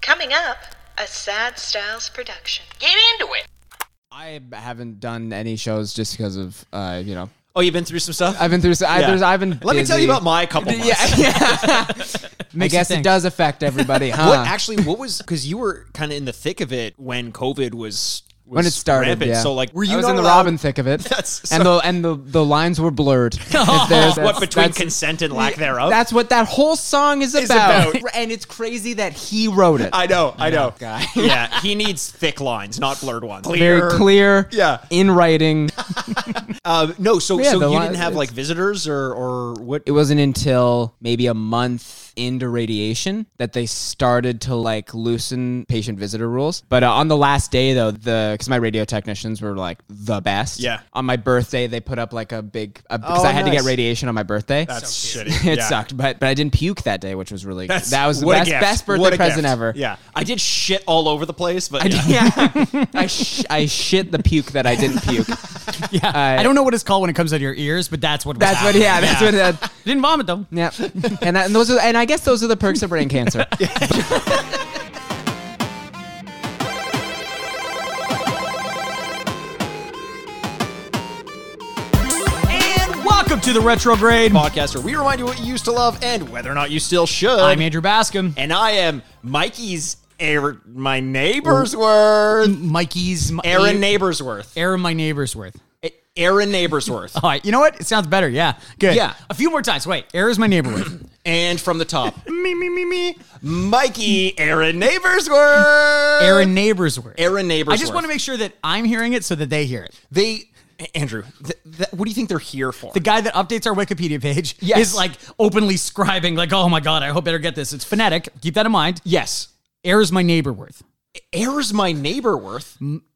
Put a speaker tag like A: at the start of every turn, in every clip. A: Coming up, a Sad Styles production.
B: Get into it.
C: I haven't done any shows just because of uh, you know
D: Oh, you've been through some stuff.
C: I've been through. I,
D: Yeah.
C: there's, I've been.
D: Let me tell you
C: busy.
D: about my couple. Months.
C: Yeah, yeah. I
E: you
C: guess it
E: think.
C: does affect everybody, huh?
D: What actually? What was because you were kind of in the thick of it when COVID was, was
C: when it started,
D: rampant.
C: yeah.
D: So like, were you
C: I was
D: not
C: in the
D: allowed-
C: Robin thick of it,
D: That's
C: and the and the, the lines were blurred. If there's-
D: What
C: that's-
D: between
C: that's-
D: consent and lack thereof?
C: That's what that whole song is about,
D: about.
C: and it's crazy that he wrote it.
D: I know, I know.
C: Guy.
D: yeah, he needs thick lines, not blurred ones.
C: Very clear,
D: Yeah.
C: in writing.
D: Uh, no, so
C: Yeah, the
D: so
C: li-
D: you didn't have
C: it's-
D: like visitors or or what?
C: it wasn't until maybe a month into radiation that they started to like loosen patient visitor rules. But uh, on the last day though, the because my radio technicians were like the best.
D: Yeah.
C: On my birthday, they put up like a big uh, because
D: Oh,
C: I had to get
D: nice.
C: radiation on my birthday.
D: That's shitty.
C: it
D: Yeah.
C: sucked, but but I didn't puke that day, which was really
D: That's-
C: that was the
D: what a
C: best
D: gift.
C: best birthday
D: What a
C: present
D: gift.
C: ever.
D: Yeah, I did shit all over the place, but
C: I
D: yeah.
C: did- yeah. I sh- I shit the puke that I didn't puke.
E: Yeah, I don't know what it's called when it comes out of your ears, but that's what. was
C: That's what
E: happening.
C: yeah, that's what that
E: Didn't vomit though.
C: yeah. And that, and those are and I guess those are the perks of brain cancer.
E: And welcome to the retrograde.
D: podcast where we remind you what you used to love and whether or not you still should.
E: I'm Andrew Bascom.
D: and I am Mikey's Aaron, my neighbor's worth.
E: Mikey's my-
D: Aaron neighbor's worth.
E: Aaron, my neighbor's worth.
D: Aaron neighbor's worth.
E: All right, you know what? It sounds better. Yeah, good.
D: Yeah.
E: a few more times. Wait, Aaron's my neighbor worth.
D: And from the top, me me me me, Mikey Aaron neighbor's worth.
E: Aaron neighbor's worth.
D: Aaron neighbor's.
E: I just want to make sure that I'm hearing it so that they hear it.
D: they. Andrew, th- th- what do you think they're here for?
E: The guy that updates our Wikipedia page
D: Yes.
E: is like openly scribing, like, "Oh my god, I hope I better get this." It's phonetic. Keep that in mind.
D: yes,
E: Aaron's my neighbor worth.
D: Air's my neighbor worth. Air,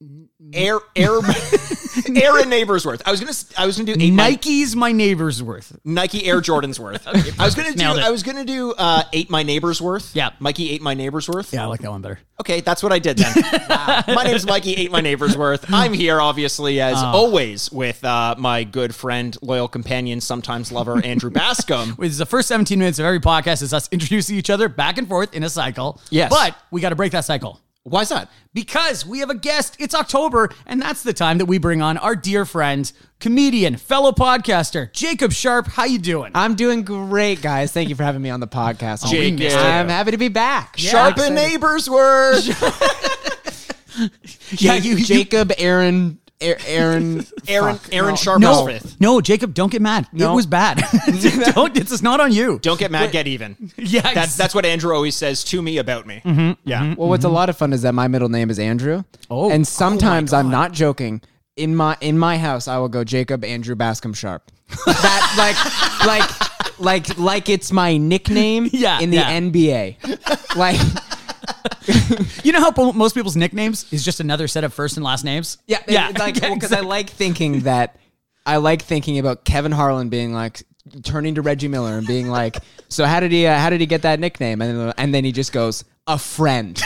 D: air, air and neighbor's worth. I was gonna, s- I was gonna do eight
E: Nike's my neighbor's worth.
D: My, Nike Air Jordan's worth. I was gonna do,
E: Nailed it.
D: I was gonna do uh, eight my neighbor's worth.
E: Yeah.
D: Mikey ate my neighbor's worth.
E: Yeah, I like that one better.
D: Okay, that's what I did then. My name's Mikey ate my neighbor's worth. I'm here, obviously, as
E: Oh.
D: always, with uh, my good friend, loyal companion, sometimes lover, Andrew Bascom.
E: This is the first 17 minutes of every podcast is us introducing each other back and forth in a cycle.
D: Yes.
E: But we got to break that cycle.
D: Why's that?
E: Because we have a guest. It's October, and that's the time that we bring on our dear friend, comedian, fellow podcaster, Jacob Sharp. How you doing?
C: I'm doing great, guys. Thank you for having me on the podcast.
D: we Jake, missed yeah.
C: I'm happy to be back.
D: Sharp
C: Excited.
D: and neighbor's worth.
E: yeah, you, you-
C: Jacob, Aaron, Aaron, Aaron,
D: Aaron,
C: fuck,
D: Aaron
C: no.
D: Sharp
E: no,
D: Smith.
E: no, Jacob, don't get mad. It
C: No.
E: was bad. don't, it's, it's not on you.
D: Don't get mad, get even.
E: Yeah,
D: that's that's what Andrew always says to me about me.
E: Mm-hmm.
D: Yeah,
C: Well, what's a lot of fun is that my middle name is Andrew.
E: Oh.
C: and sometimes I'm not joking. In my in my house, I will go Jacob Andrew Bascom Sharp. That like like like like it's my nickname.
E: Yeah,
C: in the
E: yeah.
C: NBA. Like
E: You know how po- most people's nicknames is just another set of first and last names?
C: yeah, yeah. It's like because I like thinking that I like thinking about Kevin Harlan being like turning to Reggie Miller and being like, so how did he uh, how did he get that nickname? And then, and then he just goes. A friend,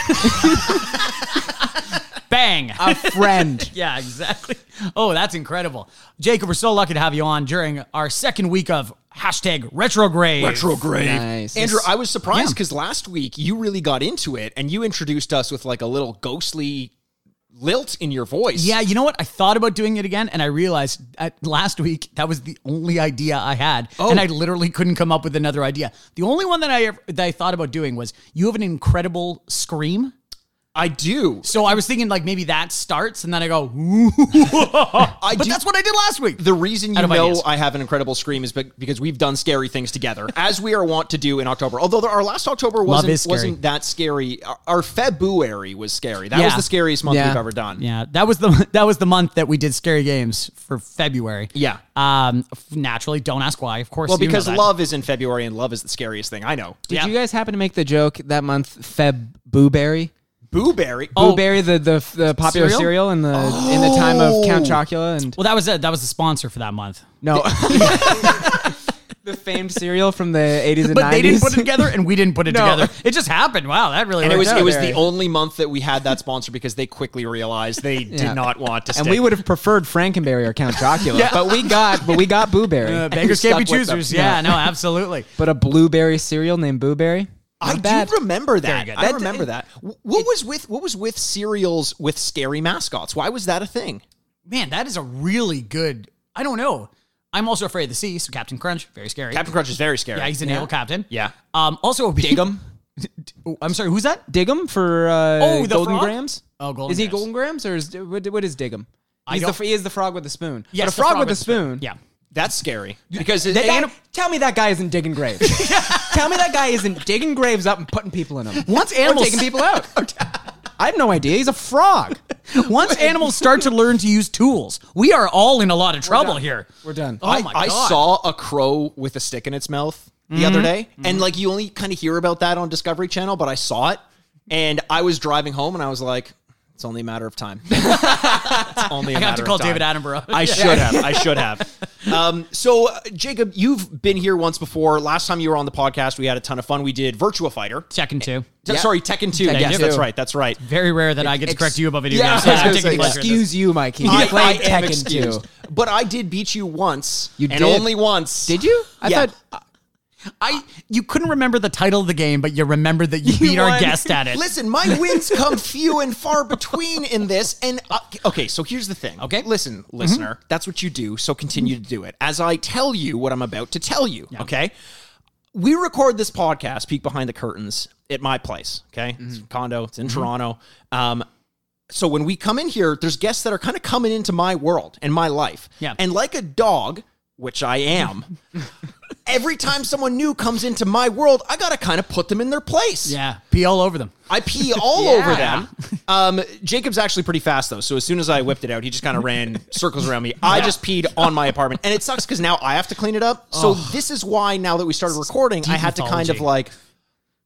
E: Bang.
C: a friend.
E: Yeah, exactly. Oh, that's incredible. Jacob, we're so lucky to have you on during our second week of hashtag retrograde.
D: retrograde.
C: Nice.
D: Andrew, I was surprised because last week you really got into it and you introduced us with like a little ghostly lilt in your voice.
E: Yeah, you know what? I thought about doing it again and I realized at last week that was the only idea I had.
D: Oh.
E: And I literally couldn't come up with another idea. The only one that I ever, that I thought about doing was you have an incredible scream.
D: I do.
E: So I was thinking like maybe that starts and then I go,
D: I
E: but
D: do.
E: that's what I did last week.
D: the reason you
E: Out of
D: know
E: ideas.
D: I have an incredible scream is bec- because we've done scary things together, as we are wont to do in October. Although our last October
E: is
D: wasn't
E: scary.
D: wasn't that scary. Our, our February was scary. That
E: Yeah.
D: was the scariest month
C: Yeah.
D: we've ever done.
E: Yeah, that was the that was the month that we did scary games for February.
D: Yeah.
E: Um. f- Naturally, don't ask why. Of course.
D: Well,
E: you know
D: because
E: that.
D: love is in February and love is the scariest thing I know.
C: Did
E: Yeah.
C: you guys happen to make the joke that month? Feb Booberry,
D: Booberry.
E: Oh,
C: Booberry, the the, the popular
E: Cereal? Oh.
C: cereal, in the in the time of Count Chocula and
E: Well, that was it. That was the sponsor for that month.
C: no, the famed cereal from the eighties and
E: But they didn't
C: nineties.
E: put it together, and we didn't put it
C: No.
E: together. It just happened. Wow, that really.
D: And it
E: worked
D: was
E: out.
D: it was
C: Barry.
D: the only month that we had that sponsor because they quickly realized they did not want to. Stick.
C: And we would have preferred Frankenberry or Count Chocula, but we got but we got Booberry.
E: Uh, beggars
C: We
E: can't be
C: stuck with them.
E: choosers. Yeah, no, absolutely.
C: But a blueberry cereal named Booberry.
D: I
C: bad.
D: do remember that.
E: good.
D: I
E: That-
D: remember that. W- What was with what was with cereals with scary mascots? Why was that a thing?
E: Man, that is a really good. I don't know. I'm also afraid of the sea, so Captain Crunch, very scary.
D: Captain Crunch is very scary.
E: yeah, he's a naval captain.
D: Yeah.
E: Um. Also,
C: Diggum,
E: Oh, I'm sorry. Who's that?
C: Diggum for uh,
E: Oh, the
C: Golden
E: frog?
C: Grams.
E: Oh, Golden
C: is he
E: Grams.
C: Golden Grams or is what, what is Diggum?
E: I
C: He's the,
E: don't-
C: fr- he is the frog with the spoon.
E: Yes,
C: but a
E: the
C: frog, with a spoon.
E: Yeah.
D: That's scary because it,
C: That guy-
E: oh
D: anim-
C: tell me that guy isn't digging graves. tell me that guy isn't digging graves up and putting people in them.
E: Once
C: Or
E: animals
C: taking people out. I have no idea. He's a frog.
E: Once animals start to learn to use tools, we are all in a lot of trouble here.
C: We're done.
E: Oh
D: I,
E: my
D: I
E: God. Mm-hmm.
D: saw a crow with a stick in its mouth the other day, and like you only kind of hear about that on Discovery Channel, but I saw it, and I was driving home, and I was like, "It's only a matter of time." it's only a
E: I have
D: matter
E: to
D: of
E: call
D: time.
E: David Attenborough.
D: I should have. I should have. Um, so, uh, Jacob, you've been here once before. Last time you were on the podcast, we had a ton of fun. We did Virtua Fighter.
E: Second two.
D: Te- Sorry, Tekken 2.
E: Tekken
D: yes,
E: 2.
D: that's right. That's right.
E: Very rare that I get to correct you about video
D: Yeah,
E: games.
D: I was
E: I'm
D: gonna
E: taking
D: say,
E: pleasure in this.
C: Excuse you, Mikey. You
D: I, I
C: played
D: am
C: Tekken
D: excused.
C: 2.
D: But I did beat you once.
C: You
D: and
C: did.
D: only once.
C: Did you? I
D: Yeah.
C: thought
E: I you couldn't remember the title of the game, but you remembered that you, beat our
C: won.
E: guest at it.
D: Listen, my wins come few and far between in this. And uh, okay, so here's the thing.
E: Okay. Mm-hmm.
D: listen, listener, that's what you do. So continue to do it as I tell you what I'm about to tell you. Okay, we record this podcast, peek behind the curtains, at my place. Okay, it's
E: Mm-hmm.
D: a condo. It's in Toronto. Um, so when we come in here, there's guests that are kind of coming into my world and my life.
E: Yeah.
D: and like a dog, which I am. Every time someone new comes into my world, I gotta kind of put them in their place.
E: yeah, pee all over them.
D: I pee all
C: Yeah.
D: over them. Um, Jacob's actually pretty fast though, so as soon as I whipped it out, he just kind of ran circles around me. I just peed on my apartment, and it sucks because now I have to clean it up. So this is why now that we started recording, I had to kind of
E: mythology.
D: like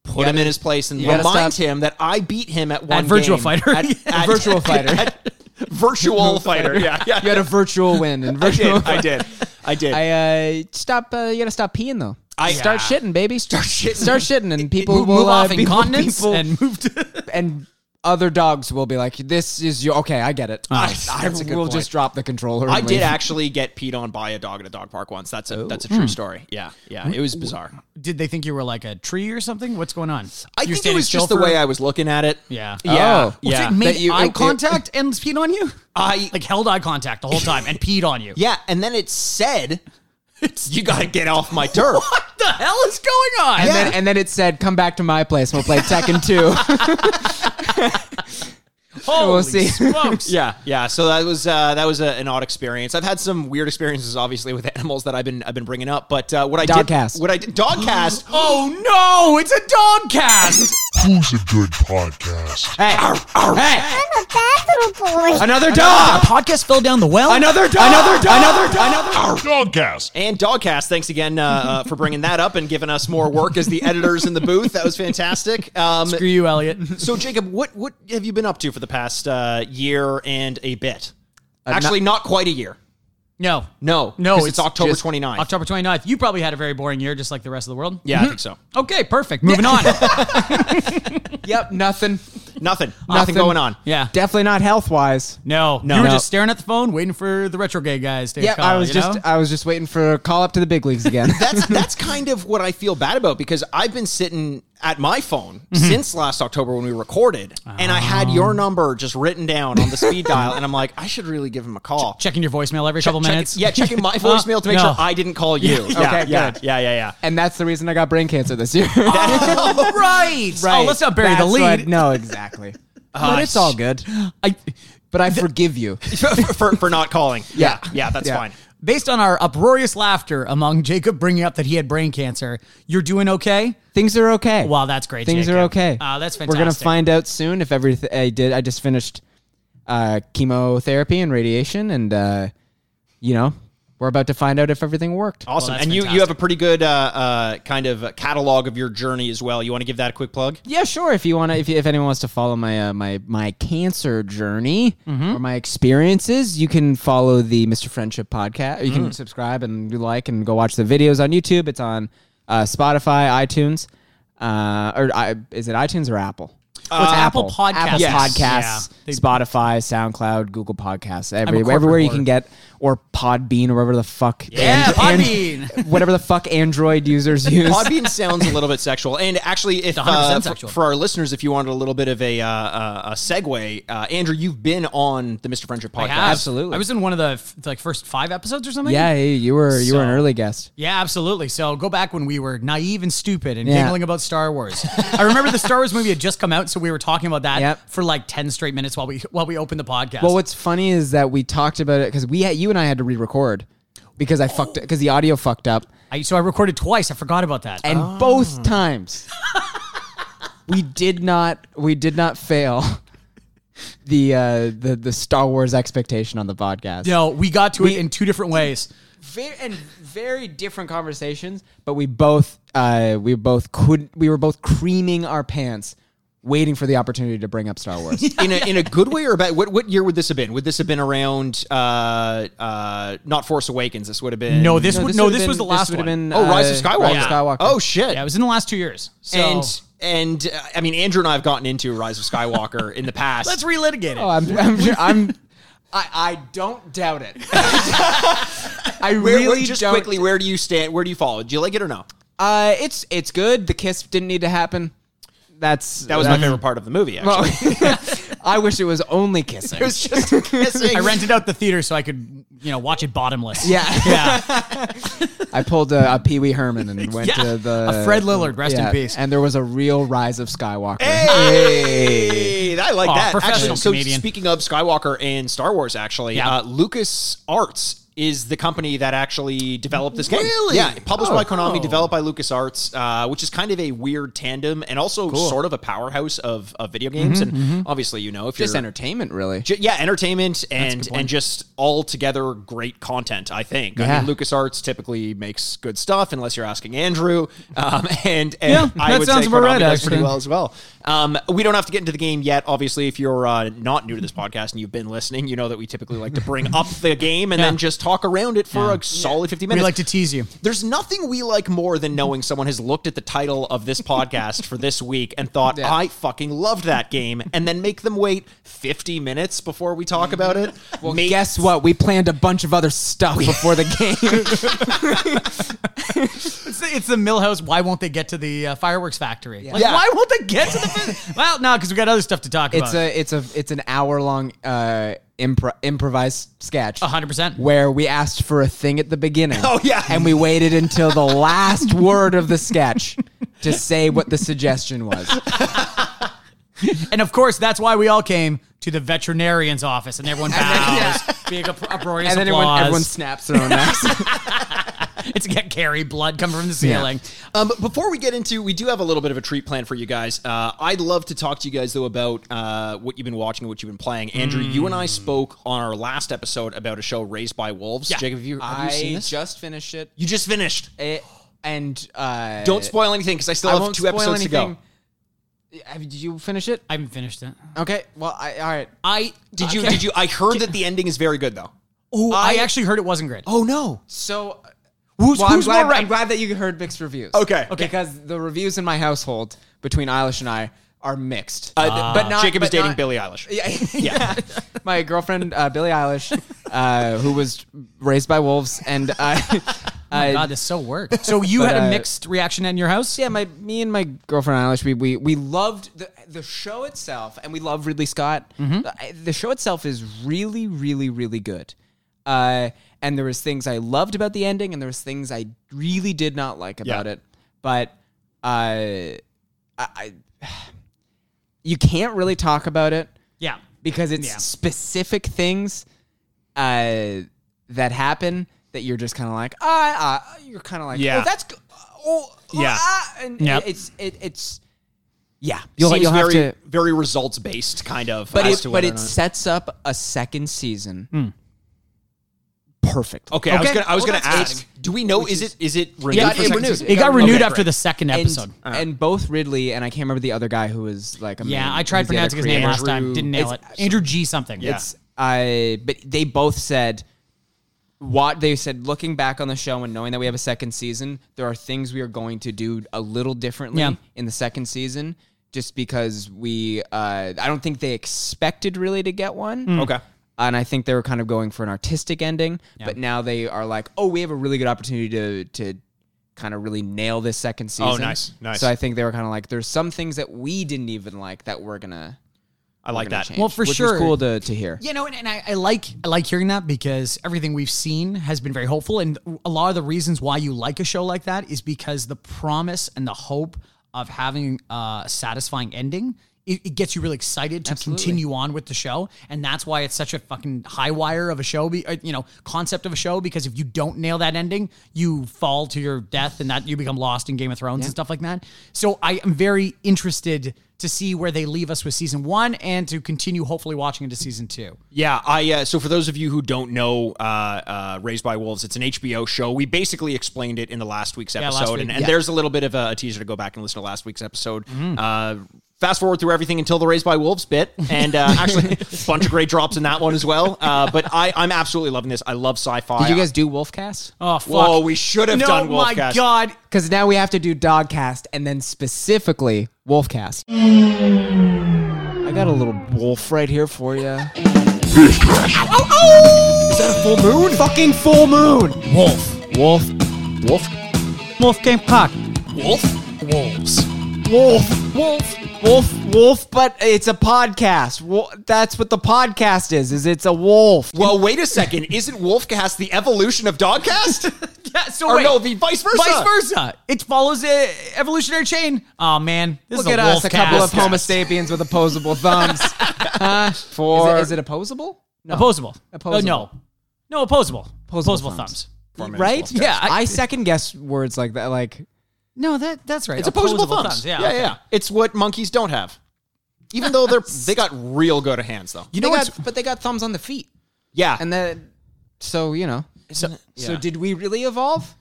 D: put him in his place and
C: gotta
D: remind
C: stop-
D: him that I beat him at one
E: Virtua
D: game.
E: Fighter.
D: at, at-
C: Virtual Fighter.
D: virtual fighter. Yeah, yeah.
C: You had a virtual win and
D: I
C: virtual.
D: did. I did. I did.
C: I uh, stop. Uh, you gotta stop peeing though.
D: I-
C: start
D: Yeah.
C: shitting, baby. Start shitting. Start shitting, and people
E: Move,
C: will
E: move
C: uh,
E: off
C: people-
E: incontinence
C: people-
E: and move to.
C: and other dogs will be like, "This is your okay. I get it.
D: I-
C: I
D: that's a good
C: will
D: point.
C: just drop the controller."
D: I
C: and
D: did
C: leave.
D: actually get peed on by a dog at a dog park once. That's a that's a
C: Hmm.
D: true story. Yeah, yeah. It was bizarre.
E: Did they think you were like a tree or something? What's going on?
D: I
E: You're
D: think it
E: standing
D: was
E: still
D: just the
E: for-
D: way I was looking at it.
E: Yeah.
D: Yeah.
C: Oh.
E: Was
D: yeah.
E: it made
C: That you-
E: eye
C: it- it-
E: contact and peed on you?
D: I
E: Like held eye contact the whole time and peed on you.
D: yeah, and then it said, "You got to get off my turf."
E: What the hell is going on?
C: And then and then it said, "Come back to my place. and We'll play Tekken 2.
E: Holy
C: we'll see.
E: smokes.
D: Yeah, yeah. So that was uh, that was a, an odd experience. I've had some weird experiences, obviously, with animals that I've been I've been bringing up. But uh, what I
C: Dogcast.
D: did, what I did, dogcast.
E: Oh no, it's a dog cast.
B: Who's a good podcast?
C: hey, hey,
F: I'm a bathroom boy.
C: another dog,
E: Ah, podcast fell down the well.
C: another dog, another dog, another dog.
B: Dogcast.
D: And Dogcast, thanks again uh, uh, for bringing that up and giving us more work as the editors in the booth. That was fantastic. Um,
E: Screw you, Elliot.
D: so, Jacob, what what have you been up to for the past uh, year and a bit? Actually, Uh, not quite a year.
E: No.
D: No,
E: No,
D: 'cause it's, October Mm-hmm.
E: just
D: 29th.
E: October 29th. You probably had a very boring year, just like the rest of the world. Mm-hmm.
D: yeah, I think so.
E: Okay, perfect. Moving on.
C: Yep, nothing.
D: Nothing, nothing going on.
E: Yeah.
C: Definitely not health wise.
E: No, no. You were
C: No.
E: just staring at the phone, waiting for the retrograde guys to
C: Yep,
E: call.
C: I was
E: you
C: just uh,
E: know?
C: I was just waiting for a call up to the big leagues again.
D: that's that's kind of what I feel bad about because I've been sitting at my phone since last October when we recorded, and I had your number just written down on the speed dial, and I'm like, I should really give him a call.
E: checking your voicemail every couple
D: Check-
E: minutes.
D: yeah, checking my voicemail to make
E: no.
D: sure I didn't call you. Uh, Yeah,
C: Okay,
D: yeah,
C: good.
D: yeah, yeah, yeah.
C: and that's the reason I got brain cancer this year.
E: Oh, right. Oh, let's not bury the
C: That's
E: lead.
C: what- no, exactly. but it's all good.
E: I,
C: But I forgive you.
D: for, for, for not calling. Yeah, yeah, that's
C: Yeah.
D: fine.
E: based on our uproarious laughter among Jacob bringing up that he had brain cancer, you're doing okay.
C: Things are okay.
E: Wow, that's great.
C: Things
E: Jacob.
C: are okay.
E: Uh, that's
C: We're gonna
E: fantastic.
C: find out soon if everything I did. I just finished uh, chemotherapy and radiation, and uh, you know, we're about to find out if everything worked.
D: Awesome.
E: that's
D: and you, you
E: fantastic.
D: have a pretty good uh, uh, kind of catalog of your journey as well. You want to give that a quick plug?
C: Yeah, sure. If you want to, if, you- if anyone wants to follow my uh, my my cancer journey
E: Mm-hmm.
C: or my experiences, you can follow the Mr. Friendship podcast. You can
E: Mm.
C: subscribe and you like and go watch the videos on YouTube. It's on uh, Spotify, iTunes, uh, or I, is it iTunes or Apple?
E: Apple Podcasts.
C: Apple
E: Yes.
C: Podcasts,
E: Yeah. They-
C: Spotify, SoundCloud, Google Podcasts, every,
E: corporate
C: everywhere you
E: whore.
C: can get, or Podbean or whatever the fuck.
E: Yeah,
C: and-
E: Podbean.
C: and- whatever the fuck Android users use.
D: Podbean sounds a little bit sexual, and actually, if uh,
E: 100%
D: for,
E: sexual.
D: for our listeners, if you wanted a little bit of a uh, uh, a segue, uh, Andrew, you've been on the Mister Friendship podcast.
E: Yeah,
C: Absolutely.
E: I was in one of the f- like first five episodes or something.
C: yeah, hey, you were you were an
E: So-
C: early guest.
E: Yeah, absolutely. So go back when we were naive and stupid and
C: Yeah.
E: giggling about Star Wars. I remember the Star Wars movie had just come out, so we were talking about that
C: Yep.
E: for like ten straight minutes while we while we opened the podcast.
C: Well, what's funny is that we talked about it because we had, you and I had to re-record because I fucked because the audio fucked up,
E: I, so I recorded twice. I forgot about that.
C: and both times we did not we did not fail the uh, the the Star Wars expectation on the podcast.
E: no, we got to it in two different ways.
C: very, and very different conversations, but we both uh, we both could we were both creaming our pants, waiting for the opportunity to bring up Star Wars.
D: in a in a good way or bad? What what year would this have been? Would this have been around? Uh, uh, not Force Awakens. This would have been
E: No, this would, no,
C: would've
E: this
C: been-
E: was the last
C: would've
E: one.
C: Been,
D: Oh, Rise of
C: uh,
D: Skywalker.
C: Rise of Skywalker.
D: Oh shit.
E: yeah, it was in the last two years. So
D: and and uh, I mean, Andrew and I have gotten into Rise of Skywalker in the past.
E: let's relitigate it.
C: Oh, I'm, I'm, sure- I'm I, I don't doubt it. I
D: Where- where-
C: really
D: just
C: don't.
D: quickly. Where do you stand? Where do you fall? Do you like it or no?
C: Uh, it's it's good. The kiss didn't need to happen. That's
D: That was my favorite part of the movie. Actually,
C: I wish it was only kissing.
D: it was just kissing.
E: I rented out the theater so I could you know watch it bottomless.
C: Yeah.
E: yeah.
C: I pulled a, a Pee Wee Herman and went
E: Yeah.
C: to the
E: A Fred Lillard, rest in
C: yeah,
E: peace.
C: And there was a real Rise of Skywalker.
D: Hey, I like
E: Aw,
D: that.
E: professional
D: Actually, so
E: comedian.
D: speaking of Skywalker and Star Wars, actually,
E: Yeah.
D: uh, Lucas Arts is the company that actually developed this game.
E: Really?
D: Yeah, published
E: Oh.
D: by Konami,
E: Oh.
D: developed by LucasArts, uh, which is kind of a weird tandem and also sort of a powerhouse of, of video games. and obviously, you know, if
C: Just
D: you're
C: entertainment, really.
D: Ju- yeah, entertainment and and just altogether great content. I think.
C: Yeah.
D: I mean, LucasArts typically makes good stuff, unless you're asking Andrew. Um, and and
E: Yeah,
D: I
E: that
D: would
E: sounds
D: say
E: about
D: Konami
E: right,
D: does pretty
E: actually.
D: well as well. Um, we don't have to get into the game yet. Obviously, if you're uh, not new to this podcast and you've been listening, you know that we typically like to bring up the game and then just talk around it for a solid fifty minutes.
E: we like to tease you.
D: There's nothing we like more than knowing someone has looked at the title of this podcast for this week and thought,
C: Yeah.
D: I fucking loved that game, and then make them wait 50 minutes before we talk about it.
C: Well,
D: Make-
C: guess what? We planned a bunch of other stuff before the game.
E: It's the, it's the Millhouse. Why won't they get to the uh, fireworks factory? Like,
D: Yeah.
E: Why won't they get to the? fin- well, no, because we got other stuff to talk
C: it's
E: about.
C: a it's a it's an hour long uh, impro- improvised sketch.
E: A hundred percent.
C: Where we asked for a thing at the beginning.
D: Uh-huh. Oh, yeah.
C: and we waited until the last word of the sketch to say what the suggestion was.
E: and of course, that's why we all came to the veterinarian's office, and everyone bows, big up- uproarious
C: And then everyone,
E: applause.
C: everyone snaps their own necks.
E: it's got Gary blood coming from the ceiling.
D: Um, before we get into, we do have a little bit of a treat plan for you guys. Uh, I'd love to talk to you guys though about uh, what you've been watching, what you've been playing. Andrew, you
C: Hmm.
D: and I spoke on our last episode about a show raised by wolves.
E: Yeah.
D: Jacob, have you, have you seen this?
C: just finished it.
D: you just finished.
C: It- and uh,
D: Don't spoil anything because I still
C: I
D: have
C: won't
D: two
C: spoil
D: episodes to
C: anything.
D: go.
C: Have- Did you finish it?
E: I haven't finished it.
C: Okay. Well, I, all right.
E: I
D: Did you? Did you? I heard that the ending is very good though.
E: Oh, I, actually heard it wasn't great.
D: Oh no.
C: So
E: who's
C: well,
E: who's
C: I'm, glad,
E: more right?
C: I'm glad that you heard mixed reviews.
D: Okay.
E: Okay.
C: Because the reviews in my household between Eilish and I are mixed.
D: Uh,
E: Ah.
C: but not
D: Jacob is
C: but
D: dating
C: not-
D: Billie Eilish.
C: Yeah, yeah. my girlfriend uh, Billie Eilish, uh, who was raised by wolves, and uh, uh,
E: God, this so worked. So you had
C: uh,
E: a mixed reaction in your house?
C: yeah, my me and my girlfriend Eilish, we we, we loved the the show itself, and we love Ridley Scott. The, the show itself is really, really, really good. Uh, and there was things I loved about the ending, and there was things I really did not like about it. But uh, I, I you can't really talk about it
E: Yeah.
C: because it's
E: Yeah.
C: specific things uh, that happen that you're just kind of like ah, ah you're kind of like
D: Yeah.
C: oh that's go- oh
E: Yeah.
C: ah, and
E: Yep.
C: it's it, it's yeah
D: You'll,
C: you'll, you'll have
D: very,
C: to
D: very results based kind of.
C: but
D: as
C: it
D: to
C: but
D: whether
C: it
D: or not-
C: sets up a second season perfectly
D: okay, I was
E: Hmm. Okay.
D: gonna I was
E: Well,
D: gonna
E: that's
D: ask. Do we know? Is it is it renewed?
C: Yeah,
D: for
C: it
D: second
C: renewed.
D: season?
E: It got
C: Okay,
E: renewed
D: great.
E: after the second
C: and,
E: episode.
C: and both Ridley and I can't remember the other guy who was like a
E: yeah,
C: main-
E: I tried
C: who's the other
E: pronouncing his name
C: creator.
E: last time.
D: Andrew-
E: Didn't nail it.
C: it's-
E: Andrew G something.
D: Yeah.
C: It's I but they both said what they said looking back on the show and knowing that we have a second season, there are things we are going to do a little differently
E: Yeah.
C: in the second season just because we uh, I don't think they expected really to get one.
D: Okay.
C: And I think they were kind of going for an artistic ending, but now they are like, oh, we have a really good opportunity to to kind of really nail this second season.
D: Oh, nice, nice.
C: So I think they were kind of like, there's some things that we didn't even like that we're gonna
D: I like that.
C: change.
E: Well, for
C: which is
E: sure.
C: cool to to hear.
E: You know, and, and I, I like I like hearing that because everything we've seen has been very hopeful, and a lot of the reasons why you like a show like that is because the promise and the hope of having a satisfying ending. It, it gets you really excited to continue on with the show, and that's why it's such a fucking high wire of a show, be, uh, you know, concept of a show. Because if you don't nail that ending, you fall to your death, and that you become lost in Game of Thrones and stuff like that. So I am very interested to see where they leave us with season one and to continue hopefully watching into season two.
D: Yeah, I uh, so for those of you who don't know, uh, uh, Raised by Wolves, it's an HBO show. We basically explained it in the last week's
E: last
D: episode, and,
E: week,
D: and
E: yeah.
D: there's a little bit of a teaser to go back and listen to last week's episode. Uh, fast forward through everything until the Raised by Wolves bit, and uh, actually a bunch of great drops in that one as well. Uh, but I, I'm absolutely loving this. I love sci-fi.
C: Did you guys do Wolfcast?
E: Oh fuck!
D: Whoa, we should have
E: no,
D: done
E: my
D: Wolfcast.
E: god!
C: Because now we have to do Dogcast and then specifically Wolfcast. I got a little wolf right here for you.
E: Oh, oh!
C: Is that a full moon? Fucking full moon.
E: Wolf,
C: Wolf. Wolf.
E: wolf came cock.
D: Wolf?
E: Wolves.
C: Wolf. Wolf. Wolf. Wolf. But it's a podcast. Wo- That's what the podcast is. Is it's a wolf.
D: Well, wait a second. Isn't Wolfcast the evolution of Dogcast?
E: Yeah, so
D: or
E: wait,
D: no, the vice versa.
E: vice versa. It follows the evolutionary chain. Oh man, this
C: Look
E: is
C: at
E: a
C: us,
E: wolf
C: a couple of
E: cast.
C: Homo sapiens with opposable thumbs. Huh?
E: For-
C: is, it, is it opposable? No.
E: Opposable.
C: Opposable.
E: Oh, no, no opposable.
C: Opposable
E: thumbs.
C: thumbs.
D: Right?
C: Right?
E: Yeah, I-
C: I, second guess words like that. Like
E: No, that that's right.
D: It's opposable, thumbs.
E: Yeah,
D: yeah,
E: okay.
D: yeah. It's what monkeys don't have. Even though they're they got real good hands though.
C: they
E: You know what's
C: got, but they got thumbs on the feet.
D: Yeah.
C: And then, so you know,
D: so,
C: so did we really evolve?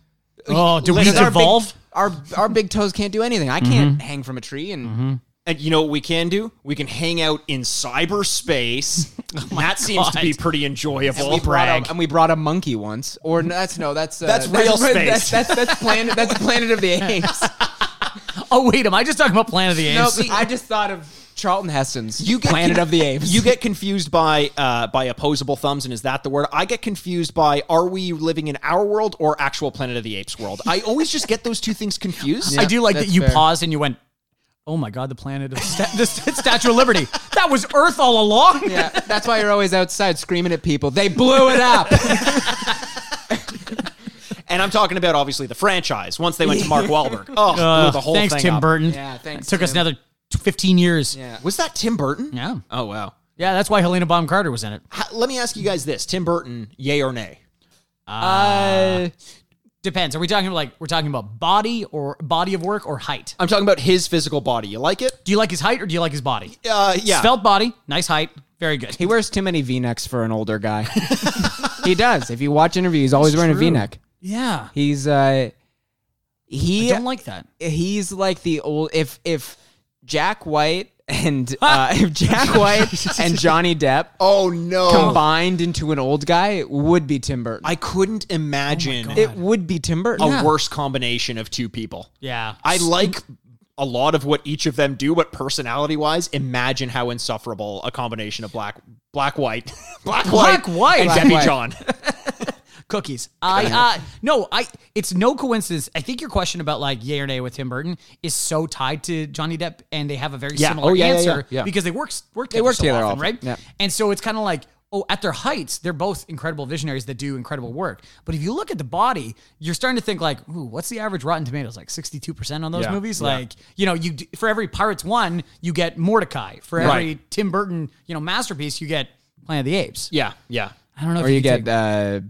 E: Oh, do we
D: Listen, our big-
E: evolve?
C: Our our big toes can't do anything. I
D: Mm-hmm.
C: can't hang from a tree, and
D: and you know what we can do? We can hang out in cyberspace. that seems to
E: God.
D: be pretty enjoyable.
C: we brought a, and we brought a monkey once. Or n- that's no, that's uh,
D: That's real
C: That's,
D: space.
C: that's, that's planet. That's Planet of the Apes.
E: Oh wait, am I just talking about Planet of the
C: no,
E: Apes?
C: I just thought of Charlton Heston's
D: You get
C: Planet
D: con-
C: of the Apes.
D: You get confused by uh, by opposable thumbs, and is that the word? I get confused by are we living in our world or actual Planet of the Apes world? I always just get those two things confused.
E: I do like that
C: that's
E: you
C: fair.
E: paused and you went, "Oh my God, the planet of sta- the st- Statue of Liberty. That was Earth all along."
C: yeah, that's why you're always outside screaming at people. They blew it up.
D: And I'm talking about obviously the franchise. Once they went to Mark Wahlberg, oh, blew
E: Uh,
D: the whole
E: thanks,
D: thing
E: Tim
D: up.
E: Burton.
C: Yeah, thanks,
E: It took us
C: Tim.
E: another t- fifteen years.
C: Yeah.
D: Was that Tim Burton?
E: yeah,
D: Oh wow.
E: Yeah, That's why Helena Bonham Carter was in it.
D: How- let me ask you guys this: Tim Burton, yay or nay?
C: Uh,
E: Depends. Are we talking like we're talking about body or body of work or height?
D: I'm talking about his physical body. You like it?
E: Do you like his height or do you like his body?
D: Uh, yeah.
E: Svelte body, nice height, very good.
C: he wears too many V-necks for an older guy. he does. If you watch interviews, he's always wearing a V-neck.
E: Yeah,
C: He's uh, he
E: don't like that.
C: he's like the old if if Jack White and uh, if Jack White and Johnny Depp
D: oh no!
C: combined into an old guy it would be Tim Burton.
D: I couldn't imagine
E: Oh God.
D: it-
C: it would be Tim Burton.
D: a worse combination of two people.
E: Yeah,
D: I like a lot of what each of them do, but personality-wise, imagine how insufferable a combination of black, black, white, black,
E: Black White.
D: and
E: Black
D: Debbie
C: White.
D: John.
E: cookies. I uh, no, I. It's no coincidence. I think your question about like yay or nay with Tim Burton is so tied to Johnny Depp, and they have a very
D: Yeah.
E: similar
D: Oh, yeah, yeah,
E: answer
D: yeah, yeah.
E: because they work work together
C: They work
E: so
C: together
E: often,
C: often,
E: right?
C: yeah.
E: And so it's kind of like. Oh, at their heights, they're both incredible visionaries that do incredible work. But if you look at the body, you're starting to think like, "Ooh, what's the average Rotten Tomatoes? Like 62% on those
D: Yeah,
E: movies."
D: yeah.
E: Like, you know, you d- for every Pirates one, you get Mordecai. For every
D: Right.
E: Tim Burton, you know, masterpiece, you get Planet of the Apes.
D: yeah, yeah.
E: I don't know.
C: or
E: if
C: you get
E: could take-
C: uh,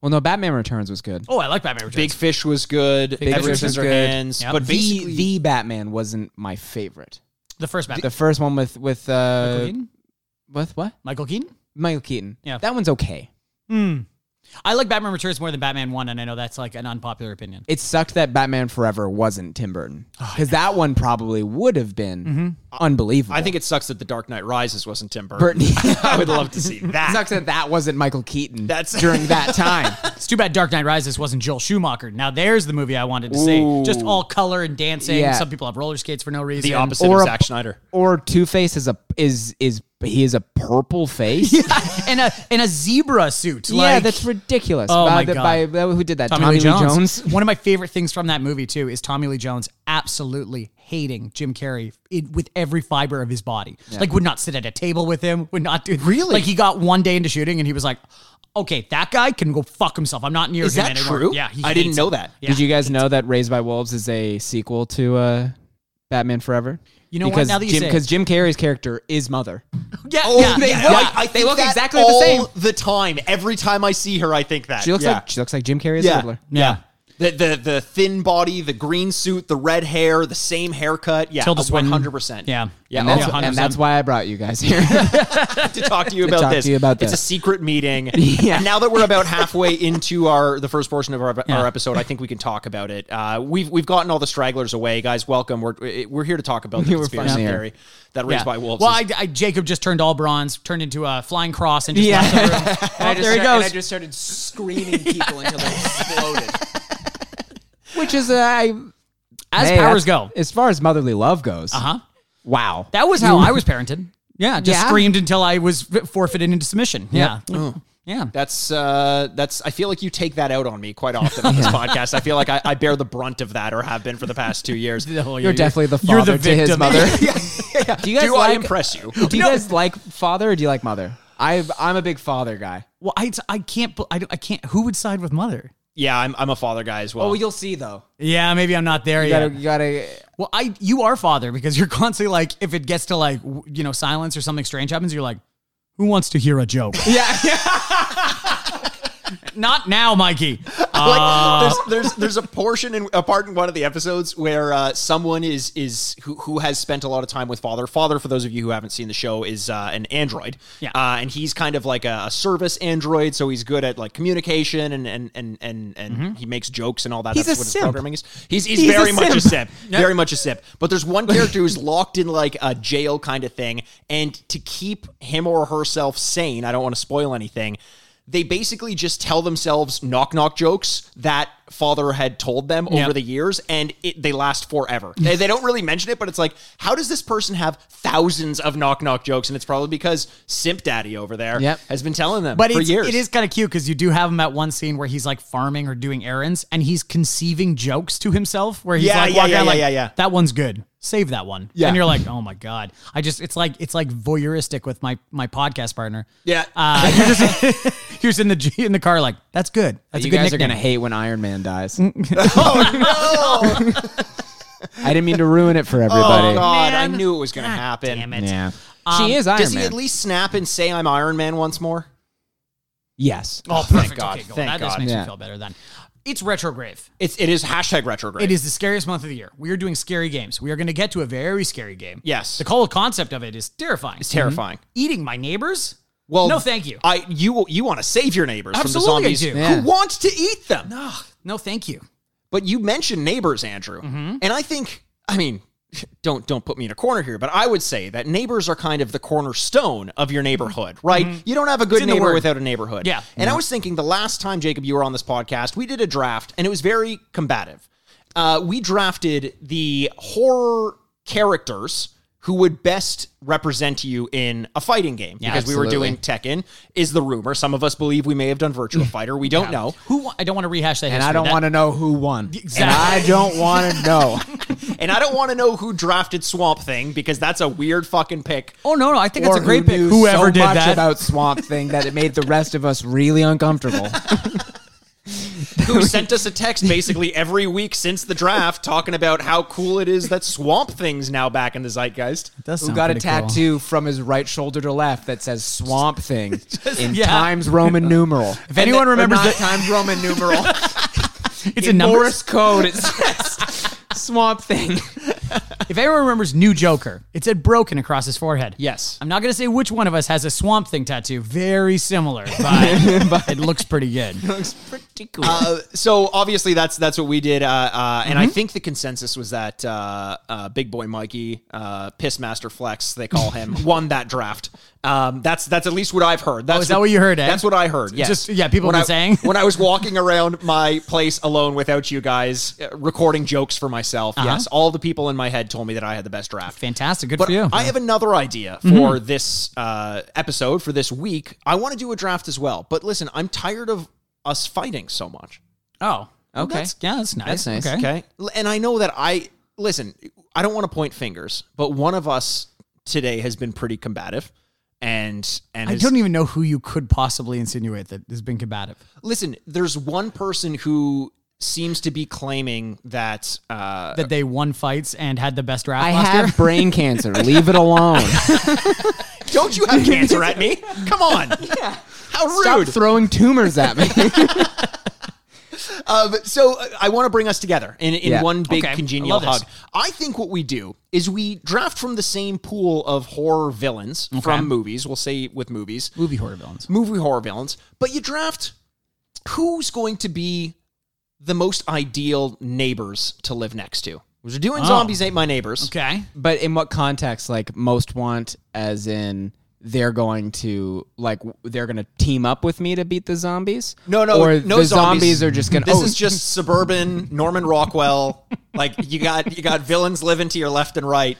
C: well, no, Batman Returns was good.
E: E Oh, I like Batman Returns.
D: Big Fish was good. Big
C: Fish was good.
D: Hands,
E: Yep.
D: but
E: The-
D: basically,
C: the the Batman wasn't my favorite.
E: The first Batman.
C: The first one with with uh,
E: Keaton?
C: with what
E: Michael Keaton?
C: Michael Keaton.
E: Yeah.
C: that one's okay.
E: I like Batman Returns more than Batman One, and I know that's like an unpopular opinion.
C: It sucked that Batman Forever wasn't Tim Burton
E: Oh,
C: because that one probably would have been
E: Mm-hmm.
C: unbelievable.
D: I think it sucks that The Dark Knight Rises wasn't Tim Burton.
C: Burton.
D: I would love to see
C: It
D: that.
C: sucks that that wasn't Michael Keaton.
D: That's-
C: during that time.
E: It's too bad Dark Knight Rises wasn't Joel Schumacher. Now there's the movie I wanted to see. Just all color and dancing.
C: Yeah.
E: Some people have roller skates for no reason.
D: The opposite
C: Or
D: of
C: a-
D: Zack Schneider.
C: or Two Face is a is is he is a purple face. Yeah,
E: and a and a zebra suit. like,
C: that's ridiculous.
E: Oh
C: by,
E: my
C: the-
E: God.
C: by- by- who did that? Tommy, Lee Jones.
E: One of my favorite things from that movie too is Tommy Lee Jones absolutely hating Jim Carrey in, with every fiber of his body. Like would not sit at a table with him. Would not do really. Like he got one day into shooting and he was like, "Okay, that guy can go fuck himself. I'm not near
D: Is
E: him
D: that
E: anymore."
D: true?
E: Yeah, he
D: I didn't
E: hates
D: know
E: him.
D: that.
E: Yeah.
C: Did you guys know that Raised by Wolves is a sequel to uh, Batman Forever?
E: You know what?
C: because
E: Now that you
C: Jim,
E: say it.
C: because Jim Carrey's character is Mother.
E: Yeah,
D: Oh,
E: yeah,
D: they
E: yeah,
D: look,
E: yeah.
D: I
C: They
D: think
C: look
D: that
C: exactly the same.
D: all the time. Every time I see her, I think that
C: She looks
D: Yeah.
C: like she looks like Jim Carrey as a
D: Yeah.
C: Riddler.
E: Yeah.
D: The, the the thin body, the green suit, the red hair, the same haircut. Yeah,
E: Tilda
D: one
E: Swinton.
D: hundred percent.
E: Yeah.
D: yeah.
C: And
D: I'll
C: that's,
E: Yeah,
C: and
E: 100%.
C: that's why I brought you guys here.
D: have to talk to you about
C: talk
D: this.
C: to you about
D: it's a
C: this.
D: secret meeting.
C: Yeah.
D: And now that we're about halfway into our the first portion of our, our episode, I think we can talk about it. Uh, we've we've gotten all the stragglers away, guys. Welcome. We're eh, we're here to talk about the
C: We're
D: conspiracy
C: finally here.
D: theory that raised
E: Yeah.
D: by wolves.
E: Well,
D: is-
E: I, I- Jacob just turned all bronze, turned into a flying cross, and just
C: Yeah.
E: left the room. Oh, there he goes.
C: just started screaming people until they exploded. Which is, uh, I,
E: As
C: hey,
E: powers go,
C: that's- as far as motherly love goes.
E: uh huh.
C: Wow,
E: That was how I was parented. Yeah, just
C: Yeah.
E: screamed until I was forfeited into submission. Yeah,
D: Oh.
E: yeah.
D: that's uh, that's. I feel like you take that out on me quite often on this podcast. I feel like I, I bear the brunt of that, or have been for the past two years.
C: you're definitely the father
E: You're the
C: to his
E: victim.
C: mother. Do you guys
D: Do I
C: like?
D: impress you?
C: do you guys like father or do you like mother? I I'm a big father guy.
E: Well, I, I can't. bel- I, don't- I can't. Who would side with mother?
D: Yeah, I'm, I'm a father guy as well.
C: Oh, you'll see though.
E: Yeah, maybe I'm not there
C: You
E: yet.
C: gotta you gotta.
E: well, I you are father because you're constantly like, if it gets to like w- you know silence or something strange happens, you're like, who wants to hear a joke?
C: Yeah,
E: not now, Mikey.
D: like there's, there's there's a portion in a part in one of the episodes where uh, someone is is who, who has spent a lot of time with father father for those of you who haven't seen the show is uh, an android
E: Yeah.
D: uh, and he's kind of like a, a service android so he's good at like communication and and and and, and he makes jokes and all that
C: Mm-hmm. He's
D: that's
C: a
D: what his
C: simp.
D: programming is he's, he's,
C: He's a
D: very much a
C: simp.
D: simp very much a simp but there's one character who's locked in like a jail kind of thing and to keep him or herself sane I don't want to spoil anything they basically just tell themselves knock knock jokes that father had told them over
E: Yep.
D: the years and it, they last forever they, they don't really mention it but it's like how does this person have thousands of knock knock jokes and it's probably because simp daddy over there
C: Yep.
D: has been telling them
E: But
D: for
E: it's,
D: years
E: it is kind of cute because you do have him at one scene where he's like farming or doing errands and he's conceiving jokes to himself where he's
D: Yeah,
E: like
D: yeah,
E: walking
D: yeah,
E: around
D: yeah,
E: like,
D: yeah, yeah.
E: that one's good. Save that one.
D: Yeah.
E: And you're like, oh my God. I just, it's like, it's like voyeuristic with my, my podcast partner.
D: yeah
E: Uh, you're just, you're just in the, G- in the car like, that's good. That's
C: you
E: a good
C: guys are
E: nickname.
C: gonna hate when Iron Man dies. oh no! I didn't mean to ruin it for
D: oh
C: everybody.
D: god I
E: Man.
D: knew it was gonna
E: God
D: happen
E: damn it.
C: Yeah, she is Iron
D: does he
C: Man.
D: at least snap and say I'm Iron Man once more
C: yes.
E: Oh, perfect.
D: God.
E: Okay, cool.
D: Thank
E: that just
D: God.
E: makes me
C: Yeah.
E: feel better then. It's retrograve.
D: it's it is hashtag retrograde
E: It is the scariest month of the year. We are doing scary games. We are going to get to a very scary game.
D: Yes.
E: The whole concept of it is terrifying. Mm-hmm.
D: it's terrifying
E: eating my neighbors?
D: Well,
E: no, thank you.
D: I you you want to save your neighbors from
E: Absolutely I
D: the zombies
E: do.
C: Yeah.
D: who want to eat them.
E: Ugh, no, thank you.
D: But you mentioned neighbors, Andrew,
E: Mm-hmm.
D: and I think I mean don't don't put me in a corner here, but I would say that neighbors are kind of the cornerstone of your neighborhood, right? You don't have a good
E: Mm-hmm. in the
D: neighbor
E: word.
D: without a neighborhood.
E: Yeah. Mm-hmm.
D: And I was thinking the last time Jacob you were on this podcast, we did a draft and it was very combative. Uh, we drafted the horror characters who would best represent you in a fighting game because we were
C: absolutely.
D: doing Tekken is the rumor. Some of us believe we may have done Virtua Fighter. We don't know.
E: Who? wa- I don't want to rehash that.
C: And I don't want to know who won. And
E: Exactly.
C: I don't want to know.
D: And I don't want to know who drafted Swamp Thing because that's a weird fucking pick.
E: Oh no, no! I think
C: Or
E: it's a great
C: who
E: pick.
C: knew so much about Swamp Thing that it made the rest of us really uncomfortable.
D: Who sent us a text basically every week since the draft talking about how cool it is that Swamp Thing's now back in the zeitgeist.
C: Who got a tattoo from his right shoulder to left that says Swamp Thing in
E: yeah.
C: Times Roman numeral. If
E: anyone remembers
C: not
E: the-
C: Times Roman numeral,
E: It's a
C: in
E: number.
C: Morse code it says Swamp Thing.
E: If If anyone remembers New Joker, it said broken across his forehead.
D: Yes.
E: I'm not going to say which one of us has a Swamp Thing tattoo. Very similar, but, but it looks pretty good.
D: Uh, so obviously that's that's what we did, uh, uh, and I
E: Mm-hmm.
D: think the consensus was that uh, uh, Big Boy Mikey, uh, Pissmaster Flex, they call him, won that draft. Um, that's that's at least what I've heard. That's
E: is that what you heard, eh?
D: That's what I heard. Yes.
E: Just- yeah, people
D: when
E: have
D: I-
E: been saying.
D: when I was walking around my place alone without you guys, uh, recording jokes for myself.
E: Uh-huh.
D: Yes, all the people in my head told me that I had the best draft.
E: Fantastic. Good
D: But
E: for you. Mm-hmm.
D: I have another idea for this uh, episode for this week. I want to do a draft as well. But listen, I'm tired of us fighting so much.
E: oh,
C: Okay.
E: That's, yeah, that's nice.
C: That's nice.
E: Okay.
D: Okay. L- And I know that I listen, I don't want to point fingers, but one of us today has been pretty combative. And and
E: I
D: has-
E: don't even know who you could possibly insinuate that has been combative.
D: listen, there's one person who seems to be claiming that uh
E: That they won fights and had the best draft
C: I
E: last
C: have
E: year.
C: brain cancer. Leave it alone.
D: don't you have cancer at me? Come on. How rude.
C: Stop throwing tumors at me.
D: Uh, but- so uh, I want to bring us together in, in
C: Yeah.
D: one big
E: Okay.
D: congenial
E: I love
D: hug.
E: this.
D: I think what we do is we draft from the same pool of horror villains from movies. We'll say with movies,
E: Movie horror villains.
D: movie horror villains, but you draft who's going to be the most ideal neighbors to live next to. We're
C: Oh.
D: doing zombies ain't my neighbors.
E: Okay.
C: but in what context? Like most want, as in they're going to like w- they're going to team up with me to beat the zombies.
D: No, no,
C: or
D: no
C: the zombies. are just going.
D: This
C: oh,
D: is just suburban Norman Rockwell. like you got you got villains living to your left and right.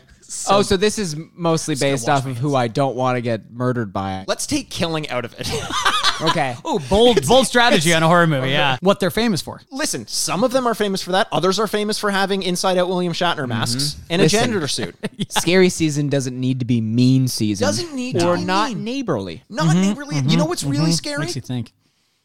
C: oh, so this is mostly based off of who I don't want to get murdered by.
D: Let's take killing out of it.
C: Okay.
E: Oh, bold, bold strategy on a horror movie. Yeah. What they're famous for.
D: Listen, some of them are famous for that. Others are famous for having inside out William Shatner masks and
C: Mm-hmm. Listen.
D: a janitor suit.
C: Scary season doesn't need to be mean season.
D: Doesn't need to
C: or
D: be
C: not
D: mean.
C: neighborly.
D: Not
C: Mm-hmm.
D: neighborly. you know what's really scary?
E: Mm-hmm. Makes you think.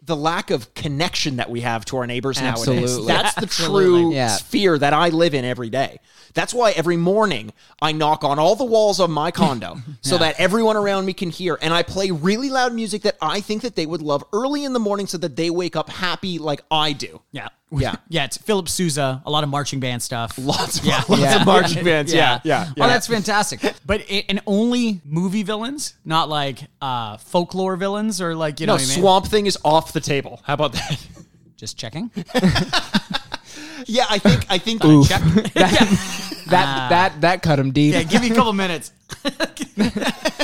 D: the lack of connection that we have to our neighbors nowadays.
C: Absolutely.
D: That's the
E: Absolutely.
D: true
C: Yeah.
D: sphere that I live in every day. That's why every morning I knock on all the walls of my condo so that everyone around me can hear and I play really loud music that I think that they would love early in the morning so that they wake up happy like I do.
E: Yeah.
D: Yeah.
E: yeah. It's Philip Sousa, a lot of marching band stuff.
D: Lots of, lots
C: Yeah.
D: of marching bands. Yeah. Yeah.
E: Oh, that's fantastic. But i and only movie villains, not like uh, folklore villains or like you know
D: No,
E: what I mean?
D: Swamp Thing is off the table. How about that?
E: Just checking.
D: yeah, I think I think
E: Check.
C: That that that cut him deep.
E: yeah, give me a couple minutes.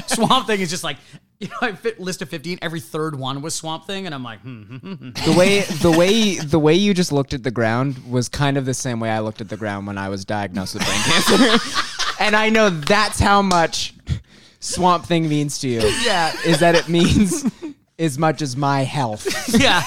E: Swamp Thing is just like you know, I fit list of fifteen. Every third one was Swamp Thing, and I'm like, hmm, hmm, hmm, hmm.
C: the way the way the way you just looked at the ground was kind of the same way I looked at the ground when I was diagnosed with brain cancer. and I know that's how much swamp thing means to you. Yeah. Is that it means as much as my health.
E: yeah,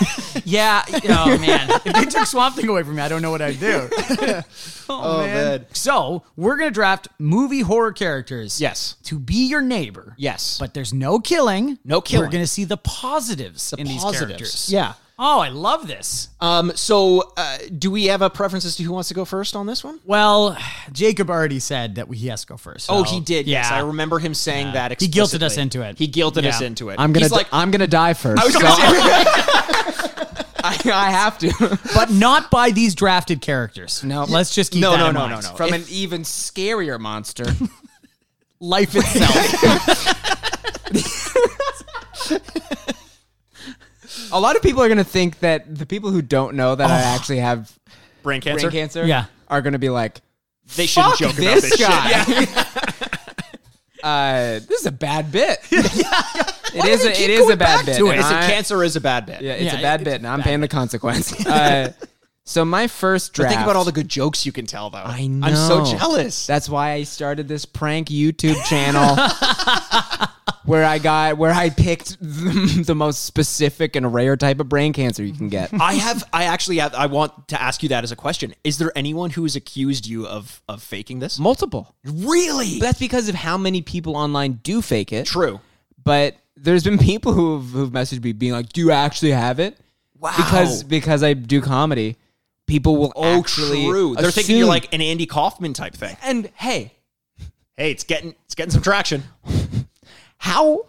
E: yeah. Oh man, if they took Swamp Thing away from me, I don't know what I'd do. oh, man.
D: man.
E: So we're gonna draft movie horror characters.
D: Yes.
E: to be your neighbor.
D: Yes.
E: But there's no killing.
D: No killing.
E: We're going to see the positives in these
D: positives.
E: characters.
D: Yeah.
E: Oh, I love this.
D: Um, so, uh, do we have a preference as to who wants to go first on this one?
E: Well, Jacob already said that we, he has to go first. so-
D: Oh, he did.
E: Yeah.
D: Yes, I remember him saying that.
E: He
D: Explicitly.
E: guilted us into it.
D: He guilted us
E: Yeah.
D: into it.
C: I'm gonna
D: He's
C: di-
D: like,
C: I'm gonna die first. I,
D: gonna
C: I, have to.
E: but not by these drafted characters. No. Let's just keep
D: No,
E: that
D: no,
E: in
D: no,
E: mind.
D: no, no.
C: From an even scarier monster.
E: Life itself.
C: A lot of people are gonna think that the people who don't know that I actually have
D: brain cancer.
C: brain cancer
E: Oh. Yeah.
C: are gonna be like,
D: They shouldn't
C: Fuck
D: joke about
C: this
D: this shit.
C: guy. uh, this is a bad bit. It is. A, it is a bad bit.
E: to it?
C: and
D: Is it
C: I-
D: cancer is a bad bit.
C: Yeah, it's
E: Yeah,
C: a bad
E: it's
C: bit, and I'm paying the consequence. Uh, so my first
D: But
C: draft.
D: think about all the good jokes you can tell, though.
C: I know.
D: I'm so jealous.
C: That's why I started this prank YouTube channel. Where I got, where I picked the, the most specific and rare type of brain cancer you can get.
D: I have. I actually. Have, I want to ask you that as a question. Is there anyone who has accused you of of faking this?
C: Multiple.
D: Really?
C: But that's because of how many people online do fake it.
D: True.
C: but there's been people who've, who've messaged me being like, "Do you actually have it?"
D: Wow.
C: Because because I do comedy, people will
D: Oh,
C: actually
D: true. They're thinking you're
C: assume-
D: like an Andy Kaufman type thing.
C: And hey,
D: Hey, it's getting it's getting some traction.
C: how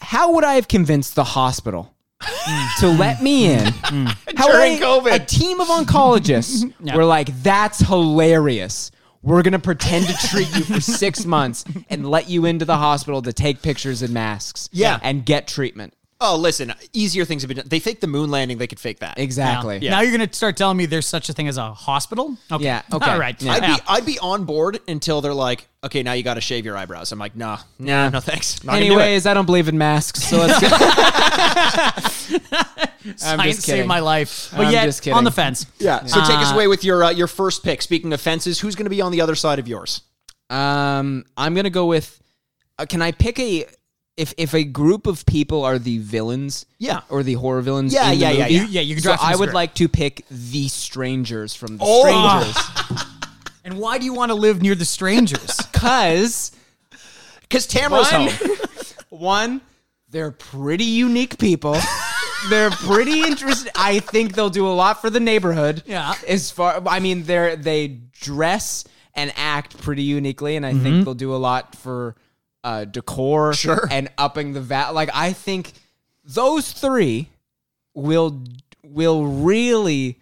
C: how would I have convinced the hospital to let me in how would
D: During
C: I-
D: COVID.
C: A team of oncologists were like, "That's hilarious." We're gonna pretend to treat you for six months and let you into the hospital to take pictures and masks.
D: Yeah.
C: and get treatment.
D: Oh, listen, easier things have been done. They faked the moon landing, they could fake that.
C: Exactly.
E: Now you're going to start telling me there's such a thing as a hospital? Okay.
C: Yeah, okay.
E: All right.
C: Yeah.
D: I'd
E: Yeah.
D: be I'd be on board until they're like, okay, now you got to shave your eyebrows. I'm like, nah, nah, no thanks. Not gonna do it.
C: Anyways, I don't believe in masks, so let's go. I'm
E: Science
C: just kidding.
E: saved my life. But
C: I'm
E: yet,
C: just kidding.
E: on the fence.
D: yeah. So take us
E: Uh,
D: away with your uh, your first pick. Speaking of fences, who's going to be on the other side of yours?
C: Um, I'm gonna go with. Uh, can I pick a if if a group of people are the villains?
D: Yeah.
C: or the horror villains.
D: Yeah,
C: in the
D: yeah, yeah,
C: movie?
D: yeah.
E: Yeah, you can
C: So
E: draw from the
C: I would
E: script.
C: like to pick the strangers from the
D: Oh.
C: strangers
E: And why do you want to live near the strangers?
C: because
D: Because Tamara's
C: One.
D: home.
C: one, they're pretty unique people. they're pretty interesting. I think they'll do a lot for the neighborhood.
E: Yeah.
C: As far, I mean, they're they dress and act pretty uniquely, and I think they'll do a lot for uh, decor
D: Sure.
C: and upping the va Like I think those three will will really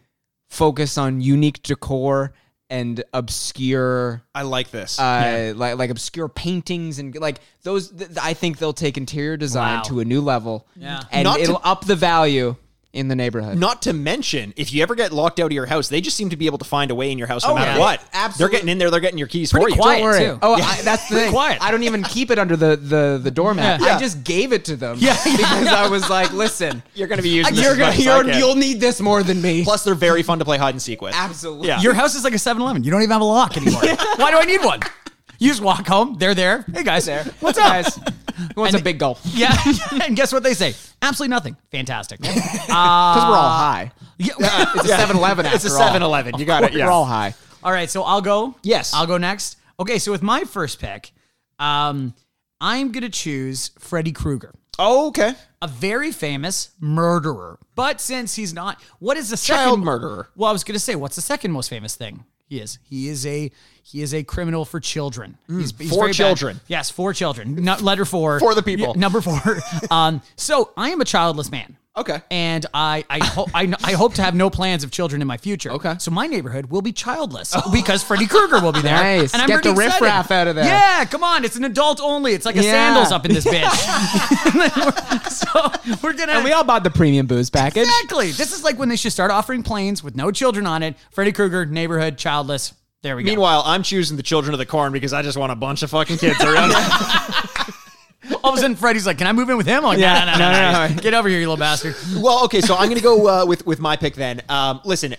C: focus on unique decor and obscure
D: I like this.
C: uh, like like obscure paintings and like those. Th- th- I think they'll take interior design
E: Wow.
C: to a new level,
E: Yeah.
C: and
D: Not to-
C: it'll up the value in the neighborhood.
D: Not to mention, if you ever get locked out of your house, they just seem to be able to find a way in your house no
C: Oh,
D: matter
C: yeah.
D: what.
C: Absolutely.
D: They're getting in there. They're getting your keys for
E: Pretty
D: you.
E: quiet.
C: Don't worry.
E: too.
C: Oh, I, that's the thing.
E: quiet.
C: I don't even keep it under the the, the doormat.
E: Yeah.
C: I just gave it to them. Yeah, because I was like, listen,
D: You're going to be using. this
C: you're
D: as
C: gonna,
D: much as I
C: you're,
D: can.
C: you'll need this more than me.
D: Plus, they're very fun to play hide and seek with.
C: Absolutely.
D: Yeah.
E: Your house is like a 7 Eleven. You don't even have a lock anymore. Why do I need one? You just walk home. They're there. Hey, guys.
C: There.
E: What's up? uh,
C: guys? Who wants a big goal? Because
E: Yeah. and guess what they say? Absolutely nothing. Fantastic.
C: we're all high.
E: Yeah.
C: It's a 7-Eleven.
D: It's a
C: after all.
D: 7-Eleven. You got it. Yeah.
C: We're all high.
E: All right, so I'll go.
D: Yes.
E: I'll go next. Okay, so with my first pick, um, I'm going to choose Freddy Krueger,
D: Oh, okay.
E: a very famous murderer. But since he's not, what is the
D: Child
E: second
D: murderer.
E: Well, I was going to say, what's the second most famous thing he is? He is a he is a criminal for children. he's,
D: Mm,
E: he's
D: for
E: very bad.
D: children.
E: Yes, for children. No, letter four
D: For the people.
E: Yeah, number four. um, so I am a childless man.
D: Okay.
E: And I I, ho- I kn- I hope to have no plans of children in my future.
C: Okay. Oh.
E: So my neighborhood will be childless because Freddy Krueger will be there.
C: Nice. Get
E: pretty
C: the
E: excited.
C: riffraff out of there.
E: Yeah, come on. It's an adult only. It's like a
C: Yeah.
E: sandals up in this bitch. so we're gonna
C: And we all bought the premium booze package.
E: Exactly. This is like when they should start offering planes with no children on it. Freddy Krueger, neighborhood, childless. There we go.
D: Meanwhile, I'm choosing the children of the corn because I just want a bunch of fucking kids around.
E: All of a sudden, Freddy's like, "Can I move in with him?" I'm like, yeah, no, no, no, no, no. Get over here, you little bastard.
D: well, okay, so I'm going to go uh, with with my pick then. Um, listen,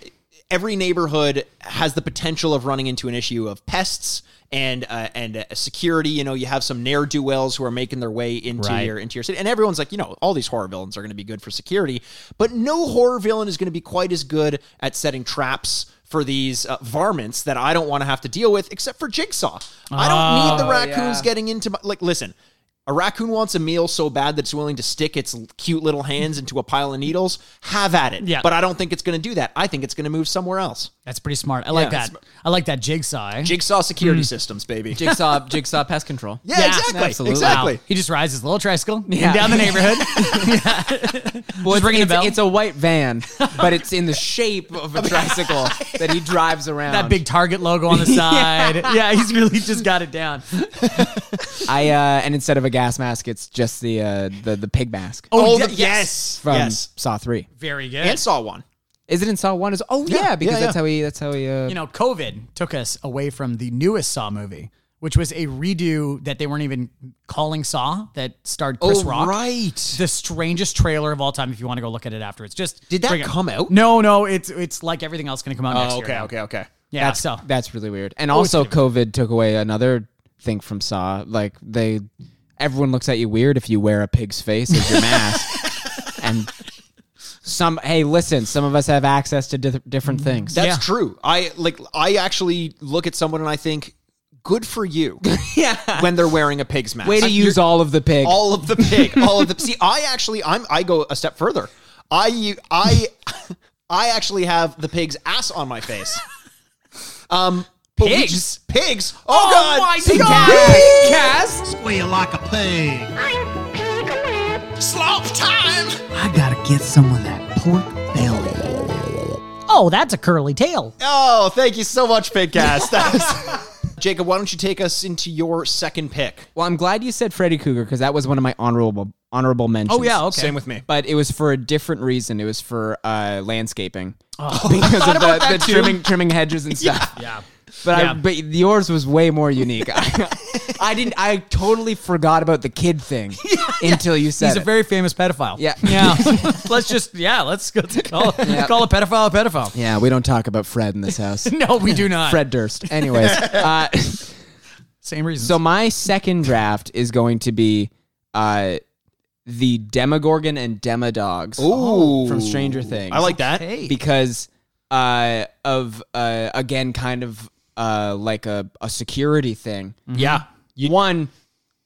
D: every neighborhood has the potential of running into an issue of pests and uh, and uh, security. You know, you have some ne'er do wells who are making their way into
E: Right.
D: your into your city, and everyone's like, you know, all these horror villains are going to be good for security, but no horror villain is going to be quite as good at setting traps. For these uh, varmints that I don't want to have to deal with, except for Jigsaw. I don't need the raccoons getting into my. Like, listen, a raccoon wants a meal so bad that it's willing to stick its cute little hands into a pile of needles. Have at it.
E: Yeah.
D: But I don't think it's going to do that. I think it's going to move somewhere else.
E: That's pretty smart. I like
D: Yeah.
E: that. I like that jigsaw. eh?
D: Jigsaw security systems, baby.
C: Jigsaw, jigsaw pest control.
D: yeah,
E: Yeah,
D: exactly.
C: absolutely.
D: Exactly.
E: Wow. He just rides his little tricycle
C: Yeah.
E: down the neighborhood.
C: Well, it's,
E: ringing a
C: it's-
E: bell.
C: it's a white van, but it's in the shape of a tricycle that he drives around.
E: that big Target logo on the side. yeah. he's really just got it down.
C: I uh, and instead of a gas mask, it's just the uh, the the pig mask
D: Oh,
E: yeah,
D: the- yes.
C: from
D: yes.
C: Saw Three.
E: Very good.
D: And saw one.
C: Is it in Saw One? Is oh yeah, because
D: yeah,
C: that's
D: yeah.
C: how he that's how he. Uh,
E: you know, COVID took us away from the newest Saw movie, which was a redo that they weren't even calling Saw that starred Chris Rock.
D: Oh, right.
E: The strangest trailer of all time. If you want to go look at it afterwards, just
D: Did that
E: bring it.
D: come out?
E: No, no, it's it's like everything else going to come out next
D: Oh,
E: year.
D: okay,
E: now.
D: okay, okay.
E: Yeah, so
C: that's really weird. And also, COVID took away another thing from Saw. Like they, everyone looks at you weird if you wear a pig's face as your mask. And some, hey, listen, some of us have access to di- different things.
D: That's
E: Yeah.
D: true. I like I actually look at someone and I think, good for you. yeah. When they're wearing a pig's mask.
C: Way
E: Uh,
C: to use all of the pig.
D: all of the pig, all of the. See, I actually, I'm, I go a step further. I, I, I actually have the pig's ass on my face. Um, but we
E: Pigs?
D: just- pigs. Oh,
E: Oh
D: God,
E: my
D: Pig
E: God.
D: ass.
F: Squeal like a pig.
G: I'm Piglet.
F: I gotta get some of that pork belly.
E: Oh, that's a curly tail.
D: Oh, thank you so much, Pigcast. That was- Jacob, why don't you take us into your second pick?
C: Well, I'm glad you said Freddy Cougar because that was one of my honorable honorable mentions.
E: Oh, yeah, okay.
D: Same with me.
C: But it was for a different reason. It was for uh, landscaping
E: Oh.
C: because of the, the trimming trimming hedges and stuff.
E: Yeah.
C: But
E: Yeah.
C: I, but yours was way more unique. I, I didn't. I totally forgot about the kid thing until you said
E: He's a
C: it.
E: very famous pedophile.
C: Yeah.
E: Yeah. let's just, yeah, let's, let's call, call a pedophile a pedophile.
C: yeah, we don't talk about Fred in this house.
E: No, we do not.
C: Fred Durst. Anyways, uh,
E: Same reason.
C: so my second draft is going to be uh, the Demogorgon and Demodogs Oh,
D: Ooh.
C: from Stranger Things.
D: I like that.
C: because uh, of uh, again kind of uh, like a, a security thing.
D: Yeah.
C: One,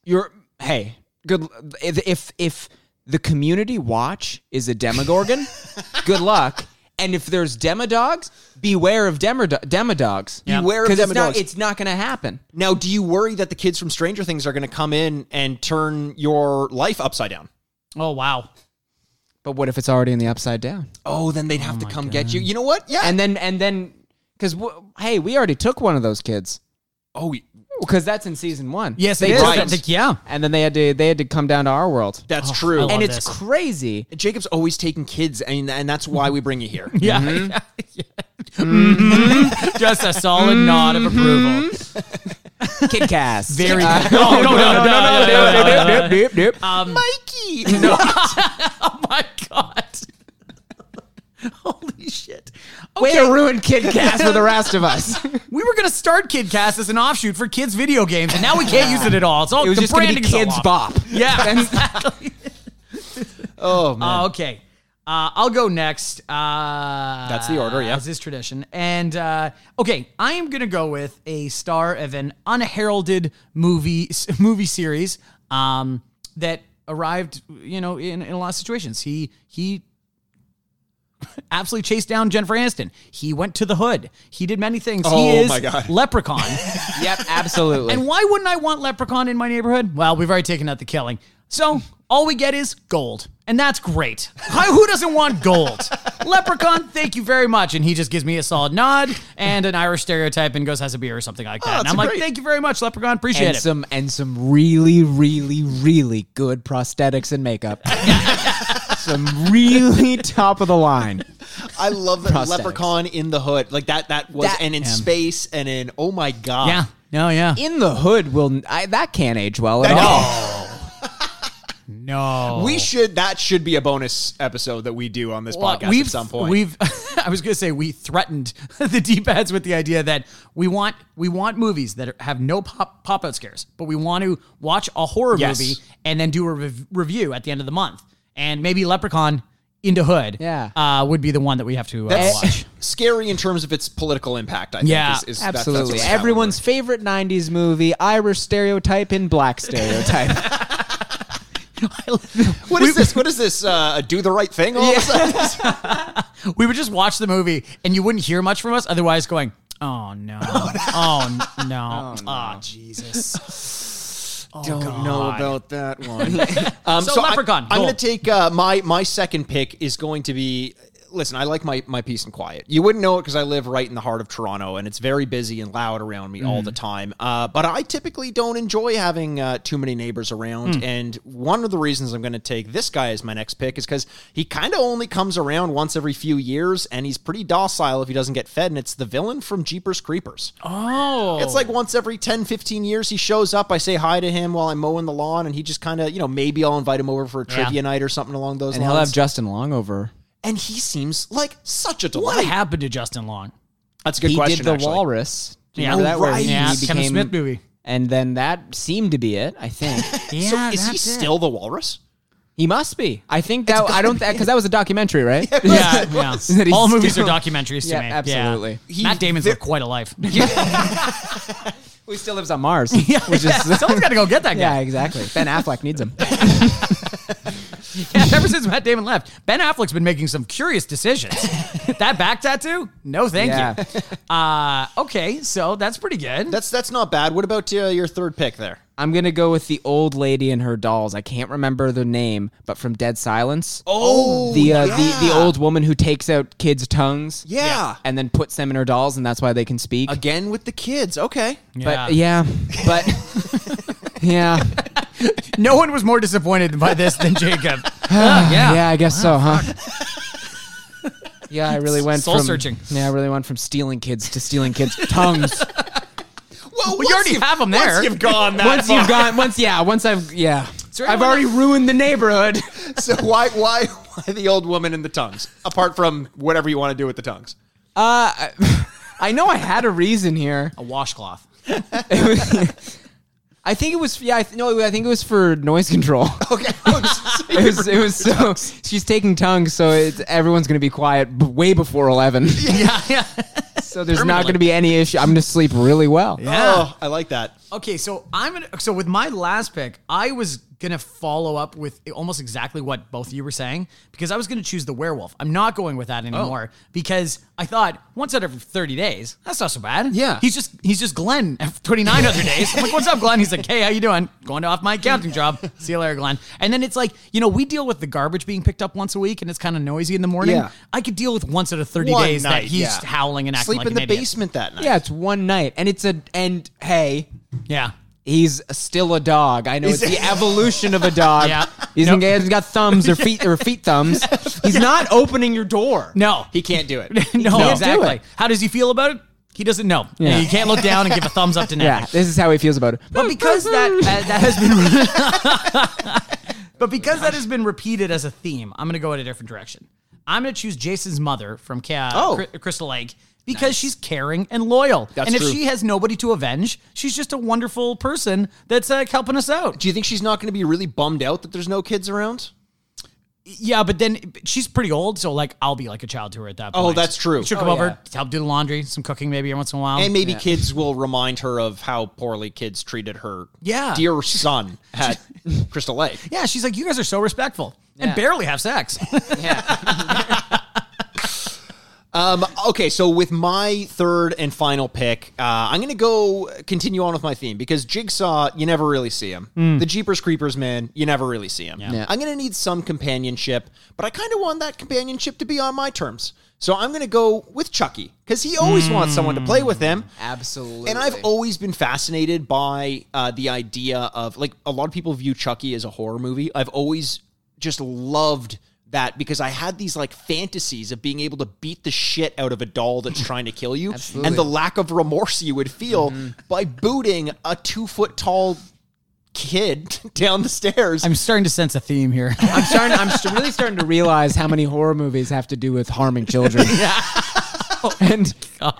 C: you're hey good if if, if the community watch is a demogorgon, good luck. And if there's demodogs, beware of demod- demodogs.
D: Beware of
C: 'Cause It's not,
D: demodogs.
C: it's not going to happen.
D: Now, do you worry that the kids from Stranger Things are going to come in and turn your life upside down?
E: Oh, wow.
C: But what if it's already in the upside down?
D: Oh, then they'd have to come get you. You know what? Yeah.
C: And then and then because w- hey, we already took one of those kids
D: oh,
C: because that's in season one.
E: Yes,
C: they
E: it is.
C: took
D: Right.
C: them.
E: Like, yeah.
C: and then they had to they had to come down to our world.
D: that's true.
E: Oh, I love
C: and
D: And
C: it's
E: this.
C: crazy.
D: Jacob's always taking kids, and and that's why we bring you here.
E: Yeah.
C: Mm-hmm.
E: Mm-hmm. Just a solid nod of approval.
C: Kid Cast.
E: Very
C: Uh,
E: good. No, no, no, no, no, no, no, no, no.
C: nope, nope, nope.
E: Mikey. No. oh my god. Holy shit.
C: Way to ruin Kid Cast for the rest of us. it
E: We were gonna start KidCast as an offshoot for kids' video games, and now we can't use it at all. It's all
C: was
E: the
C: just going to be
E: branding's all
C: Kids
E: off.
C: Bop.
E: Yeah.
C: That's-
E: exactly.
D: Oh man.
E: Uh, okay. Uh, I'll go next. Uh,
D: That's the order, Oh, yeah.
E: As is tradition. And uh, okay, I am gonna go with a star of an unheralded movie movie series um, that arrived, you know, in, in a lot of situations. He he absolutely chased down Jennifer Aniston. He went to the hood. He did many things.
D: Oh,
E: he is
D: my God.
E: Leprechaun.
C: Yep, absolutely.
E: And why wouldn't I want leprechaun in my neighborhood? Well, we've already taken out the killing. So all we get is gold. And that's great. Hi, who doesn't want gold? leprechaun, thank you very much. And he just gives me a solid nod and an Irish stereotype and goes, has a beer or something like that. and
D: that's
E: I'm like,
D: great.
E: thank you very much, leprechaun. Appreciate
C: And
E: it.
C: some and some really, really, really good prosthetics and makeup. some really top of the line.
D: I love that
C: Prosthetics.
D: Leprechaun in the hood. Like that. That was
C: That-
D: and in
E: Yeah.
D: space and in. Oh my god.
E: yeah. No, yeah.
C: In the hood will I, that can't age well at all.
D: Oh.
E: No.
D: We should. That should be a bonus episode that we do on this
E: Well,
D: podcast at some point.
E: We've I was gonna say we threatened the D-pads with the idea that we want we want movies that are, have no pop pop out scares, but we want to watch a horror
D: Yes.
E: movie and then do a rev- review at the end of the month, and maybe Leprechaun into Hood,
C: Yeah.
E: uh, would be the one that we have to uh,
D: That's
E: watch.
D: scary in terms of its political impact. I think.
E: Yeah,
D: is, is- that- that's
C: Absolutely.
D: what I would
C: Everyone's favorite 90s movie, Irish stereotype in black stereotype.
D: What is this? What is this? Uh, do the right thing all of a sudden?
E: we would just watch the movie and you wouldn't hear much from us, otherwise going. Oh no! Oh n- no! Oh Jesus!
D: Don't know about that one.
E: So Leprechaun,
D: Um, I, am
E: gold.
D: going to take uh, my my second pick is going to be. Listen, I like my my peace and quiet. You wouldn't know it because I live right in the heart of Toronto, and it's very busy and loud around me all the
E: Mm.
D: time. Uh, but I typically don't enjoy having uh, too many neighbors around.
E: Mm.
D: And one of the reasons I'm going to take this guy as my next pick is because he kind of only comes around once every few years, and he's pretty docile if he doesn't get fed. And it's the villain from Jeepers Creepers.
E: Oh,
D: It's like once every 10, 15 years, he shows up. I say hi to him while I'm mowing the lawn, and he just kind of, you know, maybe I'll invite him over for a trivia night or something along those
C: and
D: lines.
C: he'll have Justin Long over.
D: and he seems like such a
E: what
D: delight.
E: happened to Justin Long?
D: That's a good
C: he
D: question.
C: did the
D: actually.
C: Walrus. Do you
E: Yeah.
C: remember that where
D: Right.
C: he
E: Yeah, Kevin
C: became
E: Smith movie.
C: And then that seemed to be it, I think.
E: Yeah,
D: Is he
E: that's it.
D: still the Walrus?
C: he must be. I think that I don't because that was a documentary, right?
E: yeah,
C: That
E: yeah.
C: he's
E: All movies are
C: still-
E: documentaries to
C: Yeah,
E: me.
C: absolutely.
E: Yeah. Matt Damon's lived quite a life.
C: He still lives on Mars. which is-
E: Someone's got to go get that guy.
C: yeah, exactly. Ben Affleck needs him.
E: ever since Matt Damon left, Ben Affleck's been making some curious decisions. that back tattoo? No, thank you. Uh, okay, so that's pretty good.
D: That's that's not bad. What about uh, your third pick there?
C: I'm gonna go with the old lady and her dolls. I can't remember the name, but from Dead Silence.
D: Oh,
C: the uh, the the old woman who takes out kids' tongues.
D: Yeah.
C: and then puts them in her dolls, and that's why they can speak.
D: again with the kids. Okay.
C: But yeah, but yeah,
E: no one was more disappointed by this than Jacob.
C: yeah, I guess so, huh? yeah, I really went
E: Soul
C: from,
E: searching.
C: Yeah, I really went from stealing kids to stealing kids' tongues.
D: Well,
E: you already have them there.
D: Once you've gone that
C: once
D: far.
C: you've gone, once yeah, once I've yeah,
E: there
C: I've
E: anyone
C: already ruined the neighborhood.
D: so why why why the old woman and the tongues? Apart from whatever you want to do with the tongues.
C: Uh, I know I had a reason here.
E: A washcloth.
C: I think it was yeah. I th- no, I think it was for noise control.
D: Okay. Oh, just-
C: It was, it was so she's taking tongues, so it's, everyone's gonna be quiet b- way before eleven.
E: Yeah, yeah.
C: So there's not gonna be any issue. I'm gonna sleep really well.
D: oh, I like that.
E: Okay, so I'm gonna. So with my last pick, I was gonna follow up with almost exactly what both of you were saying because I was gonna choose the werewolf. I'm not going with that
D: Oh.
E: anymore because I thought once out of thirty days, that's not so bad.
C: Yeah.
E: he's just he's just Glenn after twenty nine other days. I'm like, what's up, Glenn? He's like, hey, how you doing? Going to off my accounting job. See you later, Glenn. And then it's like, you know, we deal with the garbage being picked up once a week, and it's kind of noisy in the morning.
C: Yeah.
E: I could deal with once out of thirty
D: One
E: days that
D: night,
E: he's
D: yeah.
E: howling and acting
D: Sleep
E: like
D: in
E: an
D: the
E: idiot.
D: basement that night.
C: Yeah, it's one night, and it's a and hey,
E: Yeah.
C: he's still a dog. I know it's the evolution of a dog.
E: Yeah.
C: he's
E: Nope.
C: he's got thumbs or feet or feet thumbs. He's not opening your door.
E: No,
D: He can't do it.
E: no,
C: can't do
E: exactly.
C: it.
E: How does he feel about it? He doesn't know.
C: Yeah.
E: You can't look down and give a thumbs up to
C: Yeah,
E: Nick.
C: this is how he feels about it.
E: But because that uh, that has been, but because that has been repeated as a theme, I'm going to go in a different direction. I'm going to choose Jason's mother from Ca-
D: Oh.
E: Cry- Crystal Lake because she's caring and loyal.
D: That's
E: and if
D: true.
E: she has nobody to avenge, she's just a wonderful person that's uh, helping us out.
D: Do you think she's not going to be really bummed out that there's no kids around?
E: Yeah, but then she's pretty old, so like I'll be like a child to her at that
D: Oh,
E: point.
D: that's true.
E: She'll come
C: Oh,
E: over
C: yeah.
E: to help do the laundry, some cooking maybe every once in a while.
D: And maybe kids will remind her of how poorly kids treated her
E: Yeah.
D: dear son at Crystal Lake.
E: Yeah, she's like, you guys are so respectful and
C: Yeah.
E: barely have sex.
D: Um, okay, so with my third and final pick, uh, I'm going to go continue on with my theme because Jigsaw, you never really see him. The Jeepers Creepers, man, you never really see him.
C: Yeah.
D: I'm going to need some companionship, but I kind of want that companionship to be on my terms. So I'm going to go with Chucky because he always wants someone to play with him.
C: Absolutely.
D: And I've always been fascinated by uh, the idea of like a lot of people view Chucky as a horror movie. I've always just loved that because I had these like fantasies of being able to beat the shit out of a doll that's trying to kill you, and the lack of remorse you would feel by booting a two foot tall kid down the stairs.
E: I'm starting to sense a theme here.
C: I'm starting. I'm st- really starting to realize how many horror movies have to do with harming children. And
E: God.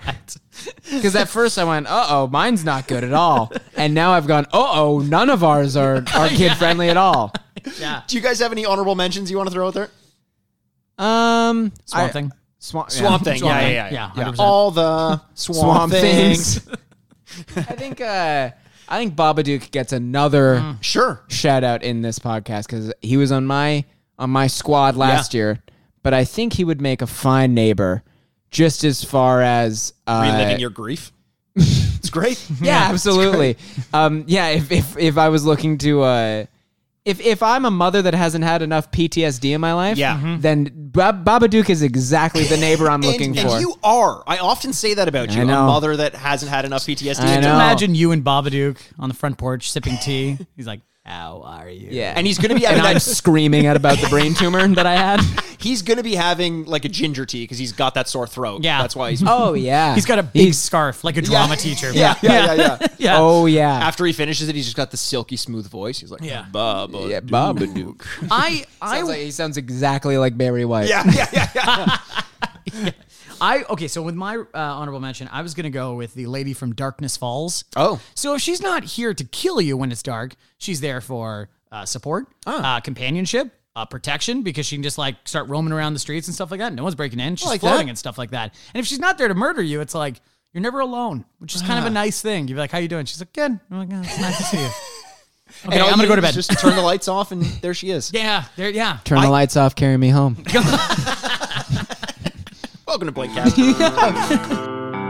C: because at first I went, uh oh, mine's not good at all, and now I've gone, uh oh, none of ours are are kid friendly at all.
E: Yeah.
D: Do you guys have any honorable mentions you want to throw out there?
C: Um,
E: Swamp
C: I-
E: Thing.
C: Swamp, yeah.
D: Swamp Thing,
E: Swamp
D: yeah,
E: Thing.
D: yeah, yeah,
E: Yeah, 100%.
D: All the Swamp,
C: Swamp
D: things.
C: things. I think. Uh, I think Babadook gets another
D: Sure.
C: shout out in this podcast because he was on my on my squad last year, but I think he would make a fine neighbor, just as far as uh,
D: Reliving your grief. it's great.
C: yeah, absolutely. Um, yeah, if, if if I was looking to, uh, if if I'm a mother that hasn't had enough PTSD in my life,
D: Yeah. Mhm.
C: then Bab- Babadook is exactly the neighbor I'm looking
D: and,
C: for.
D: And you are. I often say that about you.
C: I
D: A
C: know.
D: mother that hasn't had enough PTSD.
C: I know.
E: Imagine you and Babadook on the front porch sipping tea. He's like, how are you?
C: yeah,
D: And he's gonna be
C: and
D: having
C: I'm
D: that,
C: screaming out about the brain tumor that I had.
D: he's gonna be having like a ginger tea because he's got that sore throat.
E: Yeah.
D: That's why he's
C: Oh yeah,
E: He's got a big
C: He's-
E: scarf, like a drama teacher.
D: Yeah, yeah, yeah, yeah.
E: yeah.
C: oh yeah,
D: After he finishes it, he's just got the silky smooth voice. He's like,
E: Yeah.
D: Bubba.
C: yeah, Babadook.
E: I, I,
C: Sounds like, he sounds exactly like Barry White.
D: Yeah, yeah, yeah, yeah.
E: I, okay, so with my uh, honorable mention, I was going to go with the lady from Darkness Falls.
D: Oh.
E: So if she's not here to kill you when it's dark, she's there for uh, support,
D: Ah.
E: uh, companionship, uh, protection, because she can just like start roaming around the streets and stuff like that. No one's breaking in. She's
D: like
E: floating
D: that.
E: and stuff like that. And if she's not there to murder you, it's like
D: Ah.
E: you're never alone, which is kind of a nice thing. You're like, "How you doing?" She's like, "Good." I'm like, oh, "It's nice to see you." Okay, I'm gonna go to bed.
D: Just turn the lights off, and there she is.
E: yeah, there. Yeah.
C: Turn the lights off, carry me home.
D: Welcome to Blake Cast.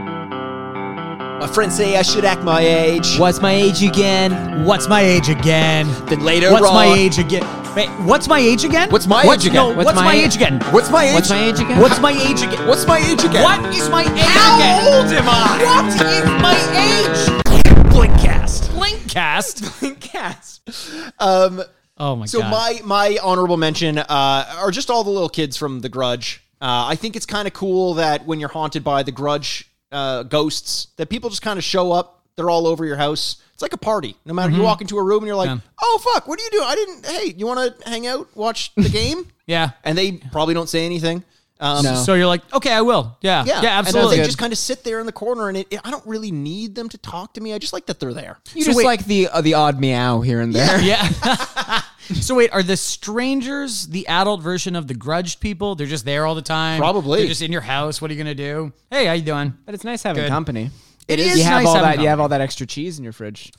D: my friends say I should act my age.
C: What's my age again?
E: What's my age again?
D: Then later
E: What's
D: on-
E: my age again? Wait, what's my age again?
D: What's my age again?
E: No, what's, my, age again?
D: What's my age?
C: What's my age again?
E: What's my age again?
D: What's my age again?
E: What is my age
D: How
E: again?
D: old am I?
E: What is my age?
D: Blinkcast.
E: Blinkcast.
D: Blinkcast. Um.
E: Oh my
D: So
E: god.
D: my my honorable mention uh, are just all the little kids from The Grudge. Uh, I think it's kind of cool that when you're haunted by The Grudge uh, ghosts, that people just kind of show up. They're all over your house. It's like a party. No matter you walk into a room and you're like, "Oh fuck, what are you doing? I didn't. Hey, you want to hang out, watch the game?"
E: yeah.
D: And they probably don't say anything. Um,
C: No.
E: So you're like, okay, I will. Yeah.
D: Yeah,
E: Yeah,
D: And then
E: absolutely.
D: they just kind of sit there in the corner, and it, it- I don't really need them to talk to me. I just like that they're there.
C: You
E: So
C: just
E: wait-
C: like the uh, the odd meow here and there.
E: yeah. so wait, are the strangers the adult version of the grudged people? They're just there all the time.
D: Probably.
E: They're just in your house. What are you gonna do? Hey, how you doing?
C: But it's nice having
E: Good.
C: company.
E: It is
C: You have
E: nice
C: all that.
E: having
C: You have
E: company.
C: all that extra cheese in your fridge.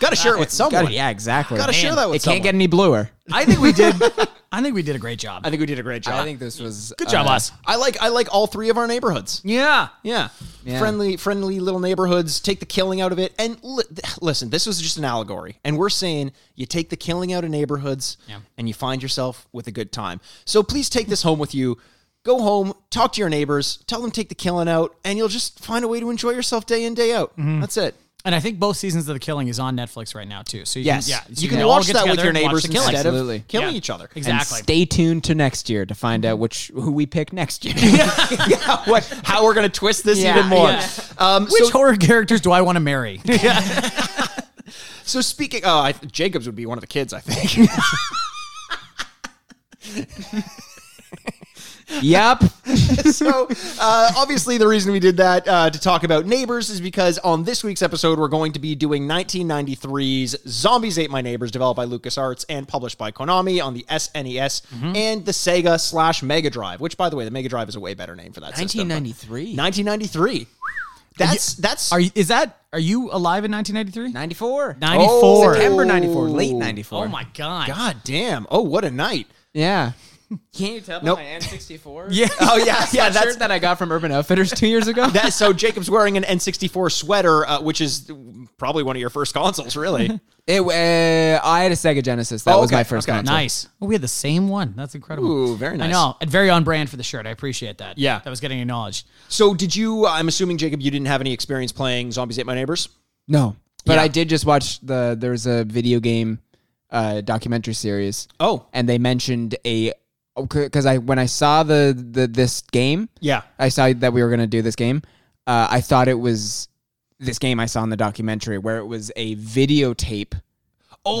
D: Got to share it with someone.
C: Gotta- yeah, exactly.
D: Gotta share that with
C: It can't get
D: someone.
C: any bluer.
E: I think we did. I think we did a great job.
D: I think we did a great job.
C: I think this was uh,
E: Good job, us.
D: I like I like all three of our neighborhoods.
E: Yeah.
D: Yeah.
C: Yeah.
D: Friendly, friendly little neighborhoods. Take the killing out of it. And li- th- listen, this was just an allegory. And we're saying you take the killing out of neighborhoods and you find yourself with a good time. So please take this home with you. Go home, talk to your neighbors, tell them take the killing out, and you'll just find a way to enjoy yourself day in, day out.
E: Mm-hmm.
D: That's it.
E: And I think both seasons of The Killing is on Netflix right now too. So you
D: Yes.
E: can, yeah, so
D: you can
E: all
D: watch
E: get
D: that with
E: together
D: your
E: and watch
D: neighbors
E: The
D: instead
E: Killing.
C: Absolutely.
D: of killing
E: Yeah.
D: each other.
C: And
E: Exactly.
C: stay tuned to next year to find out which who we pick next year. Yeah.
D: what, how we're going to twist this
C: Yeah,
D: even more.
E: yeah.
D: Um,
E: Which
D: so-
E: horror characters do I want to marry?
D: So speaking, oh, I, Jacobs would be one of the kids, I think.
C: yep.
D: so uh, obviously, the reason we did that uh, to talk about neighbors is because on this week's episode, we're going to be doing 1993's "Zombies Ate My Neighbors," developed by LucasArts and published by Konami on the SNES and the Sega slash Mega Drive. Which, by the way, the Mega Drive is a way better name for that. system, but-
C: 1993.
D: 1993. That's that's
E: Are you, is that are you alive in 1993?
C: 94.
E: 94.
C: September 94. Late 94.
E: Oh my god.
D: God damn! Oh, what a night!
C: Yeah. Can you tell
D: Nope.
C: my N64?
E: Yeah.
D: Oh yeah, yeah.
C: That
D: That's
C: shirt that I got from Urban Outfitters two years ago.
D: that. So Jacob's wearing an N64 sweater, uh, which is probably one of your first consoles, really.
C: It, uh, I had a Sega Genesis. That
D: Oh,
C: was
D: okay,
C: my first
D: okay.
C: console.
E: Nice. Oh, we had the same one. That's incredible.
D: Ooh, very nice.
E: I know. And very on brand for the shirt. I appreciate that.
D: Yeah.
E: That was getting acknowledged.
D: So did you? uh, I'm assuming Jacob, you didn't have any experience playing Zombies Ate My Neighbors.
C: No, but I did just watch the there was a video game uh, documentary series.
D: Oh.
C: and they mentioned a because I when I saw the, the this game,
D: Yeah.
C: I saw that we were gonna do this game. Uh, I thought it was this game I saw in the documentary where it was a videotape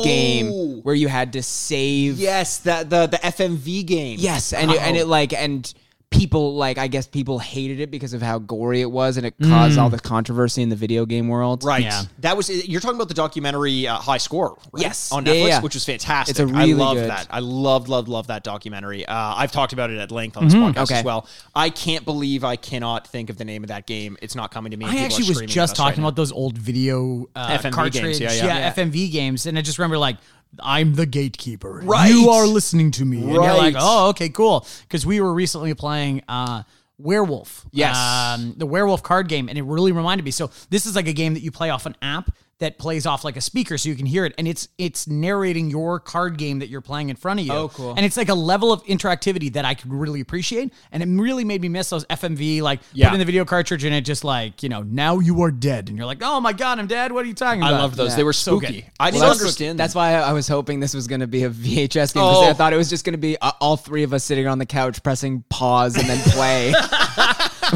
C: game where you had to save.
D: Oh. Yes, the the the FMV game.
C: Yes, and it, and it like and people like I guess people hated it because of how gory it was, and it caused all the controversy in the video game world.
D: Mm. Right.
E: Yeah.
D: That was you're talking about the documentary uh, High Score. right?
C: Yes.
D: On
C: Yeah,
D: Netflix,
C: yeah, yeah.
D: which was fantastic.
C: It's a really
D: I loved
C: good-
D: that. I loved, loved, loved that documentary. Uh, I've talked about it at length on this podcast
C: Mm-hmm. Okay.
D: as well. I can't believe I cannot think of the name of that game. It's not coming to me.
E: I
D: People are
E: actually was
D: screaming
E: just
D: at us right
E: talking
D: now.
E: about those old video uh,
D: FMV games,
E: cartridge,
D: yeah, yeah. Yeah.
E: FMV games, and I just remember like, I'm the gatekeeper.
D: Right.
E: You are listening to me. And you're
D: Right.
E: like, oh, okay, cool. Because we were recently playing uh, Werewolf.
D: Yes.
E: Um, the Werewolf card game, and it really reminded me. So this is like a game that you play off an app that plays off like a speaker, so you can hear it, and it's it's narrating your card game that you're playing in front of you. Oh,
C: cool.
E: And it's like a level of interactivity that I could really appreciate, and it really made me miss those FMV like
D: Yeah.
E: put in the video cartridge and it just like you know now you are dead and you're like oh my god I'm dead what are you talking
D: I
E: about?
D: loved those. They were
E: So
D: spooky.
E: good.
D: I didn't
C: Well, that's-
D: understand.
C: That's why I I was hoping this was going to be a VHS game because
D: Oh.
C: I thought it was just going to be uh, all three of us sitting on the couch pressing pause and then play.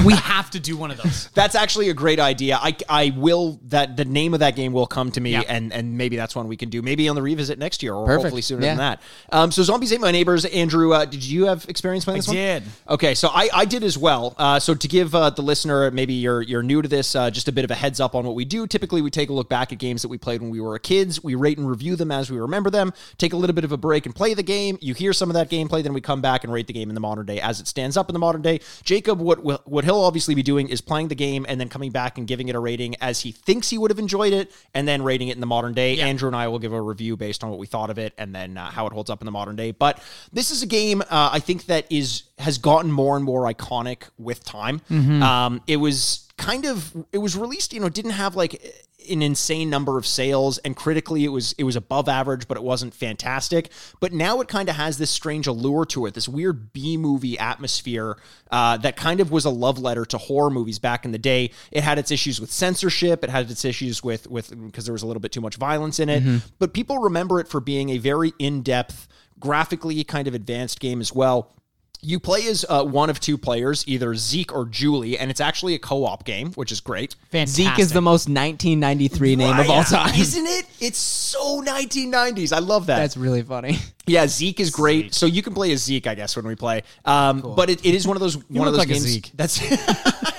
E: we have to do one of those.
D: That's actually a great idea. I, I will that the name of that game will come to me,
E: Yeah.
D: and and maybe that's one we can do. Maybe on the revisit next year, or
C: Perfect.
D: hopefully sooner
C: Yeah.
D: than that. Um, so zombies ate my neighbors. Andrew, uh, did you have experience playing this one?
E: did.
D: Okay, so I, I did as well. Uh, so to give uh, the listener, maybe you're you're new to this, uh, just a bit of a heads up on what we do. Typically, we take a look back at games that we played when we were kids. We rate and review them as we remember them. Take a little bit of a break and play the game. You hear some of that gameplay, then we come back and rate the game in the modern day as it stands up in the modern day. Jacob would would he'll obviously be doing is playing the game and then coming back and giving it a rating as he thinks he would have enjoyed it, and then rating it in the modern day. Andrew and I will give a review based on what we thought of it and then uh, how it holds up in the modern day. But this is a game uh, I think that is has gotten more and more iconic with time. Um, it was kind of it was released, you know, didn't have like an insane number of sales and critically it was it was above average but it wasn't fantastic but now it kind of has this strange allure to it this weird b movie atmosphere uh, that kind of was a love letter to horror movies back in the day it had its issues with censorship it had its issues with with because there was a little bit too much violence in it but people remember it for being a very in-depth graphically kind of advanced game as well you play as uh, one of two players, either Zeke or Julie, and it's actually a co-op game, which is great.
E: Fantastic.
C: Zeke is the most 1993 name of all time.
D: Isn't it? It's so 1990s. I love that.
C: That's really funny.
D: yeah, Zeke is great. So you can play as Zeke, I guess, when we play. Um, But it, it is one of those one of
E: look
D: those
E: like a
D: games
E: Zeke.
D: that's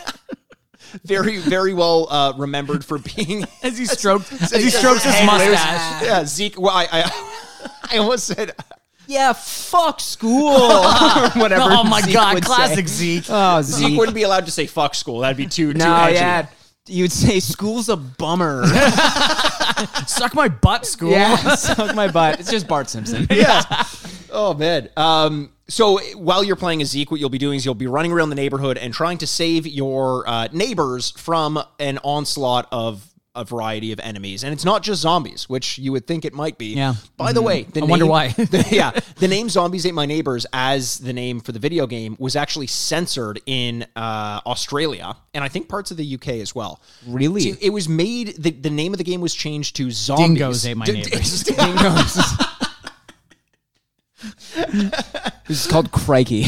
D: very very well uh, remembered for being
E: as he stroked as he strokes his
D: Hey, there's-
E: mustache.
D: Yeah, Zeke. Well, I I, I almost said
C: Yeah, fuck school. or whatever.
E: Oh my
C: Zeke
E: god,
C: would say.
E: classic Zeke.
C: Oh,
D: Zeke
C: Zeke.
D: wouldn't be allowed to say fuck school. That'd be too too
C: No,
D: edgy.
C: yeah. You'd say school's a bummer.
E: Suck my butt, school.
C: yeah, suck my butt. It's just Bart Simpson.
D: Oh man. Um, so while you're playing as Zeke, what you'll be doing is you'll be running around the neighborhood and trying to save your uh, neighbors from an onslaught of a variety of enemies, and it's not just zombies, which you would think it might be.
E: Yeah. Mm-hmm.
D: By the way, the
E: I wonder
D: name-
E: why.
D: yeah, the name "Zombies Ate My Neighbors" as the name for the video game was actually censored in uh, Australia and I think parts of the UK as well.
C: Really?
D: So it was made. The, the name of the game was changed to "Zombies
E: Dingoes Ate My
D: D-
E: Neighbors.
C: Dingoes. this is called Crikey.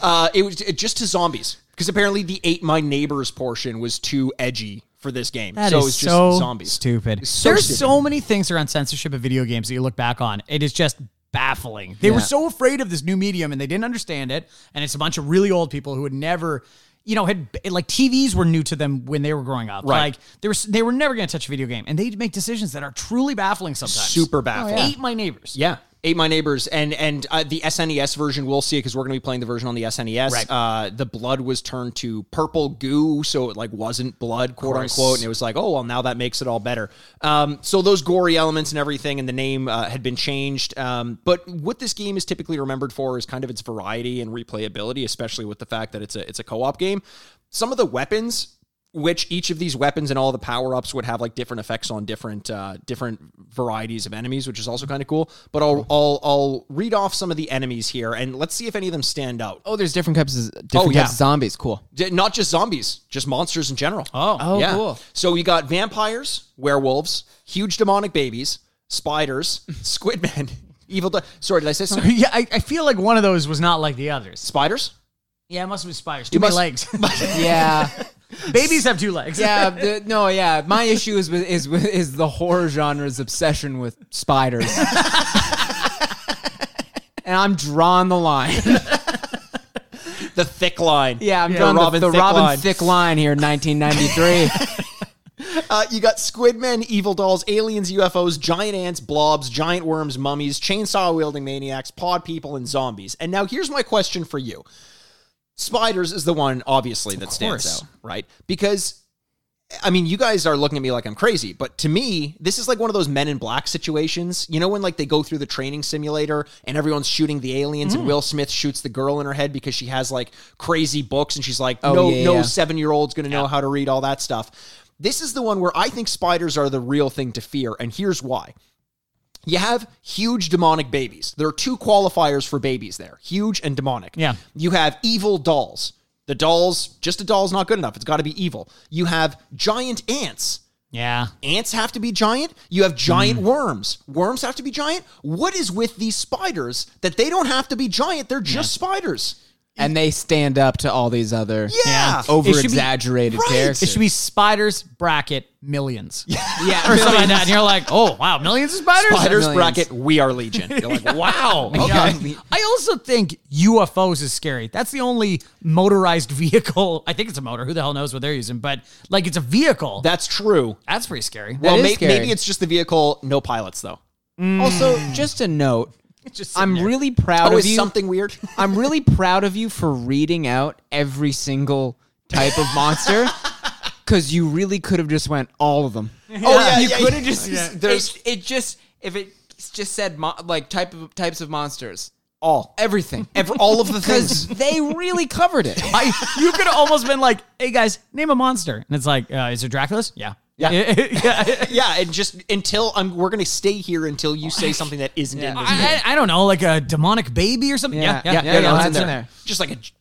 D: Uh, it was it, just to zombies because apparently the ate my neighbors portion was too edgy for this game.
E: That
D: so
E: is
D: it was just
E: so
D: zombies.
E: stupid.
D: so
E: There's
D: stupid.
E: so many things around censorship of video games that you look back on. It is just baffling. They were
C: Yeah.
E: so afraid of this new medium and they didn't understand it. And it's a bunch of really old people who had never, you know, had like TVs were new to them when they were growing up.
D: Right.
E: Like they were, they were never going to touch a video game, and they'd make decisions that are truly baffling sometimes.
D: Super baffling.
E: Ate my neighbors.
D: Yeah. Ate My Neighbors and and uh, the SNES version we'll see it because we're going to be playing the version on the SNES.
E: Right.
D: Uh, the blood was turned to purple goo, so it like wasn't blood, quote unquote, and it was like, oh well, now that makes it all better. Um, so those gory elements and everything, and the name uh, had been changed. Um, but what this game is typically remembered for is kind of its variety and replayability, especially with the fact that it's a it's a co op game. Some of the weapons which each of these weapons and all the power ups would have like different effects on different uh, different varieties of enemies, which is also kind of cool. But I'll, I'll I'll read off some of the enemies here, and let's see if any of them stand out.
C: Oh, there's different types of different
D: yeah.
C: types of zombies. Cool.
D: D- Not just zombies, just monsters in general.
E: Oh.
C: Oh, cool.
D: So you got vampires, werewolves, huge demonic babies, spiders, squidmen, evil. Di- Sorry, did I say something?
E: Yeah, I, I feel like one of those was not like the others.
D: Spiders.
E: Yeah, it must have been spiders. Too
D: must-
E: many legs.
C: Yeah,
E: Babies have two legs.
C: yeah, the- no, yeah. My issue is with, is with, is the horror genre's obsession with spiders, and I'm drawing the line.
D: The thick line.
C: Yeah, I'm
D: The
C: drawing
D: Robin
C: the, the
D: thick
C: Robin
D: line.
C: Thick line here, 1993.
D: Uh, you got squidmen, evil dolls, aliens, UFOs, giant ants, blobs, giant worms, mummies, chainsaw wielding maniacs, pod people, and zombies. And now here's my question for you: Spiders is the one obviously that stands
E: course.
D: out, right? Because I mean, you guys are looking at me like I'm crazy, but to me, this is like one of those Men in Black situations. You know, when like they go through the training simulator and everyone's shooting the aliens,
C: Mm.
D: and Will Smith shoots the girl in her head because she has like crazy books, and she's like,
C: Oh,
D: "No,
C: yeah,
D: no,
C: yeah.
D: seven year old's going to know how to read all that stuff." This is the one where I think spiders are the real thing to fear, and here's why. You have huge demonic babies. There are two qualifiers for babies there huge and demonic.
E: Yeah.
D: You have evil dolls. The dolls, just a doll's not good enough. It's got to be evil. You have giant ants.
E: Yeah.
D: Ants have to be giant. You have
E: Mm-hmm.
D: giant worms. Worms have to be giant. What is with these spiders that they don't have to be giant? They're just spiders.
C: and they stand up to all these other
D: Yeah.
E: Oh,
C: over
E: It should be-
C: exaggerated
D: Right.
C: characters.
E: It should be spiders bracket millions.
C: yeah,
E: or something like that. And you're like, oh wow, millions of spiders.
D: Spiders
C: Millions.
D: bracket, we are legion. You're like, wow. Okay.
E: Yeah. I also think UFOs is scary. That's the only motorized vehicle. I think it's a motor. Who the hell knows what they're using? But like, it's a vehicle.
D: That's true.
E: That's pretty scary.
D: Well,
C: is
D: may-
C: scary.
D: maybe it's just the vehicle, no pilots, though.
C: Also, just a note.
E: Just sitting
C: I'm
E: there.
C: really proud
D: Oh,
C: of
D: is
C: you.
D: something weird?
C: I'm really proud of you for reading out every single type of monster because you really could have just went all of them.
D: Oh yeah,
C: you
D: yeah,
C: could
D: yeah.
C: have just
E: Yeah.
D: There's-
C: it, it just if it just said mo- like type of types of monsters, all everything,
D: Ever- all of the
C: because
D: things.
C: they really covered it.
E: I, you could have almost been like, "Hey guys, name a monster," and it's like, uh, "Is it Dracula's?" Yeah,
D: Yeah.
E: yeah.
D: Yeah, and just until I'm, we're gonna stay here until you say something that isn't in this.
E: I, I I don't know, like a demonic baby or something. Yeah, yeah, yeah.
C: no,
E: yeah,
C: that's
E: it's
C: in there.
D: Just like a j-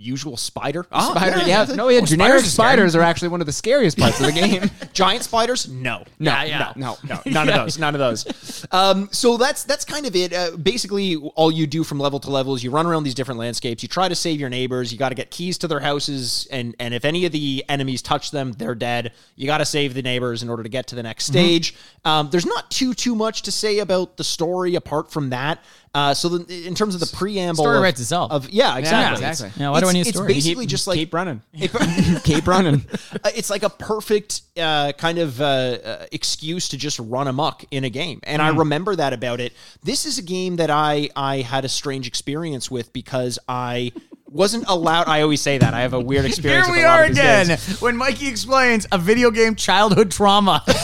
D: usual spider.
C: Spider, yeah, no, yeah. generic spiders, are actually one of the scariest parts of the game.
D: Giant spiders? No.
C: No,
E: Yeah, yeah.
C: no, no,
D: None of those. None of those. Um, so that's that's kind of it. Uh, basically, all you do from level to level is you run around these different landscapes. You try to save your neighbors. You got to get keys to their houses, and and if any of the enemies touch them, they're dead. You got to save the neighbors in order to get to the next stage. Um, there's not too too much to say about the story apart from that. Uh, so the, in terms of the preamble,
E: Story
D: of,
E: writes itself.
D: Of yeah, exactly.
C: exactly.
D: It's-
E: Yeah, why do I
D: it's-
E: need a
D: it's
E: story?
D: basically just like
C: keep running,
D: it-
C: keep running.
D: uh, it's like a perfect uh, kind of uh, uh, excuse to just run amok in a game. And
E: Mm-hmm.
D: I remember that about it. This is a game that I I had a strange experience with because I wasn't allowed. I always say that I have a weird
E: Here
D: experience. with
E: we
D: a lot
E: are
D: of these
E: again
D: games.
E: when Mikey explains a video game childhood trauma.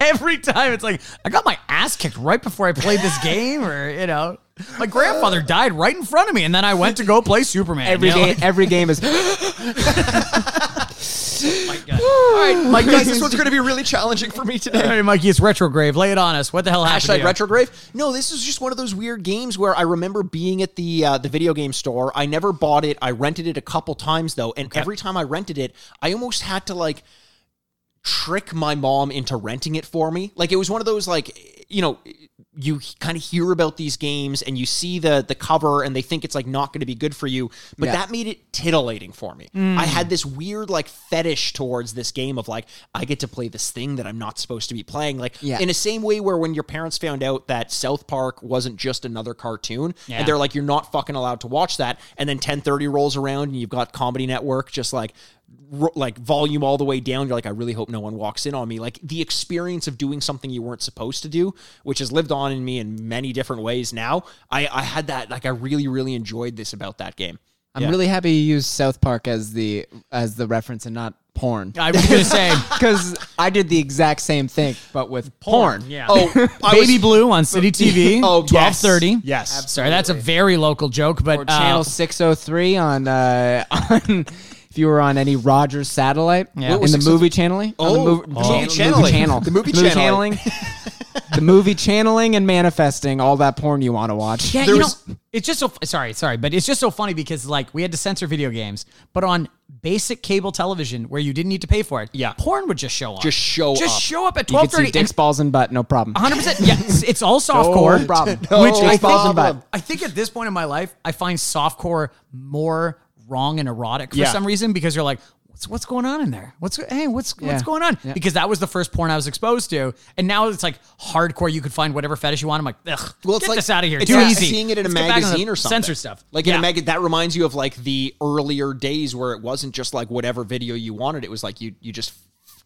E: Every time it's like, I got my ass kicked right before I played this game, or, you know, my grandfather died right in front of me, and then I went to go play Superman.
C: Every
E: you know?
C: game, every game is.
E: Oh All right, Mike,
D: Guys, this one's going to be really challenging for me today.
E: All right, Mikey, it's retrograde. Lay it on us. What the hell happened? to
D: Hashtag
E: you?
D: retrograde. No, this is just one of those weird games where I remember being at the uh, the video game store. I never bought it. I rented it a couple times though, and every time I rented it, I almost had to like trick my mom into renting it for me. Like it was one of those like you know you kind of hear about these games and you see the the cover and they think it's like not going to be good for you, but that made it titillating for me. I had this weird like fetish towards this game of like I get to play this thing that I'm not supposed to be playing. Like
C: Yeah.
D: in a same way where when your parents found out that South Park wasn't just another cartoon and they're like you're not fucking allowed to watch that and then 10:30 rolls around and you've got Comedy Network just like ro- like volume all the way down you're like I really hope no one walks in on me like the experience of doing something you weren't supposed to do which has lived on in me in many different ways now I I had that like I really really enjoyed this about that game
C: I'm really happy you used South Park as the as the reference and not porn.
E: I was going to say,
C: Because I did the exact same thing, but with porn.
E: yeah.
D: oh I
E: Baby
D: was-
E: Blue on City TV.
D: Oh,
E: twelve thirty.
D: yes. Yes.
E: Sorry, that's a very local joke, but uh,
C: Channel 603 on uh, on if you were on any Rogers satellite
E: Yeah. What
C: in
E: was
C: the
D: 603?
C: movie channeling. on
D: Oh,
C: the mov-
D: the
C: channel-
D: movie channeling.
C: channel.
D: The movie channeling.
C: the movie channeling and manifesting all that porn you want to watch.
E: Yeah,
D: There
E: you
D: was-
E: know, it's just so f- sorry, sorry, but it's just so funny because like we had to censor video games, but on basic cable television where you didn't need to pay for it,
D: Yeah.
E: porn would just show up,
D: Just show
E: just
D: up.
E: show up at
C: You
E: twelve
C: could see
E: thirty.
C: dicks, balls, and butt, no problem.
E: Hundred percent. Yeah, it's, it's all softcore.
C: No problem.
E: Which
C: No
E: I think,
C: problem.
E: I think at this point in my life, I find softcore more wrong and erotic for
D: Yeah.
E: some reason because you're like, what's what's going on in there? What's hey, what's what's going on? Because that was the first porn I was exposed to, and now it's like hardcore. You could find whatever fetish you want. I'm like, ugh,
D: Well, it's
E: get
D: like
E: this out of here.
D: It's
E: Too
D: like
E: easy.
D: Seeing it in a
E: Let's get back on the
D: magazine or something.
E: Censor stuff.
D: Like in
E: Yeah.
D: a magazine, that reminds you of like the earlier days where it wasn't just like whatever video you wanted. It was like you you just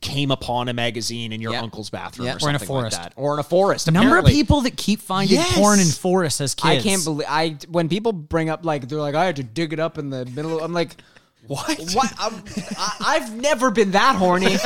D: came upon a magazine in your
C: Yeah.
D: uncle's bathroom
C: Yeah.
D: or
E: Or in a
D: something
E: forest.
D: like that, or in a forest.
E: Number of
D: apparently.
E: people that keep finding
D: Yes.
E: porn in forests as
C: I
E: kids.
C: can't believe I when people bring up like they're like I had to dig it up in the middle. I'm like,
D: What?
C: what? I'm, I, I've never been that horny.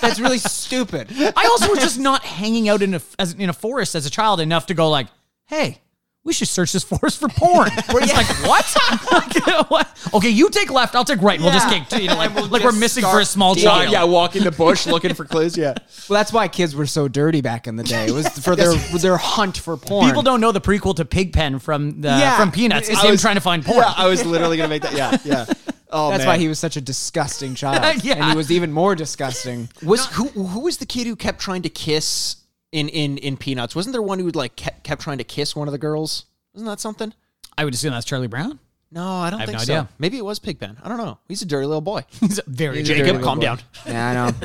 C: That's really stupid.
E: I also was just not hanging out in a as, in a forest as a child enough to go like, hey, we should search this forest for porn. We're just like, what? Like, what? Okay, you take left, I'll take right. We'll just
C: Yeah.
E: take you know, like,
C: And we'll
E: like we're
C: just
E: missing
C: start
E: for a small
C: digging.
E: child.
D: yeah, walk in the bush looking for clues. Yeah.
C: Well, that's why kids were so dirty back in the day. It was for their their hunt for porn.
E: People don't know the prequel to Pigpen from the
C: Yeah.
E: from Peanuts is
D: I
E: him
D: was-
E: trying to find porn.
D: Yeah, I was literally gonna make that. Yeah, yeah. Oh,
C: That's
D: man.
C: why he was such a disgusting child.
E: Yeah.
C: And he was even more disgusting.
D: was. Who who was the kid who kept trying to kiss in in in Peanuts? Wasn't there one who like kept, kept trying to kiss one of the girls? Wasn't that something?
E: I would assume that's Charlie Brown.
D: No, I don't
E: have
D: think
E: no
D: so.
E: idea.
D: Maybe it was Pigpen. I don't know. He's a dirty little boy.
E: He's a very
D: Jacob,
C: Dirty little
D: calm
C: boy.
D: down.
C: Yeah, I know.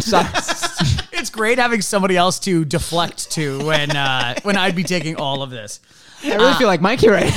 C: Sorry.
E: It's great having somebody else to deflect to when uh, when I'd be taking all of this.
C: I really feel like Mikey right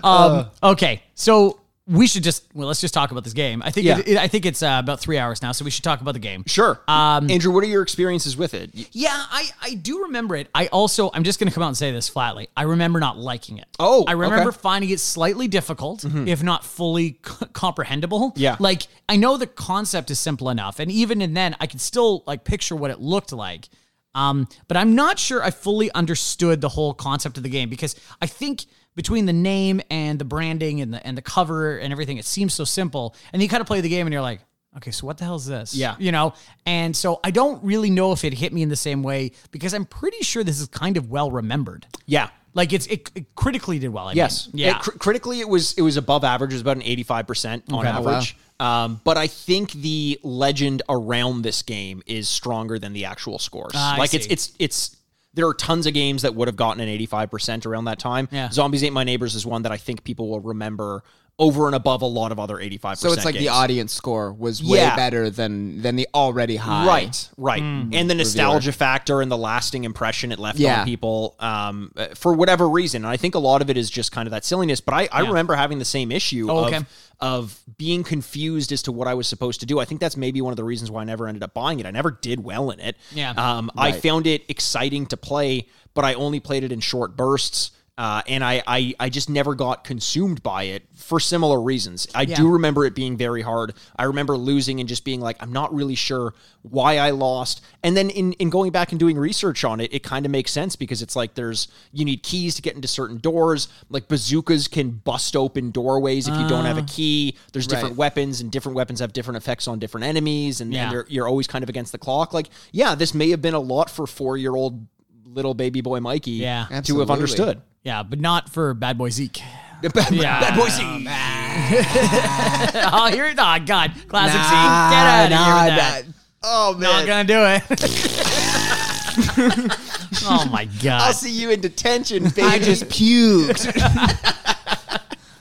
C: now.
E: Um, Okay, so we should just well, let's just talk about this game. I think
D: Yeah.
E: it, it- I think it's uh, about three hours now, so we should talk about the game.
D: Sure. Um, Andrew, what are your experiences with it? Y-
E: Yeah, I, I do remember it. I also I'm just gonna come out and say this flatly. I remember not liking it.
D: Oh,
E: I remember
D: okay. Mm-hmm.
E: finding it slightly difficult, if not fully c- comprehensible.
D: Yeah.
E: like I know the concept is simple enough, and even in then, I could still like picture what it looked like. Um, but I'm not sure I fully understood the whole concept of the game because I think between the name and the branding and the and the cover and everything, it seems so simple. And you kind of play the game and you're like, okay, so what the hell is this?
D: Yeah.
E: you know. And so I don't really know if it hit me in the same way because I'm pretty sure this is kind of well remembered.
D: Yeah.
E: Like it's it, it critically did well. I
D: Yes.
E: mean. yeah.
D: It- cr- critically, it was it was above average. It was about an eighty five percent on
E: Okay.
D: average. Um, but I think the legend around this game is stronger than the actual scores.
E: Ah, I
D: like it's
E: see.
D: it's it's there are tons of games that would have gotten an eighty five percent around that time.
E: Yeah.
D: Zombies Ate My Neighbors is one that I think people will remember over and above a lot of other eighty five.
C: So it's like the audience score was way
D: Yeah.
C: better than than the already high.
D: Right, right, and the nostalgia factor and the lasting impression it left
C: Yeah.
D: on people, um, uh, for whatever reason. And I think a lot of it is just kind of that silliness. But I, I remember having the same issue
E: Oh,
D: of,
E: okay.
D: of being confused as to what I was supposed to do. I think that's maybe one of the reasons why I never ended up buying it. I never did well in it.
E: Yeah.
D: um, I found it exciting to play, but I only played it in short bursts. Uh, and I, I, I just never got consumed by it for similar reasons. I do remember it being very hard. I remember losing and just being like, I'm not really sure why I lost. And then in, in going back and doing research on it, it kind of makes sense because it's like there's you need keys to get into certain doors. Like bazookas can bust open doorways if you don't have a key. There's different weapons, and different weapons have different effects on different enemies, and,
E: Yeah.
D: and they're, you're always kind of against the clock. Like, yeah, this may have been a lot for four year old little baby boy Mikey
E: Yeah.
D: to have
C: Absolutely.
D: understood.
E: Yeah, but not for Bad Boy Zeke.
D: Bad,
E: Yeah.
D: bad boy
E: Oh,
D: scene.
E: oh, here, oh God, classic
C: Nah,
E: Zeke. Get out of
C: nah,
E: here
C: nah. Oh
E: with that. Not
C: man,
E: gonna do it. oh my
C: I'll
E: God.
C: see you in detention, baby.
E: I just
C: puked.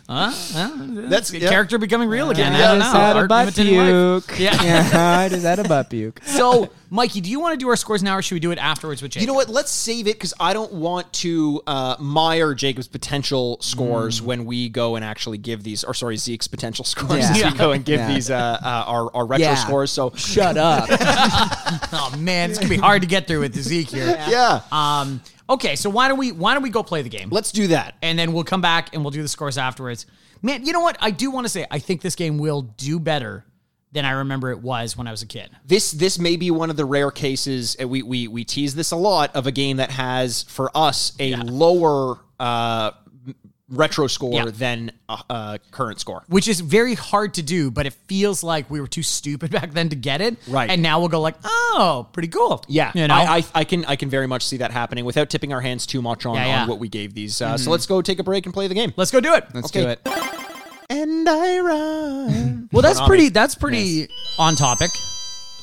D: That's
E: The
D: yeah.
E: Character becoming real again. I
C: Yeah,
E: don't
C: I
E: know.
C: just had a
E: Art
C: butt
E: imitating life.
C: puke.
E: Yeah.
C: I just had a butt puke.
E: So, Mikey, do you want to do our scores now, or should we do it afterwards with Jake?
D: You know what? Let's save it because I don't want to uh, mire Jacob's potential
E: Mm.
D: scores when we go and actually give these, or sorry, Zeke's potential scores
C: Yeah.
D: as
E: Yeah.
D: we go and give
C: Yeah.
D: these uh, uh, our, our retro
C: Yeah.
D: scores. So,
C: Shut up.
E: Oh man, it's gonna be hard to get through with the Zeke here.
D: yeah,
E: Um. Okay, so why don't we why don't we go play the game?
D: let's do that.
E: and then we'll come back and we'll do the scores afterwards. Man, you know what? I do want to say I think this game will do better than I remember it was when I was a kid.
D: this this may be one of the rare cases and we we we tease this a lot of a game that has for us a lower uh m- retro score
E: Yeah.
D: than uh, uh current score
E: Which is very hard to do, but it feels like we were too stupid back then to get it.
D: Right.
E: And now we'll go like, oh, pretty cool.
D: yeah
E: You know?
D: I, I i can i can very much see that happening without tipping our hands too much on,
E: Yeah, yeah. Mm-hmm.
D: on what we gave these uh, so let's go take a break and play the game
E: Let's go do it.
C: Let's
D: Okay.
C: do it.
D: and i run
E: well, that's
D: Konami.
E: pretty. That's pretty on topic.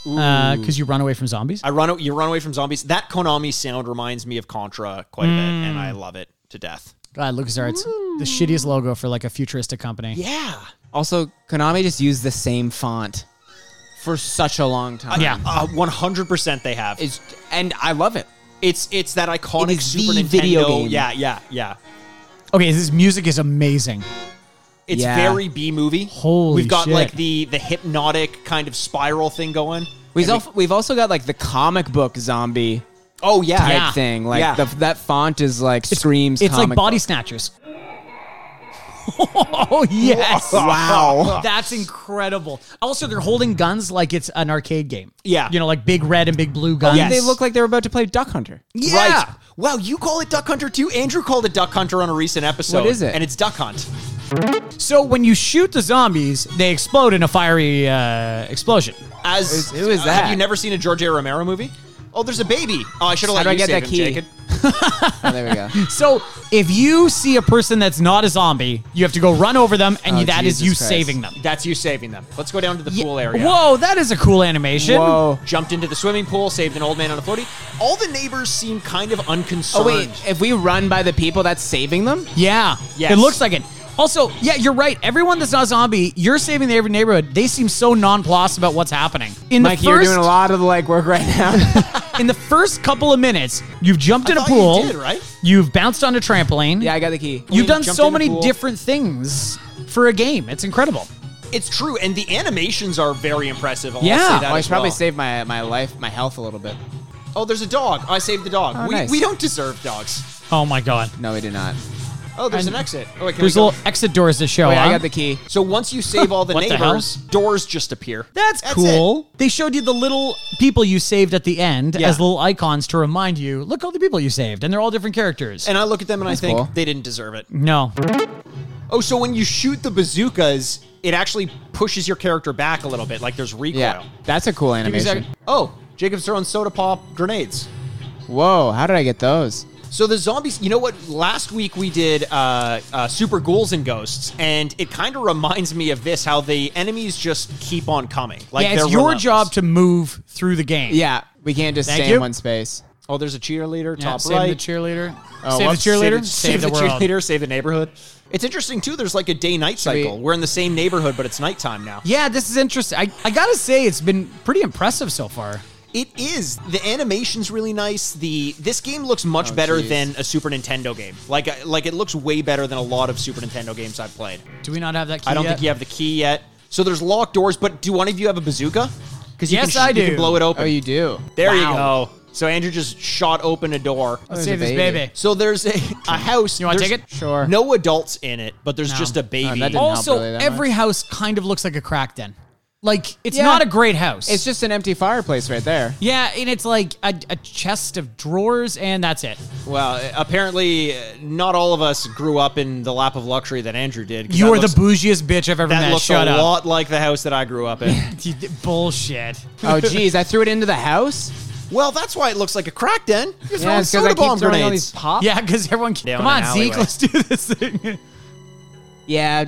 E: Because you run away from zombies.
D: i run you run away from zombies that konami sound reminds me of contra quite a bit and i
E: Mm.
D: love it to death
E: God, LucasArts, the shittiest logo for like a futuristic company.
D: yeah
C: Also, Konami just used the same font for such a long time.
E: Yeah.
D: uh, 100% they have
C: It's, and I love it.
D: It's it's that iconic
C: It is
D: Super
C: the
D: Nintendo.
C: video game.
D: Yeah, yeah, yeah.
E: Okay, this music is amazing.
D: It's
C: Yeah.
D: very B movie.
E: Holy
D: We've got
E: shit.
D: like the the hypnotic kind of spiral thing going.
C: We've, also, we've also got like the comic book zombie
D: Oh yeah.
C: type
E: Yeah.
C: thing. Like
D: Yeah.
C: the, that font is like screams.
E: It's
C: comic
E: like body
C: book.
E: snatchers. oh yes!
C: Wow.
E: that's incredible. Also, they're holding guns like it's an arcade game.
D: Yeah.
E: you know, like big red and big blue guns.
D: yes.
C: They look like they're about to play Duck Hunter.
E: yeah.
D: Right. Wow, you call it Duck Hunter too? Andrew called it Duck Hunter on a recent episode.
C: What is it?
D: And it's Duck Hunt.
E: So when you shoot the zombies, they explode in a fiery uh, explosion.
D: As
C: Who is
D: uh,
C: that?
D: Have you never seen a George A. Romero movie? Oh, there's a baby. Oh, I should have
C: How do
D: let you
C: I get
D: save
C: that
D: him,
C: key?
D: Jacob.
C: Oh, there we go.
E: So if you see a person that's not a zombie, you have to go run over them, and
C: Oh,
E: you, that is
C: Jesus
E: you
C: Christ.
E: saving them.
D: That's you saving them. Let's go down to the pool
E: Yeah.
D: area.
E: Whoa, that is a cool animation.
C: Whoa.
D: Jumped into the swimming pool, saved an old man on a floaty. All the neighbors seem kind of unconcerned.
C: Oh, wait. If we run by the people, that's saving them?
E: Yeah.
D: Yes.
E: It looks like it. Also, yeah, you're right. Everyone that's not zombie, you're saving the every neighborhood. They seem so nonplussed about what's happening. In the
C: Mike, you you're
E: first,
C: doing a lot of the legwork right now.
E: in the first couple of minutes, you've jumped in a
D: thought you
E: pool,
D: did, right?
E: You've bounced on a trampoline.
C: yeah, I got the key.
E: You've done
D: jumped
E: so
D: in the
E: many
D: pool.
E: different things for a game. It's incredible.
D: It's true, and the animations are very impressive. I'll
E: Yeah.
D: say that
C: Oh, I
D: as
C: should probably
D: well.
C: save my my life, my health a little bit.
D: Oh, there's a dog. I saved the dog.
C: Oh,
D: we,
C: nice.
D: we don't deserve dogs.
E: Oh my god.
C: No, we did not.
D: Oh, there's
E: And-
D: an exit. Oh, wait, can
E: There's
D: we go?
E: little exit doors to show.
C: Wait, Oh, I
E: huh?
C: got the key.
D: So once you save all the
E: What the hell?
D: neighbors, doors just appear.
E: That's,
D: That's
E: cool. They showed you the little people you saved at the end
D: Yeah.
E: as little icons to remind you. Look all the people you saved, and they're all different characters.
D: And I look at them and I think
C: cool.
D: they didn't deserve it.
E: no,
D: Oh, so when you shoot the bazookas, it actually pushes your character back a little bit, like there's recoil.
C: Yeah, that's a cool animation.
D: Oh, Jacob's throwing soda pop grenades.
C: Whoa, how did I get those?
D: So the zombies, you know what? Last week we did uh, uh, Super Ghouls and Ghosts, and it kind of reminds me of this: how the enemies just keep on coming. Like
E: yeah, it's
D: they're
E: your
D: relentless.
E: job to move through the game.
C: Yeah, we can't just
E: Thank
C: stay
E: you.
C: in one space.
D: Oh, there's a cheerleader,
E: Yeah,
D: top
E: save
D: right.
E: the cheerleader.
C: Oh,
E: save the
C: whoops, save
E: cheerleader.
C: the-
E: Save,
D: Save
E: the,
D: the,
E: world.
D: cheerleader, save the neighborhood. It's interesting too. There's like a day-night
C: we-
D: cycle. We... are in the same neighborhood, but it's nighttime now.
E: Yeah, this is interesting. I, I gotta say, it's been pretty impressive so far.
D: It is. The animation's really nice. The this game looks much
C: Oh,
D: better
C: geez.
D: than a Super Nintendo game. Like uh, like it looks way better than a lot of Super Nintendo games I've played.
E: Do we not have that key?
D: I don't
E: yet?
D: think you have the key yet. So there's locked doors, but do one of you have a bazooka? Because
E: Yes, I
D: You
E: do.
D: can blow it open.
C: Oh, you do.
D: there
E: Wow.
D: you go. So Andrew just shot open a door.
E: Let's
C: There's
E: save
C: a
E: this
C: baby.
E: baby.
D: So there's a, a house.
E: You wanna
D: There's
E: take it?
C: Sure.
D: No adults in it, but there's
E: No.
D: just a
C: Oh,
D: baby.
C: that didn't- help
E: Also,
C: really that
E: every
C: much.
E: house kind of looks like a crack den. Like it's
C: Yeah.
E: not a great house.
C: It's just an empty fireplace right there.
E: yeah, and it's like a, a chest of drawers, and that's it.
D: well, apparently, uh, not all of us grew up in the lap of luxury that Andrew did. 'cause
E: You
D: that
E: are
D: looks-
E: the bougiest bitch I've ever
D: That
E: met.
D: looks
E: Shut
D: a
E: up.
D: lot like the house that I grew up in.
E: You d- Bullshit.
C: Oh, geez, I threw it into the house.
D: well, that's why it looks like a crack den. You're throwing
C: Yeah, it's because I
D: soda
C: keep
D: bomb
C: throwing
D: grenades.
C: all these pop.
E: Yeah, because everyone.
D: Down
E: come on,
D: an
E: Zeke.
D: alleyway.
E: Let's do this thing.
C: Yeah.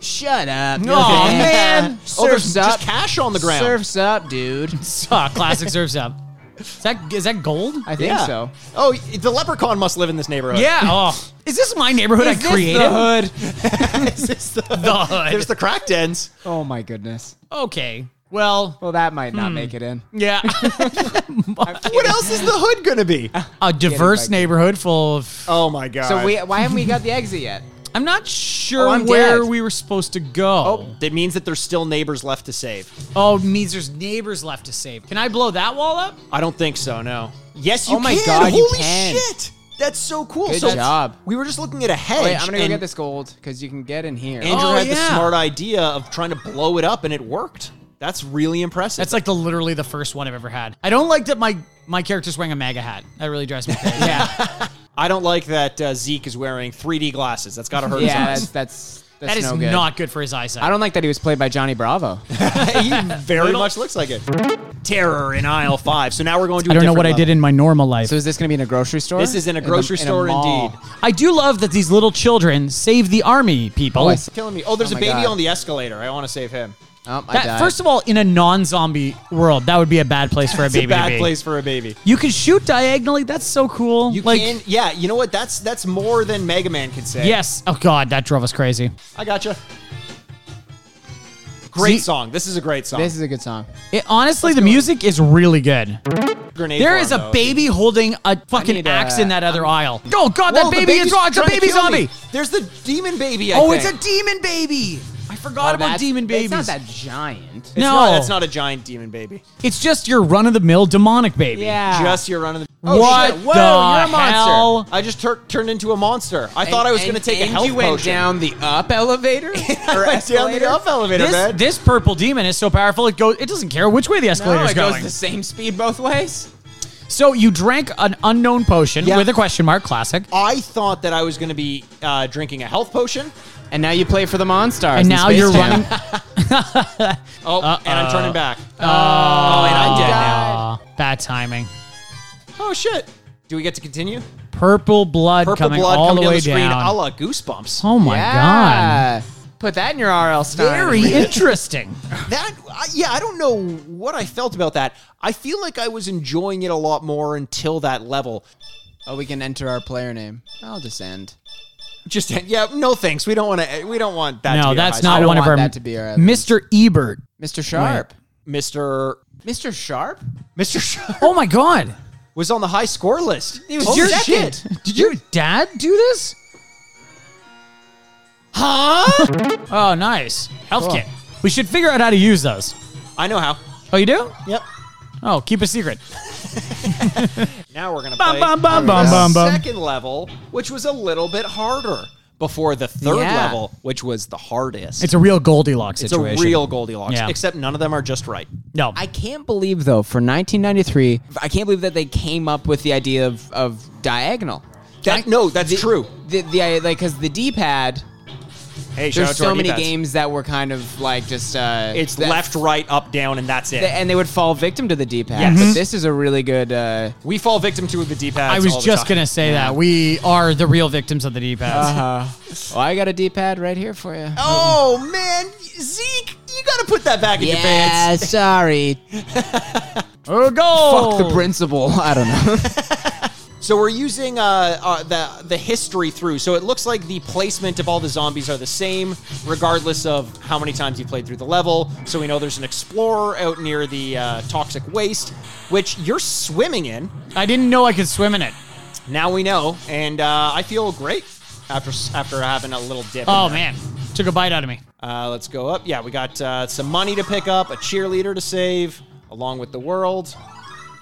C: Shut up.
E: No, man.
D: Oh, there's
C: Surfs
D: just
C: up.
D: cash on the ground.
C: Surfs up, dude.
E: Saw uh, classic serves up. Is that is that gold?
C: I think so.
D: Oh, the leprechaun must live in this neighborhood.
E: yeah. Oh, is this my neighborhood I
C: Is this
E: created?
C: the hood?
D: Is this the,
E: The hood.
D: There's the crack dens.
C: Oh my goodness.
E: okay. Well,
C: Well, that might
D: Hmm.
C: not make it in.
E: yeah.
D: What else is the hood going to be?
E: a diverse
C: back.
E: neighborhood full of.
D: Oh, my God.
C: So we, why haven't we got the exit yet?
E: I'm not sure
C: Oh, I'm
E: where
C: dead. Oh.
E: we were supposed to go.
D: That means that there's still neighbors left to save.
E: Oh, means there's neighbors left to save. Can I blow that wall up?
D: I don't think so, no. Yes, you
C: Oh my
D: can.
C: God,
D: Holy
C: you can.
D: shit. That's so cool.
C: Good
D: so
C: job.
D: We were just looking at a hedge.
C: Wait, I'm gonna go
D: and
C: get this gold because you can get in here.
D: Andrew
E: Oh,
D: had the
E: yeah.
D: smart idea of trying to blow it up, and it worked. That's really impressive.
E: That's like the literally the first one I've ever had. I don't like that my my character's wearing a MAGA hat. That really drives me crazy. yeah,
D: I don't like that uh, Zeke is wearing 3D glasses. That's got to hurt his
C: Oh, yeah, that's
D: eyes.
C: that's that's
E: that is
C: no good.
E: not good for his eyesight.
C: I don't like that he was played by Johnny Bravo.
D: he very much looks like it. Terror in aisle five. So now we're going to.
E: I
D: I
E: don't know what I did in my normal life.
C: So is this gonna be in a grocery store?
D: This is in a
C: the-
D: grocery
C: in a
D: store,
C: mall.
D: indeed.
E: I do love that these little children save the army people.
C: Oh, I see.
D: Killing me. Oh, there's
C: Oh
D: a
C: my
D: baby
C: God.
D: on the escalator. I want to save him.
C: Oh, I
E: That,
C: died.
E: first of all, in a non-zombie world, that would be a bad place for a
D: It's
E: baby
D: a bad
E: to be.
D: place for a baby.
E: You can shoot diagonally. That's so cool.
D: You
E: like,
D: can. Yeah, you know what? That's that's more than Mega Man could say.
E: yes. Oh god, that drove us crazy.
D: I gotcha. Great
E: See-
D: song. This is a great song.
C: this is a good song.
E: It, honestly, the music is really good.
D: Grenade
E: There
D: farm,
E: is a
D: though.
E: baby holding a fucking
C: need,
E: axe
C: uh,
E: in that other aisle. Oh god,
D: Whoa, the
E: that baby is
D: baby's
E: wrong. It's a
D: trying to
E: baby
D: kill
E: zombie.
D: me. There's the demon baby. I
E: Oh, it's a
D: think.
E: demon baby. I forgot
C: Oh,
E: about
C: that's-
E: demon babies.
C: It's not that giant.
E: no,
D: It's not- that's not a giant demon baby.
E: It's just your run-of-the-mill demonic baby.
C: Yeah.
D: Just your run of the.
E: Ah.
D: Oh,
E: What
D: shit. Whoa,
E: the
D: you're a monster.
E: hell?
D: I just tur- turned into a monster. I thought I was going to take a health
C: you went
D: potion.
C: down the up elevator. or
D: I went down the
C: escalator?
D: up elevator,
E: This,
D: man.
E: this purple demon is so powerful it goes. It doesn't care which way the
C: No,
E: escalator's
C: it goes
E: going.
C: the same speed both ways.
E: So you drank an unknown potion
D: Yeah. Oh,
E: with a question mark. Classic.
D: I thought that I was going to be uh, drinking a health potion.
C: And now you play for the Monstars.
E: And now you're running.
D: Oh,
E: Uh,
D: and I'm turning back. Oh, and I'm dead now.
E: Aw, bad timing.
D: Oh shit! Do we get to continue?
E: Purple blood
D: Purple
E: coming
D: blood
E: all
D: coming
E: the way
D: down the screen,
E: down.
D: a la Goosebumps.
E: oh my
C: yeah. Put that in your RL
E: god.
C: style.
E: Very interesting.
D: That I, yeah, I don't know what I felt about that. I feel like I was enjoying it a lot more until that level.
C: Oh, we can enter our player name. I'll just end.
D: Just yeah, no thanks. We don't want to. We don't want that. to
E: no,
D: be
E: that's
D: our high
E: not
C: don't
E: one of
C: want
E: our.
C: that to be our-
E: Mr. Ebert.
C: Mr. Sharp.
D: score. Mr.
C: Mr. Sharp?
D: Mr. Sharp
E: Oh my god.
D: was on the high score list. He
C: was
D: oh,
C: your
D: shit.
E: Did your dad do this? Huh? oh, nice. Health kit. We should figure out how to use those.
D: I know how.
E: Oh, you do?
D: Yep.
E: Oh, keep a secret.
D: Now we're gonna play
E: Bum, bum, bum, bum,
D: the
E: bum, bum.
D: second level, which was a little bit harder. Before the third
C: Yeah.
D: level, which was the hardest.
E: It's a real Goldilocks
D: It's
E: situation.
D: a real Goldilocks,
E: Yeah.
D: except none of them are just right.
E: No.
C: I can't believe though for 1993, I can't believe that they came up with the idea of, of diagonal.
D: That, no, that's
C: the,
D: true.
C: The, the I- like because the D-pad.
D: Hey, shout out
C: There's
D: to our
C: so many
D: D-pads.
C: games that were kind of like just. Uh,
D: It's
C: that-
D: left, right, up, down, and that's it.
C: th- and they would fall victim to the D-pad.
D: Yes.
C: But this is a really good. Uh,
D: we fall victim to the D-pads.
E: I was just going to say that. We are the real victims of the D-pads.
C: oh, I got a D-pad right here for you.
D: Oh man, Zeke, you got to put that back in your pants.
C: yeah, sorry.
E: Oh, goal.
C: Fuck the principal. I don't know.
D: So we're using uh, uh, the the history through. So it looks like the placement of all the zombies are the same, regardless of how many times you played through the level. So we know there's an explorer out near the uh, toxic waste, which you're swimming in.
E: I didn't know I could swim in it.
D: Now we know, and uh, I feel great after after having a little dip. in
E: Oh,
D: there.
E: man. Took a bite out of me.
D: Uh, let's go up. Yeah, we got uh, some money to pick up, a cheerleader to save, along with the world,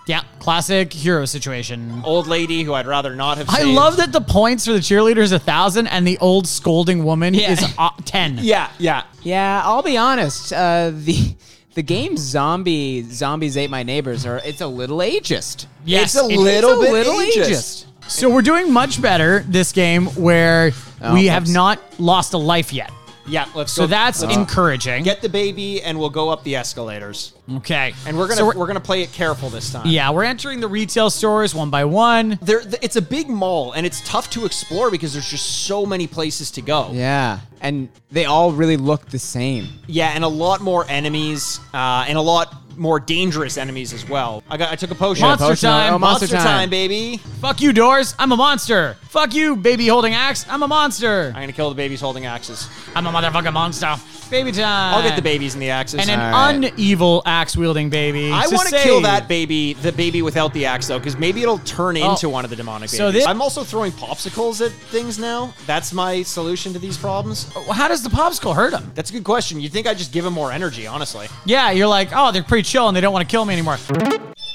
E: Yeah, classic hero situation.
D: old lady who I'd rather not have.
E: I
D: saved.
E: love that the points for the cheerleader is a thousand and the old scolding woman
D: Yeah.
E: is uh, ten.
D: Yeah, yeah.
C: Yeah, I'll be honest. Uh, the the game zombie zombies ate my neighbors are it's a little ageist.
E: Yes,
D: it's a
E: it-
D: little
C: it's a
D: bit
C: little
D: ageist.
C: ageist.
E: So we're doing much better this game where
C: Oh,
E: we have
C: oops.
E: not lost a life yet.
D: Yeah, let's
E: So
D: go.
E: that's encouraging.
D: get the baby and we'll go up the escalators.
E: okay.
D: And we're gonna
E: So
D: we're, gonna play it careful this time.
E: yeah, we're entering the retail stores one by one.
D: There, th- it's a big mall, and it's tough to explore because there's just so many places to go.
C: Yeah, and they all really look the same.
D: Yeah, and a lot more enemies, uh, and a lot more dangerous enemies as well. I got, I took a potion.
E: Monster
C: Potion-
E: time,
C: oh,
D: monster,
C: monster,
D: time.
C: time.
D: baby.
E: Fuck you, doors. I'm a monster. Fuck you, baby holding axe. I'm a monster.
D: I'm gonna kill the babies holding axes.
E: I'm a motherfucking monster. Baby time.
D: I'll get the babies and the axes.
E: Uh, And an
C: All right.
E: unevil axe wielding baby.
D: I
E: to
D: want to kill
E: save.
D: that baby, the baby without the axe, though, because maybe it'll turn into one of the demonic babies.
E: Oh. So this-
D: I'm also throwing popsicles at things now. That's my solution to these problems. Oh,
E: How does the popsicle hurt him?
D: that's a good question. You'd think I'd just give him more energy, honestly.
E: Yeah, you're like, oh, they're pretty chill and they don't want to kill me anymore.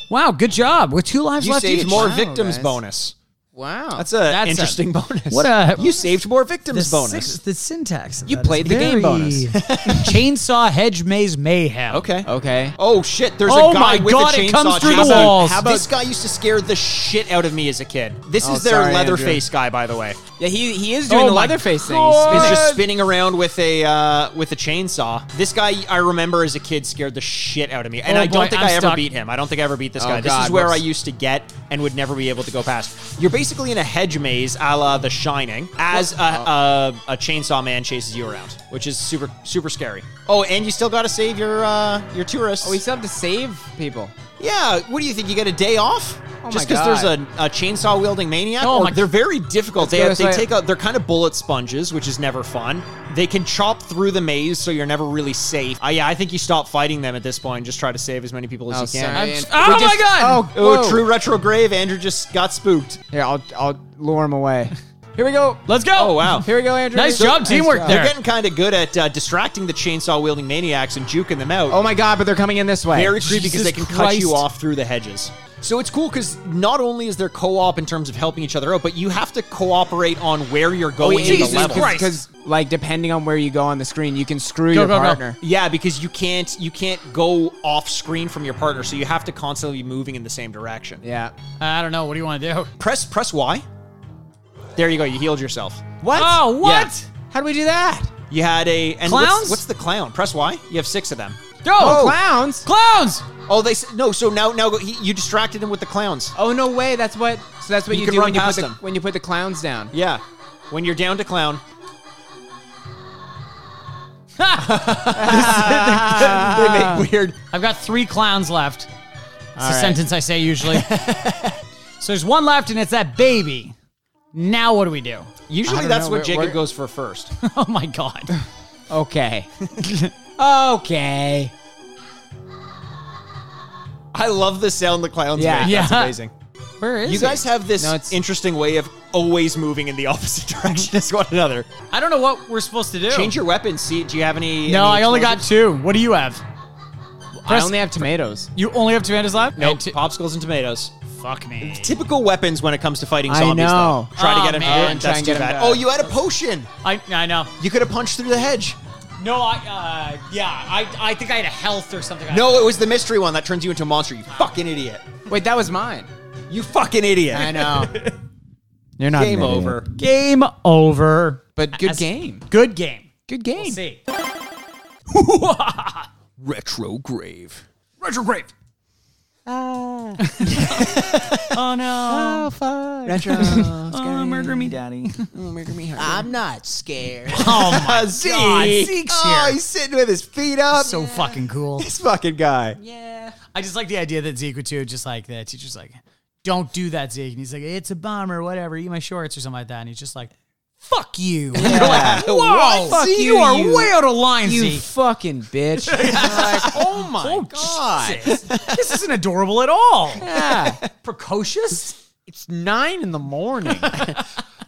E: Wow, good job. With two lives
D: You
E: left
D: saved
E: each.
D: more
C: Wow,
D: victims
C: guys.
D: bonus.
C: Wow,
D: That's an
E: That's a-
D: interesting bonus.
E: what a-
D: You saved more victims bonus.
E: the syntax.
C: You that is played the game very- bonus.
E: Chainsaw Hedge Maze Mayhem.
D: Okay.
C: okay.
D: Oh shit! There's
E: Oh
D: a guy
E: my
D: with
E: God,
D: a chainsaw.
E: it comes through the
D: How about-
E: walls.
D: How about, this
E: This
D: guy used to scare the shit out of me as a kid. This
C: Oh,
D: is their
C: sorry,
D: leather
C: Andrew.
D: face guy, by the way.
C: Yeah, he he is doing
E: Oh
C: the
E: my
C: Leatherface thing.
E: God.
C: He's
D: He's just
E: What?
D: spinning around with a uh, with a chainsaw. This guy I remember as a kid scared the shit out of me, and
E: Oh
D: I don't
E: boy,
D: think
E: I'm
D: i ever
E: stuck.
D: beat him. I don't think I ever beat this
C: Oh
D: guy. this
C: God,
D: is where
C: whoops.
D: I used to get and would never be able to go past. You're basically in a hedge maze, a la The Shining, as a, a, a chainsaw man chases you around, which is super super scary. Oh, and you still got to save your uh, your tourists.
C: oh, we still have to save people.
D: yeah, what do you think? You get a day off?
C: Oh my
D: Just because there's
C: God.
D: a, a chainsaw wielding maniac,
E: Oh
D: or
E: my-
D: they're very difficult. They,
C: go
D: have,
C: this
D: they
C: way.
D: take out they're kind of bullet sponges, which is never fun. They can chop through the maze, so you're never really safe. Uh, yeah, I think you stop fighting them at this point. Just try to save as many people as
C: Oh,
D: you can.
C: sorry.
E: Oh
C: And-
E: my god!
C: Oh,
D: Oh,
C: whoa.
D: true retrograde. Andrew just got spooked.
C: Here, I'll I'll lure him away. Here we go.
E: Let's go!
D: Oh wow.
C: Here we go, Andrew.
E: Nice job, teamwork
D: They're
E: there.
D: getting kind of good at uh, distracting the chainsaw wielding maniacs and juking them out.
C: Oh my god, but they're coming in this way.
D: very creepy because
E: Jesus
D: they can cut
E: Christ.
D: you off through the hedges. So it's cool because not only is there co-op in terms of helping each other out, but you have to cooperate on where you're
C: Oh,
D: going in
E: Jesus
D: the level.
E: Christ.
C: Because like depending on where you go on the screen, you can screw
E: Go,
C: your
E: go, go.
C: partner.
D: Yeah, because you can't you can't go off screen from your partner, so you have to constantly be moving in the same direction.
C: Yeah.
E: I don't know. What do you want to do?
D: Press press Y. There you go. You healed yourself.
C: What?
E: Oh, what?
C: How do we do that?
D: You had a and What's,
E: Clowns?
D: what's the clown? Press Y. You have six of them.
E: Go!
C: Oh, clowns.
E: Clowns!
D: Oh, they s- no. So now now go- he, you distracted him with the clowns.
C: Oh no way! That's what. So that's what
D: You
C: you,
D: can
C: do
D: run
C: when you, put
D: past
C: the,
D: them.
C: when you put the clowns down.
D: Yeah. When you're down to clown, they make weird
E: I've got three clowns left. It's a sentence I say usually. so there's one left and it's that baby. Now what do we do?
C: I
D: Usually
C: don't
D: that's
C: know,
D: what
C: we're-
D: Jacob
C: we're-
D: goes for first.
E: Oh my god.
C: Okay. okay.
D: I love the sound the clowns
C: Yeah.
D: make. That's
E: Yeah.
D: amazing.
E: Where is
D: You guys have this
C: No, it's-
D: interesting way of always moving in the opposite direction as one another.
G: I don't know what we're supposed to do.
D: Change your weapons. See, do you have any?
G: no,
D: any
G: I only got
D: explosives?
G: two. What do you have?
C: I
G: Press-
C: only have tomatoes.
G: You only have tomatoes left?
D: Nope.
G: And t-
D: popsicles and tomatoes.
G: fuck me.
D: Typical weapons when it comes to fighting
C: I
D: zombies.
C: know.
D: Though. Try
G: Aw,
D: to get him.
G: man.
D: That's
C: Try and
D: too
C: get him
D: bad.
C: to-
D: Oh, you had a potion.
G: I, I know.
D: You could have punched through the hedge.
G: No, I, uh, yeah, I, I think I had a health or something.
D: No, it was the mystery one that turns you into a monster. You fucking idiot.
C: Wait, that was mine.
D: You fucking idiot.
C: I know. You're not an
D: Game
C: idiot.
D: over.
G: Game over.
C: But good
G: As-
C: game.
G: Good game.
C: Good game.
G: We'll see.
D: Retro grave.
E: Retro Grave. Ah.
G: Oh no. Oh, murder me, daddy.
E: I'm not scared.
G: Oh my
D: Zeke.
G: god. Zeke's
D: oh,
G: here.
D: he's sitting with his feet up.
E: so fucking cool.
D: this fucking guy.
E: I just like the idea that Zeke would too, just like the teacher's like, don't do that, Zeke. And he's like, it's a bomber, whatever, eat my shorts or something like that. And he's just like, fuck you.
D: Whoa,
G: Fuck you, you are way out of line,
C: You
G: Zeke.
C: fucking bitch.
D: Oh my god.
E: this isn't adorable at all.
C: yeah.
E: Precocious?
C: It's nine in the morning.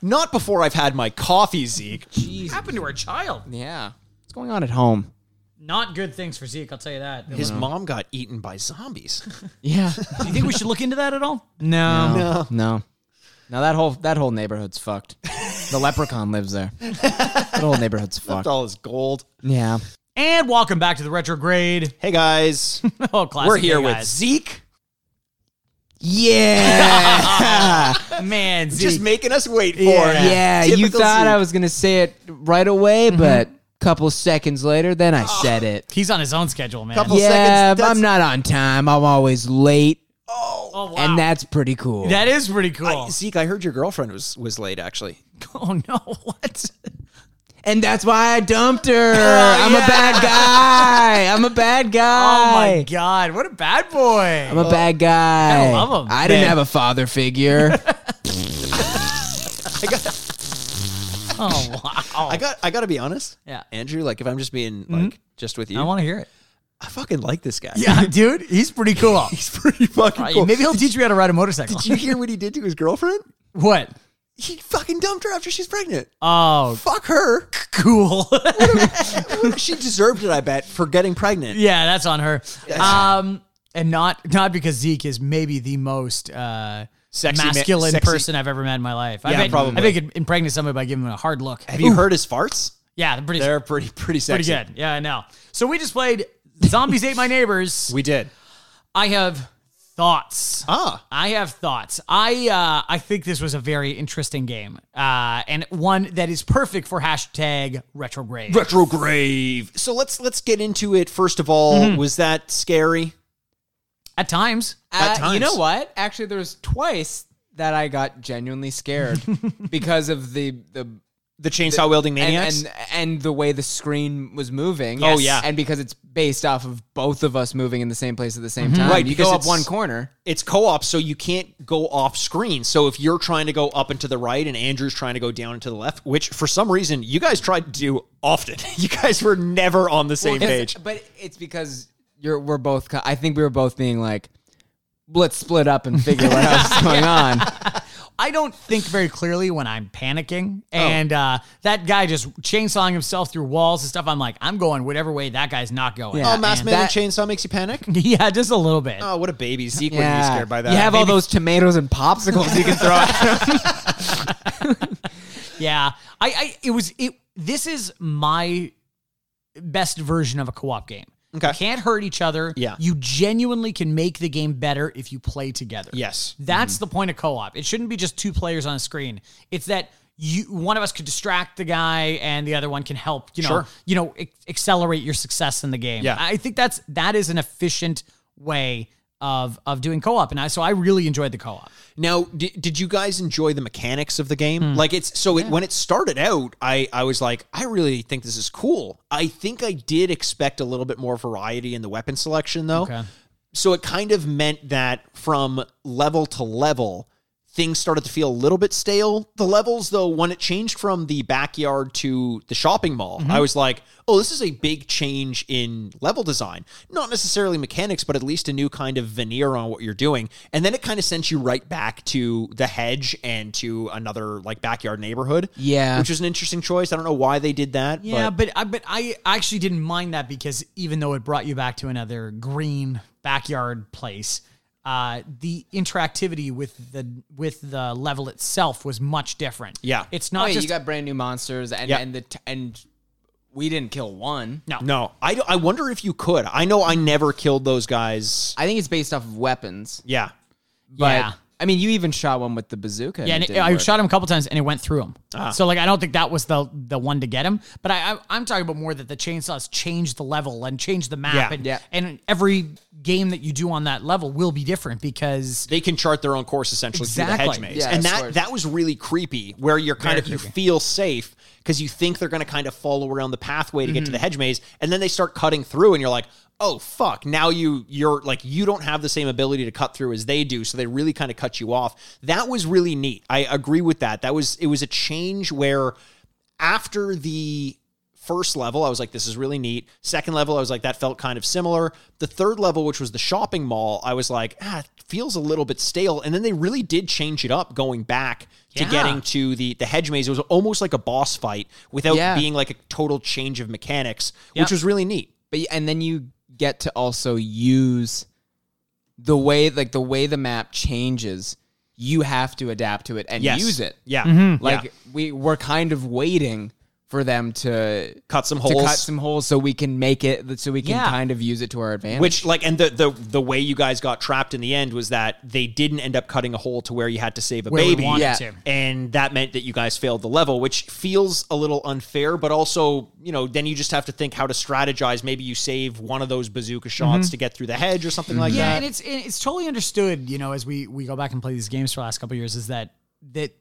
D: Not before I've had my coffee, Zeke.
C: Jeez.
G: happened to our child?
C: Yeah. What's going on at home?
G: Not good things for Zeke, I'll tell you that.
D: His mom got eaten by zombies.
C: Yeah.
G: Do you think we should look into that at all?
C: No. No. No. Now that whole that whole neighborhood's fucked. the leprechaun lives there. That whole neighborhood's fucked.
D: Left all his gold.
C: Yeah.
G: And welcome back to the retrograde.
D: Hey guys,
G: Oh, classic.
D: we're here
G: day,
D: with
G: guys.
D: Zeke.
C: Yeah.
G: man Zeke.
D: Just making us wait for it.
C: yeah. You
D: Typical
C: thought I
D: Zeke.
C: was gonna say it right away, but a couple seconds later, then I said it.
G: He's on his own schedule, man.
D: Couple
C: yeah,
D: seconds.
C: I'm
D: that's-
C: not on time. I'm always late,
G: Oh, wow.
C: and that's pretty cool.
G: that is pretty cool.
D: I- Zeke, I heard your girlfriend was was late actually.
G: oh no, what?
C: and that's why I dumped her.
D: Oh,
C: I'm a bad guy. I'm a bad
G: Oh
C: guy.
G: my god, what a bad boy.
C: I'm a bad guy.
G: I love him.
C: I didn't
G: Man.
C: have a father figure.
D: I got
G: Oh wow.
D: I got I got to be honest.
G: Yeah.
D: Andrew, like if I'm just being like just with you,
G: I
D: I,
G: want to hear it.
D: fucking like this guy.
E: Yeah, dude, he's pretty cool.
D: He's pretty fucking cool.
E: Maybe he'll teach you how to ride a motorcycle.
D: Did you hear what he did to his girlfriend?
G: What?
D: He fucking dumped her after she's pregnant.
E: Uh,
G: Oh,
D: Fuck her.
G: cool.
D: she deserved it, I bet, for getting pregnant.
G: yeah, that's on her. Um,
E: and not not because Zeke is maybe the most uh,
D: Sexy ma-
E: masculine
D: sexy-
E: person I've ever met in my life. I
D: Yeah,
E: bet,
D: probably.
E: I think it impregnate somebody by giving them a hard look.
D: Have you heard his farts?
G: yeah, they're pretty
D: They're pretty pretty
G: pretty
D: sexy.
G: good. Yeah, I know. So we just played Zombies Ate My Neighbors.
D: We did.
G: I have thoughts.
D: Ah.
G: I have thoughts. I uh, I think this was a very interesting game, uh, and one that is perfect for hashtag retrograde.
D: Retrograde. So let's let's get into it. First of all, was that scary?
G: At times,
C: Uh,
D: times.
C: You know what? Actually, there was twice that I got genuinely scared because of the the
D: The chainsaw wielding
C: and,
D: maniacs.
C: and and the way the screen was moving.
D: Oh, yeah.
C: and because it's based off of both of us moving in the same place at the same time.
D: Right,
C: you
D: because
C: go up
D: it's-
C: one corner.
D: it's co-op, so you can't go off screen. So if you're trying to go up and to the right, and Andrew's trying to go down and to the left, which for some reason you guys tried to do often, you guys were never on the same page.
C: But it's because you're we're both. co- I think we were both being like, let's split up and figure what else is going on.
E: I don't think very clearly when I'm panicking.
D: Oh.
E: And uh, that guy just chainsawing himself through walls and stuff. I'm like, I'm going whatever way that guy's not going.
C: Yeah,
D: oh, mass
C: and
D: man
C: that-
D: chainsaw makes you panic.
E: Yeah, just a little bit.
D: Oh, what a baby! Zeke
C: Yeah.
D: wouldn't be scared by that.
C: You have all those tomatoes and popsicles you can throw. at
E: Yeah. I, I it was it this is my best version of a co-op game.
D: Okay.
E: You can't hurt each other.
D: Yeah.
E: You genuinely can make the game better if you play together.
D: Yes.
E: That's the point of co-op. It shouldn't be just two players on a screen. It's that you one of us could distract the guy and the other one can help, you know,
D: Sure.
E: you know, ac- accelerate your success in the game.
D: Yeah.
E: I think that's that is an efficient way of of doing co-op and I so I really enjoyed the co-op.
D: Now, did, did you guys enjoy the mechanics of the game? Like it's so it, when it started out, I I was like, I really think this is cool. I think I did expect a little bit more variety in the weapon selection though. So it kind of meant that from level to level, things started to feel a little bit stale. The levels, though, when it changed from the backyard to the shopping mall, I was like, oh, this is a big change in level design. Not necessarily mechanics, but at least a new kind of veneer on what you're doing. And then it kind of sent you right back to the hedge and to another like backyard neighborhood.
C: Yeah.
D: Which was an interesting choice. I don't know why they did that.
E: Yeah,
D: but-
E: but, I but I actually didn't mind that because even though it brought you back to another green backyard place, uh, the interactivity with the with the level itself was much different.
D: Yeah.
E: it's
C: Oh,
E: not
C: yeah,
E: just
C: you got brand new monsters, and
D: Yeah.
C: and the t- and we didn't kill one.
E: no.
D: No, I, don't- I wonder if you could. I know I never killed those guys.
C: I think it's based off of weapons.
D: Yeah.
C: But
E: Yeah.
C: I mean, you even shot one with the bazooka.
E: Yeah, and it,
C: didn't
E: I
C: work. Ah.
E: shot him a couple times, and it went through him. So like, I don't think that was the the one to get him. But I, I I'm talking about more that the chainsaws changed the level and changed the map,
D: Yeah.
E: and
C: Yeah.
E: and every game that you do on that level will be different because
D: They can chart their own course essentially through the hedge
E: Exactly.
D: maze.
C: Yeah,
D: and
C: of
D: that
C: course.
D: that was really creepy where you're kind
E: Very
D: of you
E: creepy.
D: feel safe because you think they're going to kind of follow around the pathway to get
E: Mm-hmm.
D: to the hedge maze and then they start cutting through and you're like, "Oh fuck, now you you're like you don't have the same ability to cut through as they do." So they really kind of cut you off. That was really neat. I agree with that. That was it was a change where after the first level, I was like, this is really neat. Second level, I was like, that felt kind of similar. The third level, which was the shopping mall, I was like, ah, it feels a little bit stale. And then they really did change it up going back to
E: Yeah.
D: getting to the, the hedge maze. It was almost like a boss fight without
C: Yeah.
D: being like a total change of mechanics,
E: Yep.
D: which was really neat.
C: but and then you get to also use the way like the way the map changes you have to adapt to it and
D: Yes.
C: use it Mm-hmm.
D: Yeah.
C: like
D: Yeah.
C: we we're kind of waiting for them to
D: Cut some
C: to
D: holes.
C: cut some holes so we can make it so we can
E: Yeah.
C: kind of use it to our advantage
D: Which like and the, the the way you guys got trapped in the end was that they didn't end up cutting a hole to where you had to save a
E: where
D: baby.
E: we wanted
C: Yeah.
E: to.
D: and that meant that you guys failed the level, which feels a little unfair, but also, you know, then you just have to think how to strategize. Maybe you save one of those bazooka shots to get through the hedge or something like
E: yeah,
D: that.
E: and it's and it's totally understood. You know, as we we go back and play these games for the last couple of years, is that that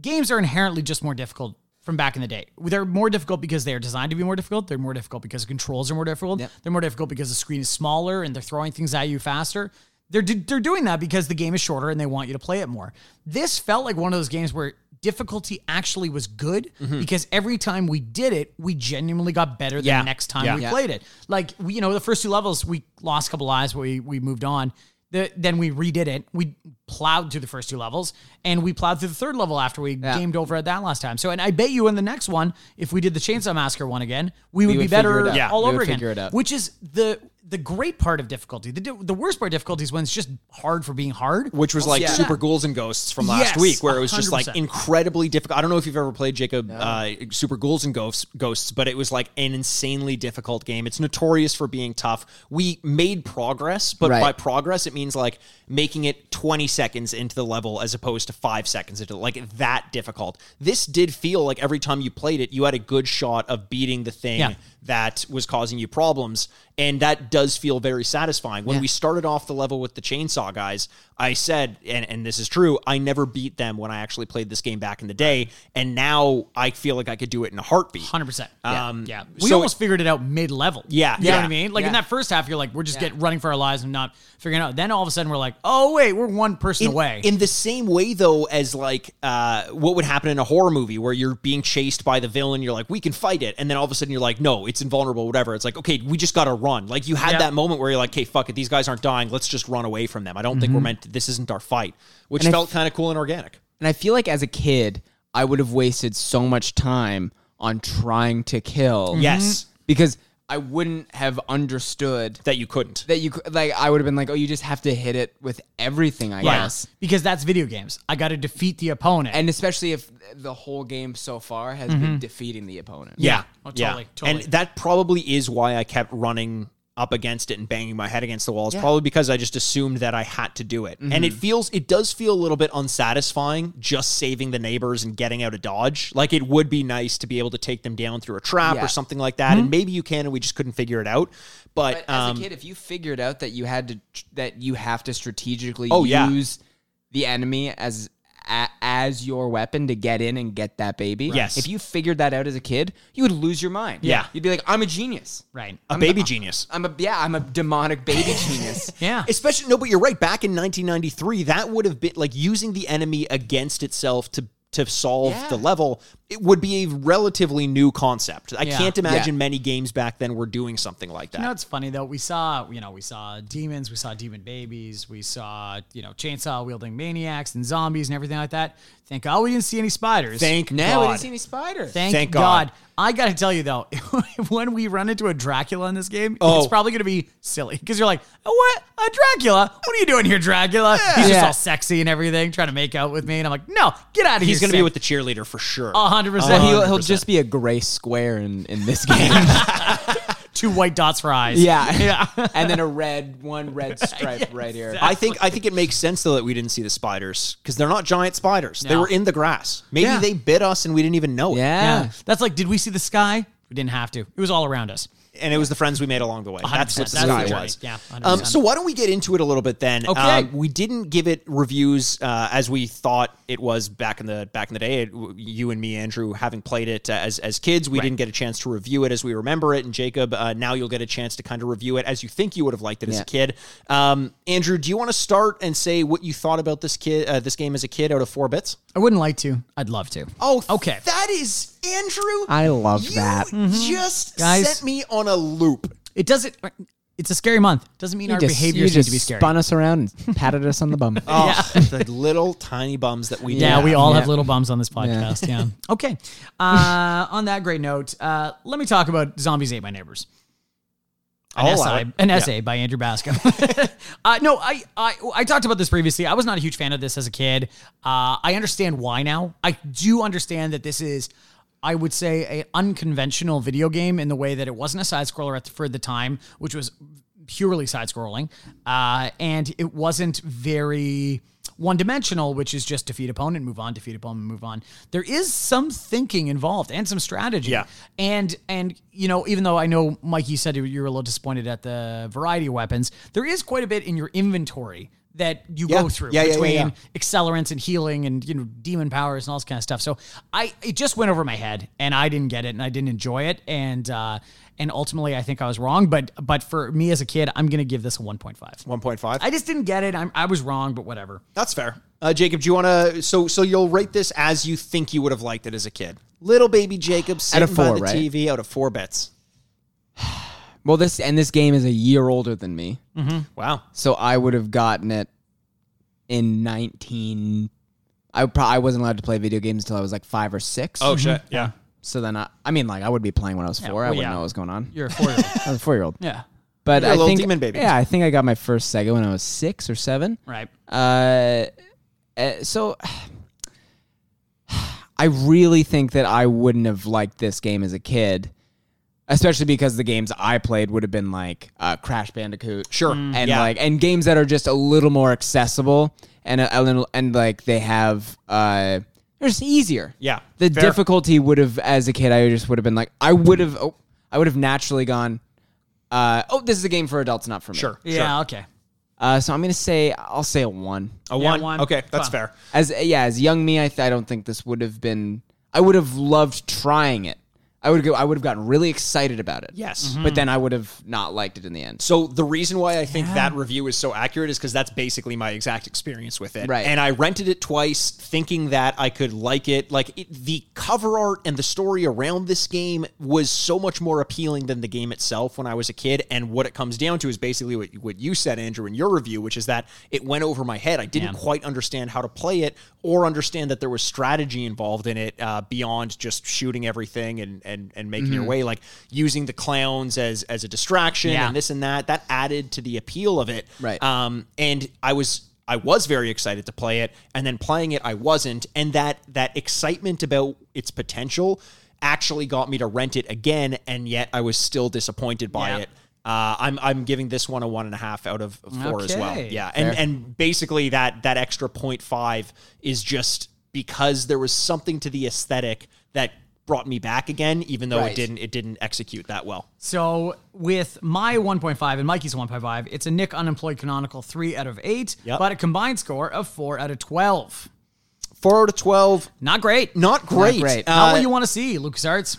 E: games are inherently just more difficult from back in the day. They're more difficult because they are designed to be more difficult. They're more difficult because the controls are more difficult. They're more difficult because the screen is smaller and they're throwing things at you faster. They're do- they're doing that because the game is shorter and they want you to play it more. This felt like one of those games where difficulty actually was good
D: Mm-hmm.
E: because every time we did it, we genuinely got better than
D: Yeah.
E: the next time
D: Yeah.
E: we
D: Yeah.
E: played it. Like we, you know, the first two levels we lost a couple lives, we we moved on. The, then we redid it. We plowed through the first two levels, and we plowed through the third level after we gamed over at that last time. So, and I bet you in the next one, if we did the Chainsaw Massacre one again, we would,
C: would
E: be
C: figure
E: better
C: it out. Yeah.
E: all
C: We
E: over
C: would
E: again.
C: figure it out.
E: Which is the the great part of difficulty. The di- the worst part of difficulty is when it's just hard for being hard.
D: which was like
C: yeah.
D: Super Ghouls and Ghosts from last
E: Yes,
D: week, where it was just like
E: 100%.
D: incredibly difficult. I don't know if you've ever played Jacob uh, Super Ghouls and Ghosts, Ghosts, but it was like an insanely difficult game. It's notorious for being tough. We made progress, but
C: Right.
D: by progress it means like making it 20 seconds into the level as opposed to five seconds into like that difficult. This did feel like every time you played it, you had a good shot of beating the thing
E: Yeah.
D: that was causing you problems. And that does feel very satisfying. When we started off the level with the chainsaw guys, I said, and, and this is true, I never beat them when I actually played this game back in the day. And now I feel like I could do it in a heartbeat.
E: Hundred percent.
D: Um,
E: yeah. We
D: so-
E: almost figured it out mid level.
D: Yeah,
E: You know what
D: yeah,
E: I mean? Like in
C: yeah.
E: that first half, you're like, we're just get running for our lives and not figuring it out. Then all of a sudden, we're like, oh wait, we're one person
D: in,
E: away.
D: in the same way, though, as like uh, what would happen in a horror movie where you're being chased by the villain, you're like, we can fight it, and then all of a sudden you're like, no, it's invulnerable, whatever. It's like, okay, we just got to run. Like you had
E: Yeah.
D: that moment where you're like, okay, fuck it, these guys aren't dying, let's just run away from them. I don't think we're meant. To, this isn't our fight, which
C: And Mm-hmm. I
D: felt kind of cool and organic.
C: and i feel like as a kid i would have wasted so much time on trying to kill
D: Mm-hmm. Yes,
C: because i wouldn't have understood
D: that you couldn't.
C: that you c- like i would have been like oh you just have to hit it with everything i
E: Yeah.
C: guess
E: Because that's video games. I got to defeat the opponent.
C: and especially if the whole game so far has been defeating the opponent.
D: Yeah.
E: Oh, totally, totally.
D: And that probably is why I kept running up against it and banging my head against the walls, probably because I just assumed that I had to do it.
C: Mm-hmm.
D: And it feels, it does feel a little bit unsatisfying just saving the neighbors and getting out of dodge. Like it would be nice to be able to take them down through a trap
C: Yeah. Mm-hmm.
D: or something like that. And maybe you can, and we just couldn't figure it out. But,
C: But as
D: um,
C: a kid, if you figured out that you had to that you have to strategically
D: Oh, yeah.
C: use the enemy as a, as your weapon to get in and get that baby.
D: Yes.
C: If you figured that out as a kid, you would lose your mind.
D: Yeah.
C: You'd be like, I'm a genius.
E: Right.
D: A baby genius.
C: I'm a yeah, I'm a demonic baby genius.
E: Yeah.
D: Especially no, but you're right. Back in 1993, that would have been like using the enemy against itself to to solve
C: Yeah.
D: the level. It would be a relatively new concept. I
E: Yeah.
D: can't imagine
C: Yeah.
D: many games back then were doing something like that.
E: You know, it's funny though. We saw, you know, we saw demons, we saw demon babies, we saw, you know, chainsaw wielding maniacs and zombies and everything like that. Thank God we didn't see any spiders.
D: Thank
C: Now we
D: God.
C: didn't see any spider.
E: Thank,
D: thank
E: God.
D: God.
E: I gotta tell you though, when we run into a Dracula in this game, it's
D: Oh.
E: probably gonna be silly because you're like, oh, what a Dracula? What are you doing here, Dracula? He's just
C: Yeah.
E: all sexy and everything, trying to make out with me, and I'm like, no, get out of here.
D: He's going to be
E: sick."
D: with the cheerleader for sure.
E: A hundred
C: Well,
E: percent.
C: he'll, he'll just be a gray square in, in this game.
E: two white dots for eyes.
C: yeah. yeah. and then a red, one red stripe right here.
D: I think I think it makes sense though that we didn't see the spiders because they're not giant spiders. They were in the grass. Maybe
C: Yeah.
D: they bit us and we didn't even know it.
C: Yeah.
E: Yeah. That's like, did we see the sky? We didn't have to. It was all around us.
D: and it was the friends we made along the way. That's what the
E: 100%.
D: sky
E: That's the
D: was.
E: journey. Yeah, 100%.
D: Um, so why don't we get into it a little bit then?
E: Okay.
D: Um, we didn't give it reviews uh, as we thought it was back in the back in the day. It, you and me, Andrew, having played it uh, as as kids, we didn't get a chance to review it as we remember it. And Jacob, uh, now you'll get a chance to kind of review it as you think you would have liked it as
C: Yeah.
D: a kid. Um, Andrew, do you want to start and say what you thought about this kid, uh, this game as a kid, out of four bits?
E: I wouldn't like to. I'd love to.
D: Oh,
E: Okay.
D: That is Andrew.
C: I love
D: you
C: that.
D: Just
E: Mm-hmm. Guys.
D: sent me on a loop.
E: It doesn't. It's a scary month. Doesn't mean our
C: just,
E: behaviors
C: you
E: need
C: just
E: to be scary.
C: spun us around and patted us on the bum.
D: Oh, the little tiny bums that we
E: yeah,
D: know.
E: we all have
C: Yeah.
E: little bums on this podcast. Yeah. okay. Uh, on that great note, uh, let me talk about Zombies Ate My Neighbors. An,
D: I'll allow
E: essay,
D: it.
E: an essay by Andrew Bascom. uh, no, I, I I talked about this previously. I was not a huge fan of this as a kid. Uh, I understand why now. I do understand that this is, I would say, an unconventional video game in the way that it wasn't a side scroller at for the time, which was purely side scrolling, uh, and it wasn't very one dimensional, which is just defeat opponent, move on, defeat opponent, move on. There is some thinking involved and some strategy.
D: Yeah.
E: And and you know, even though I know Mike, you said you were a little disappointed at the variety of weapons, there is quite a bit in your inventory that you
D: Yeah.
E: go through
D: Yeah, yeah, yeah,
E: between
D: yeah.
E: accelerants and healing and you know demon powers and all this kind of stuff. So I it just went over my head and I didn't get it and I didn't enjoy it and uh and ultimately I think I was wrong. But but for me as a kid, I'm gonna give this a 1.5.
D: 1.5.
E: I just didn't get it. I'm, I was wrong, but whatever.
D: That's fair. Uh, Jacob, do you want to? So, so you'll rate this as you think you would have liked it as a kid. Little baby Jacob sitting
C: four,
D: by the
C: right?
D: TV out of four bets.
C: well, this and this game is a year older than me,
D: Wow.
C: so I would have gotten it in nineteen. I pro- I wasn't allowed to play video games until I was like five or six.
D: Oh
E: Mm-hmm.
D: shit. Yeah.
C: so then I, I mean, like I would be playing when I was four. I
E: well,
C: wouldn't
E: yeah.
C: know what was going on.
E: You're a four year old.
C: I was a four year old.
E: yeah.
C: But
D: You're a
C: I
D: little
C: think
D: demon baby.
C: yeah, I think I got my first Sega when I was six or seven.
E: Right.
C: Uh, uh, so I really think that I wouldn't have liked this game as a kid, especially because the games I played would have been like uh, Crash Bandicoot,
D: Sure.
C: and
D: yeah.
C: like and games that are just a little more accessible and a, a little and like they have uh, they're just easier.
D: Yeah.
C: the
D: Fair.
C: difficulty would have as a kid. I just would have been like I would have oh, I would have naturally gone. Uh, oh, this is a game for adults, not for me.
D: Sure.
E: Yeah. Okay.
C: Uh, so I'm gonna say I'll say a one.
D: A one.
E: one.
D: Okay, that's
E: Fine.
D: fair.
C: As yeah, as young me, I, th- I don't think this would have been. I would have loved trying it. I would go. I would have gotten really excited about it.
D: Yes.
E: Mm-hmm.
C: but then I would have not liked it in the end.
D: So the reason why I think that review is so accurate is because that's basically my exact experience with it.
C: Right.
D: And I rented it twice, thinking that I could like it. Like it, the cover art and the story around this game was so much more appealing than the game itself when I was a kid. And what it comes down to is basically what, what you said, Andrew, in your review, which is that it went over my head. I didn't quite understand how to play it or understand that there was strategy involved in it uh, beyond just shooting everything and and and making your way, like using the clowns as as a distraction
E: Yeah.
D: and this and that that added to the appeal of it
C: Right.
D: um and i was i was very excited to play it and then playing it i wasn't and that that excitement about its potential actually got me to rent it again and yet i was still disappointed by
E: Yeah.
D: it uh, I'm I'm giving this one a one and a half out of four as well.
E: Okay.
D: Yeah, and and basically that that extra 0.5 is just because there was something to the aesthetic that brought me back again, even though
C: Right.
D: it didn't it didn't execute that well.
E: So with my 1.5 and Mikey's 1.5, it's a Nick Unemployed Canonical 3 out of 8,
D: Yep.
E: but a combined score of 4 out of 12.
D: Four out of twelve.
E: Not great.
D: Not great.
C: great.
D: Uh,
E: Not what you want to see, LucasArts.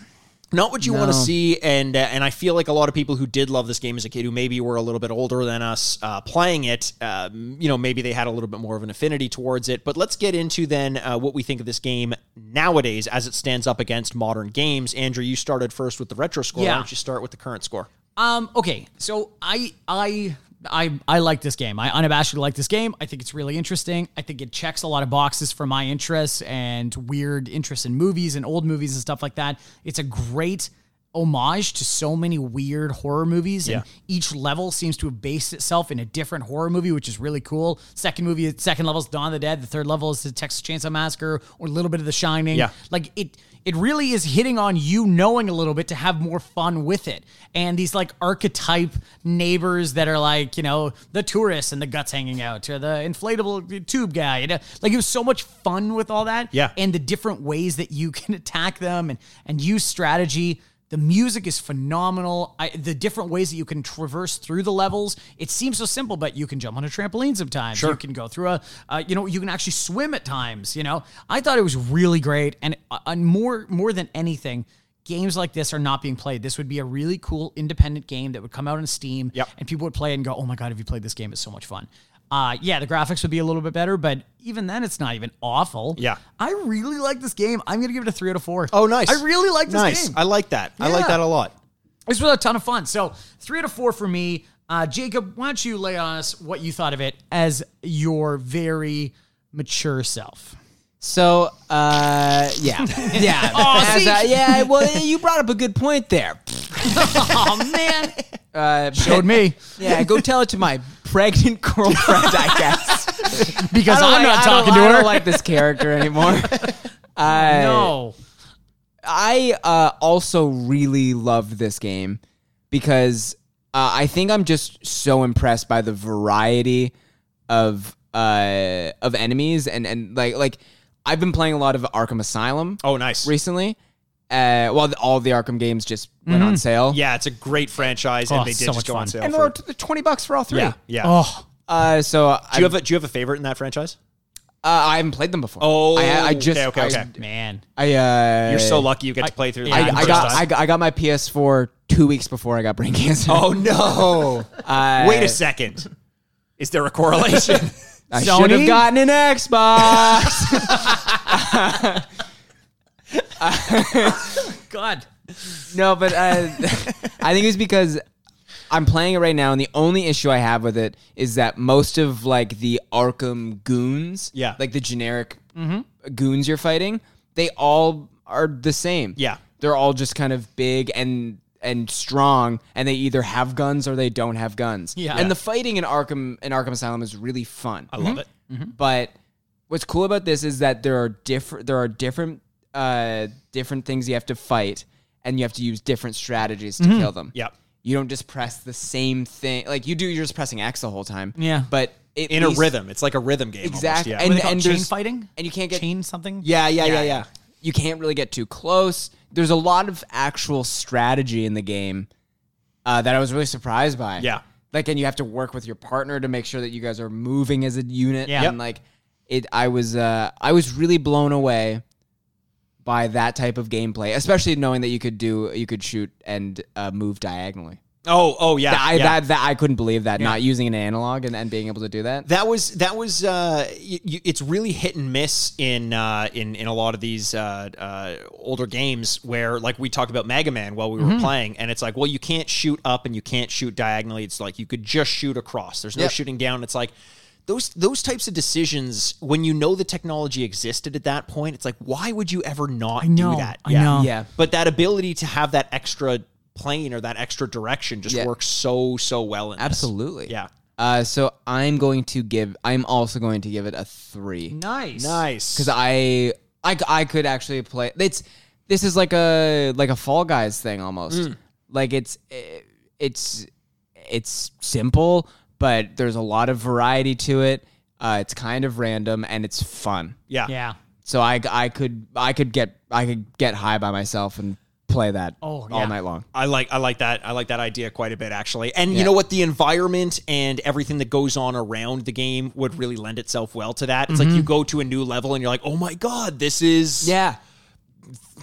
D: not what you want to see and uh, and I feel like a lot of people who did love this game as a kid who maybe were a little bit older than us uh, playing it um, you know maybe they had a little bit more of an affinity towards it but let's get into then uh, what we think of this game nowadays as it stands up against modern games Andrew you started first with the retro score why
E: Yeah.
D: don't you start with the current score
E: Um, okay, so I I I I like this game. I unabashedly like this game. I think it's really interesting. I think it checks a lot of boxes for my interests and weird interests in movies and old movies and stuff like that. It's a great homage to so many weird horror movies and each level seems to have based itself in a different horror movie which is really cool second movie second level is dawn of the dead the third level is the texas chainsaw massacre or a little bit of the shining
D: Yeah.
E: like it it really is hitting on you knowing a little bit to have more fun with it and these like archetype neighbors that are like you know the tourists and the guts hanging out or the inflatable tube guy you know like it was so much fun with all that
D: Yeah.
E: and the different ways that you can attack them and and use strategy the music is phenomenal. I, the different ways that you can traverse through the levels. It seems so simple, but you can jump on a trampoline sometimes. You can go through a, uh, you know, you can actually swim at times. You know, I thought it was really great, and, uh, and more more than anything, games like this are not being played. This would be a really cool independent game that would come out on Steam,
D: Yep.
E: and people would play it and go, "Oh my god, have you played this game? It's so much fun." Uh, yeah, the graphics would be a little bit better, but even then, it's not even awful.
D: Yeah.
E: I really like this game. I'm gonna give it a three out of four.
D: Oh nice
E: I really like this
D: nice
E: game.
D: I like that I like
E: Yeah.
D: that a lot
E: This was a ton of fun. So three out of four for me. Uh, Jacob, why don't you lay on us what you thought of it as your very mature self?
C: So, uh, yeah, yeah, As
E: see?
C: I- yeah. Well, you brought up a good point there.
E: Oh man,
C: Uh,
E: showed me
C: Yeah, go tell it to my pregnant girlfriend. I guess
E: because
C: I don't like-
E: I'm not
C: I don't-
E: talking to
C: I
E: her.
C: don't like this character anymore. I,
E: no,
C: I uh, also really love this game because uh, I think I'm just so impressed by the variety of uh, of enemies and and like like I've been playing a lot of Arkham Asylum
D: oh nice
C: recently. Uh, well, the- all the Arkham games just went on sale.
D: Mm-hmm. yeah it's a great franchise
E: Oh,
D: and they did
E: so
D: just
E: much
D: go on
E: fun.
D: sale
C: and
D: for,
C: they're twenty bucks for all three.
D: yeah yeah
E: oh,
C: Uh, so
D: do
C: I,
D: you have a do you have a favorite in that franchise
C: uh, I haven't played them before.
D: Oh,
C: I, I just
D: okay, okay,
C: I,
D: okay.
E: man,
C: I, uh,
D: you're so lucky you get to play through
C: I,
D: that
C: I
D: first
C: got
D: time.
C: I, got- I got my PS4 two weeks before I got brain cancer.
D: Oh no!
C: I,
D: Wait a second. Is there a correlation?
C: I should
E: Sony?
C: have gotten an Xbox.
E: God,
C: no, but uh, I think it's because I'm playing it right now, and the only issue I have with it is that most of like the Arkham goons,
D: Yeah. Mm-hmm.
C: like the generic goons you're fighting, they all are the same.
D: Yeah.
C: they're all just kind of big and and strong, and they either have guns or they don't have guns.
E: Yeah.
C: and the fighting in Arkham in Arkham Asylum is really fun.
D: I love it.
C: But what's cool about this is that there are different there are different uh, different things you have to fight, and you have to use different strategies to kill them.
D: Mm-hmm. Yep.
C: You don't just press the same thing like you do. You're just pressing X the whole time.
E: Yeah.
C: But at
D: In a
C: least-
D: rhythm. It's like a rhythm game. almost,
C: Exactly.
D: yeah.
C: And
E: they call
C: and
E: it chain
C: there's-
E: fighting?
C: and you can't get
E: chain something.
C: yeah, yeah, yeah, yeah,
D: yeah.
C: You can't really get too close. There's a lot of actual strategy in the game uh, that I was really surprised by.
D: Yeah.
C: Like, and you have to work with your partner to make sure that you guys are moving as a unit.
E: Yeah.
C: And like, it, I was, uh, I was really blown away by that type of gameplay, especially knowing that you could do, you could shoot and uh, move diagonally.
D: oh, oh yeah.
C: I,
D: yeah.
C: that, that, I couldn't believe that not using an analog and, and being able to do that.
D: That was that was uh, y y it's really hit and miss in uh, in in a lot of these uh, uh, older games where like we talked about Mega Man while we were playing and it's like well you can't shoot up and you can't shoot diagonally it's like you could just shoot across there's no shooting down it's like those those types of decisions when you know the technology existed at that point it's like why would you ever not
E: know,
D: do that
E: I know.
C: Yeah.
D: but that ability to have that extra plane or that extra direction just
C: Yeah.
D: works so so well in this.
C: Absolutely.
D: yeah
C: Uh, so I'm going to give. I'm also going to give it a three
E: Nice.
D: nice
C: because I, I, I could actually play. It's this is like a like a Fall Guys thing almost. Like it's eh, it's it's simple, but there's a lot of variety to it. Uh, it's kind of random and it's fun.
D: yeah
E: Yeah.
C: So I, I could I could get I could get high by myself and play that
E: yeah.
C: all night long.
D: I like I like that I like that idea quite a bit actually. And you know what, the environment and everything that goes on around the game would really lend itself well to that. It's like you go to a new level and you're like, oh my god, this is
C: Mm-hmm. Yeah.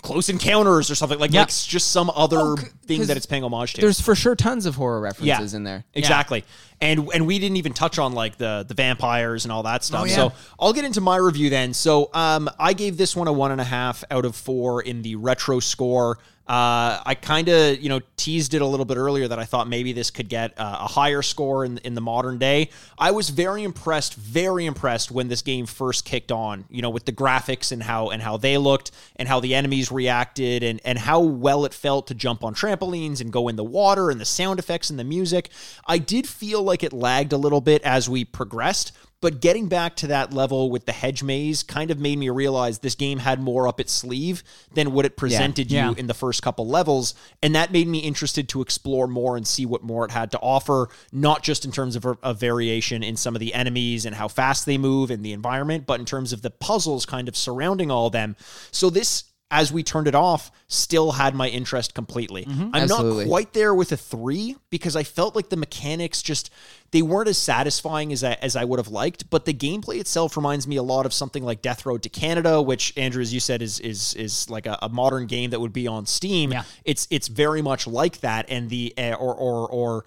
D: Close Encounters or something like
E: Yeah.
D: like s- just some other
C: c- Oh,
D: thing
C: 'cause
D: that it's paying homage to.
C: There's for sure tons of horror references in there.
D: Exactly. And and we didn't even touch on like the the vampires and all that stuff.
E: yeah.
D: So I'll get into my review then. So um I gave this one a one and a half out of four in the retro score. Uh, I kind of you know teased it a little bit earlier that I thought maybe this could get uh, a higher score in in the modern day. I was very impressed, very impressed when this game first kicked on. You know with the graphics and how and how they looked and how the enemies reacted and and how well it felt to jump on trampolines and go in the water and the sound effects and the music. I did feel like it lagged a little bit as we progressed, but getting back to that level with the hedge maze kind of made me realize this game had more up its sleeve than what it presented you in the first couple levels. And that made me interested to explore more and see what more it had to offer, not just in terms of a, a variation in some of the enemies and how fast they move and the environment, but in terms of the puzzles kind of surrounding all them. So this. As we turned it off, still had my interest completely. I'm
C: Absolutely.
D: not quite there with a three because I felt like the mechanics just they weren't as satisfying as I, as I would have liked. But the gameplay itself reminds me a lot of something like Death Road to Canada, which Andrew, as you said, is is is like a, a modern game that would be on Steam.
E: Yeah.
D: It's it's very much like that, and the uh, or or or.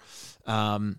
D: Um,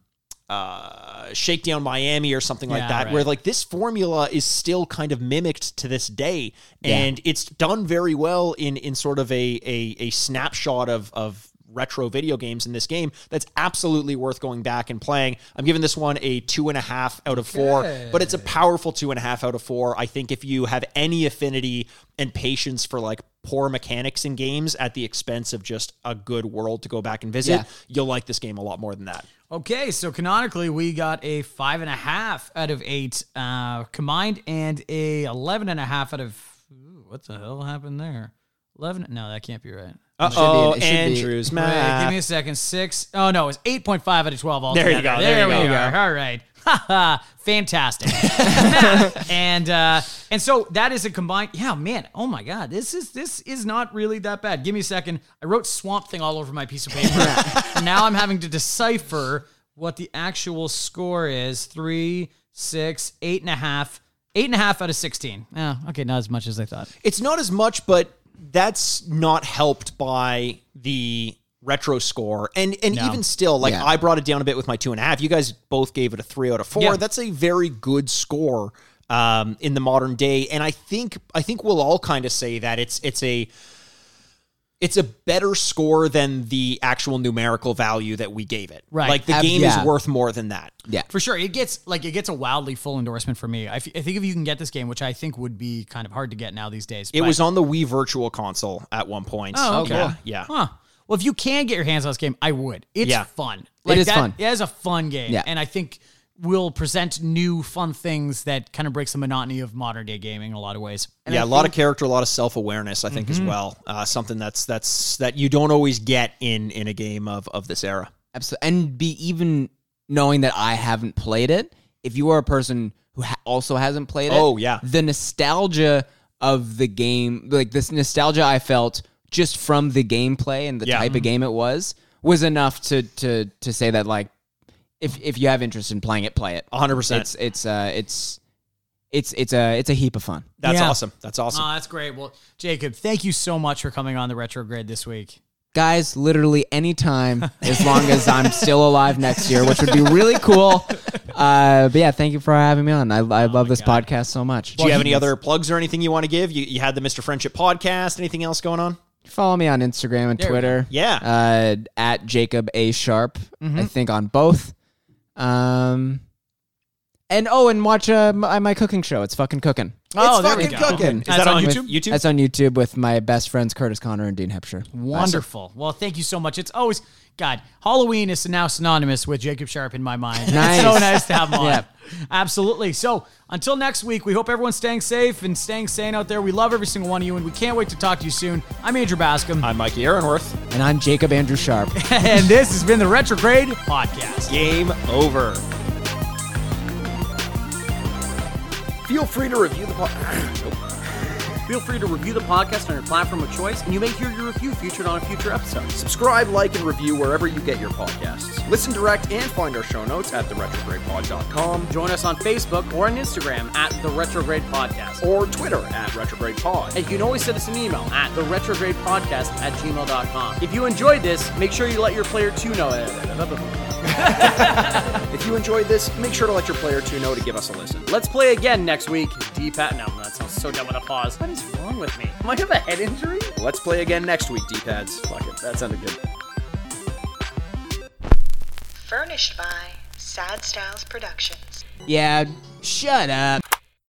D: uh, Shakedown Miami or something like
E: Yeah,
D: that,
E: right.
D: where like this formula is still kind of mimicked to this day, and it's done very well in in sort of a a, a snapshot of of retro video games in this game that's absolutely worth going back and playing i'm giving this one a two and a half out of four but it's a powerful two and a half out of four i think if you have any affinity and patience for like poor mechanics in games at the expense of just a good world to go back and visit
C: Yeah.
D: you'll like this game a lot more than that
E: Okay, so canonically, we got a five and a half out of eight uh, combined, and a eleven and a half out of ooh, what the hell happened there? Eleven? No, that can't be right.
D: Uh
C: oh, It should be- it should be-
D: Andrew's
E: Wait, give
D: math.
E: me a second. Six. Oh no, it's eight point five out of twelve altogether.
D: you go, Ah. there you
E: we
D: go.
E: are. All right. Ha ha. Fantastic. Math. and uh, and so that is a combined. Yeah, man. Oh my god, this is this is not really that bad. Give me a second. I wrote swamp thing all over my piece of paper. now I'm having to decipher what the actual score is. Three, six, eight and a half. Eight and a half out of sixteen. Oh, okay, not as much as I thought.
D: It's not as much, but that's not helped by the retro score. And and even still, like
C: Yeah.
D: I brought it down a bit with my two and a half. You guys both gave it a three out of four.
E: Yeah.
D: That's a very good score um, in the modern day. And I think I think we'll all kind of say that it's it's a it's a better score than the actual numerical value that we gave it.
E: Right.
D: Like the
C: Ab-
D: game
C: yeah.
D: is worth more than that.
C: Yeah.
E: for sure it gets like it gets a wildly full endorsement for me I f- I think if you can get this game which i think would be kind of hard to get now these days
D: It
E: but-
D: was on the Wii Virtual Console at one point.
E: Oh, okay.
D: Yeah. yeah.
E: huh well if you can get your hands on this game i would it's
D: Yeah.
E: fun
C: is
E: that-
C: fun.
E: it is a fun game
C: Yeah.
E: and i think will present new fun things that kind of breaks the monotony of modern day gaming in a lot of ways
D: yeah, a lot of character, a lot of self awareness, I think, as well. Uh, something that's that's that you don't always get in in a game of of this era.
C: Absolutely. And be even knowing that I haven't played it, if you are a person who ha- also hasn't played it,
D: Oh, yeah.
C: the nostalgia of the game, like this nostalgia I felt just from the gameplay and the
D: Yeah. Mm-hmm.
C: type of game it was, was enough to to to say that like if if you have interest in playing it, play it.
D: A hundred percent.
C: It's it's uh it's it's it's a it's a heap of fun.
D: That's
E: Yeah.
D: awesome. That's awesome.
E: Oh, that's great. Well, Jacob, thank you so much for coming on the retrograde this week.
C: guys literally anytime as long as i'm still alive next year which would be really cool uh, but yeah thank you for having me on i, I love this podcast so much
D: Oh Do you have any other plugs or anything you want to give? You, you had the Mr. Friendship podcast. Anything else going on?
C: follow me on instagram and twitter
D: Yeah. Mm-hmm.
C: uh, at jacob a sharp i think on both um, and oh and watch uh, my, my cooking show it's fucking cooking
E: Oh,
D: it's
E: there we
D: fucking
E: go.
D: cooking. Is
E: That's
D: that
E: on
D: on
E: with-
D: YouTube? YouTube?
C: that's on youtube with my best friends curtis connor and dean hepshire
E: Wonderful. Well, thank you so much. It's always God. Halloween is now synonymous with Jacob Sharp in my mind.
C: Nice.
E: It's so nice to have him on.
C: Yeah.
E: Absolutely. So until next week, we hope everyone's staying safe and staying sane out there. We love every single one of you, and we can't wait to talk to you soon. I'm Andrew Bascom,
D: I'm Mikey Aaronworth.
C: and i'm jacob andrew sharp
E: and this has been the Retrograde Podcast.
D: Game over. Feel free to review the podcast.
E: Feel free to review the podcast on your platform of choice, and you may hear your review featured on a future episode.
H: Subscribe, like, and review wherever you get your podcasts. Listen direct and find our show notes at theretrogradepod.com
E: Join us on Facebook or on Instagram at The Retrograde Podcast.
H: or Twitter at retrogradepod.
E: And you can always send us an email at theretrogradepodcast at gmail.com. If you enjoyed this, make sure you let your player 2 know it.
H: If you enjoyed this, make sure to let your player two know to give us a listen.
E: Let's play again next week. D Pat. No, that sounds so dumb with a pause. What is wrong with me? Am I have a head injury?
H: Let's play again next week, D-pads. Fuck it, that sounded good.
A: Furnished by Sad Styles Productions.
C: Yeah, shut up.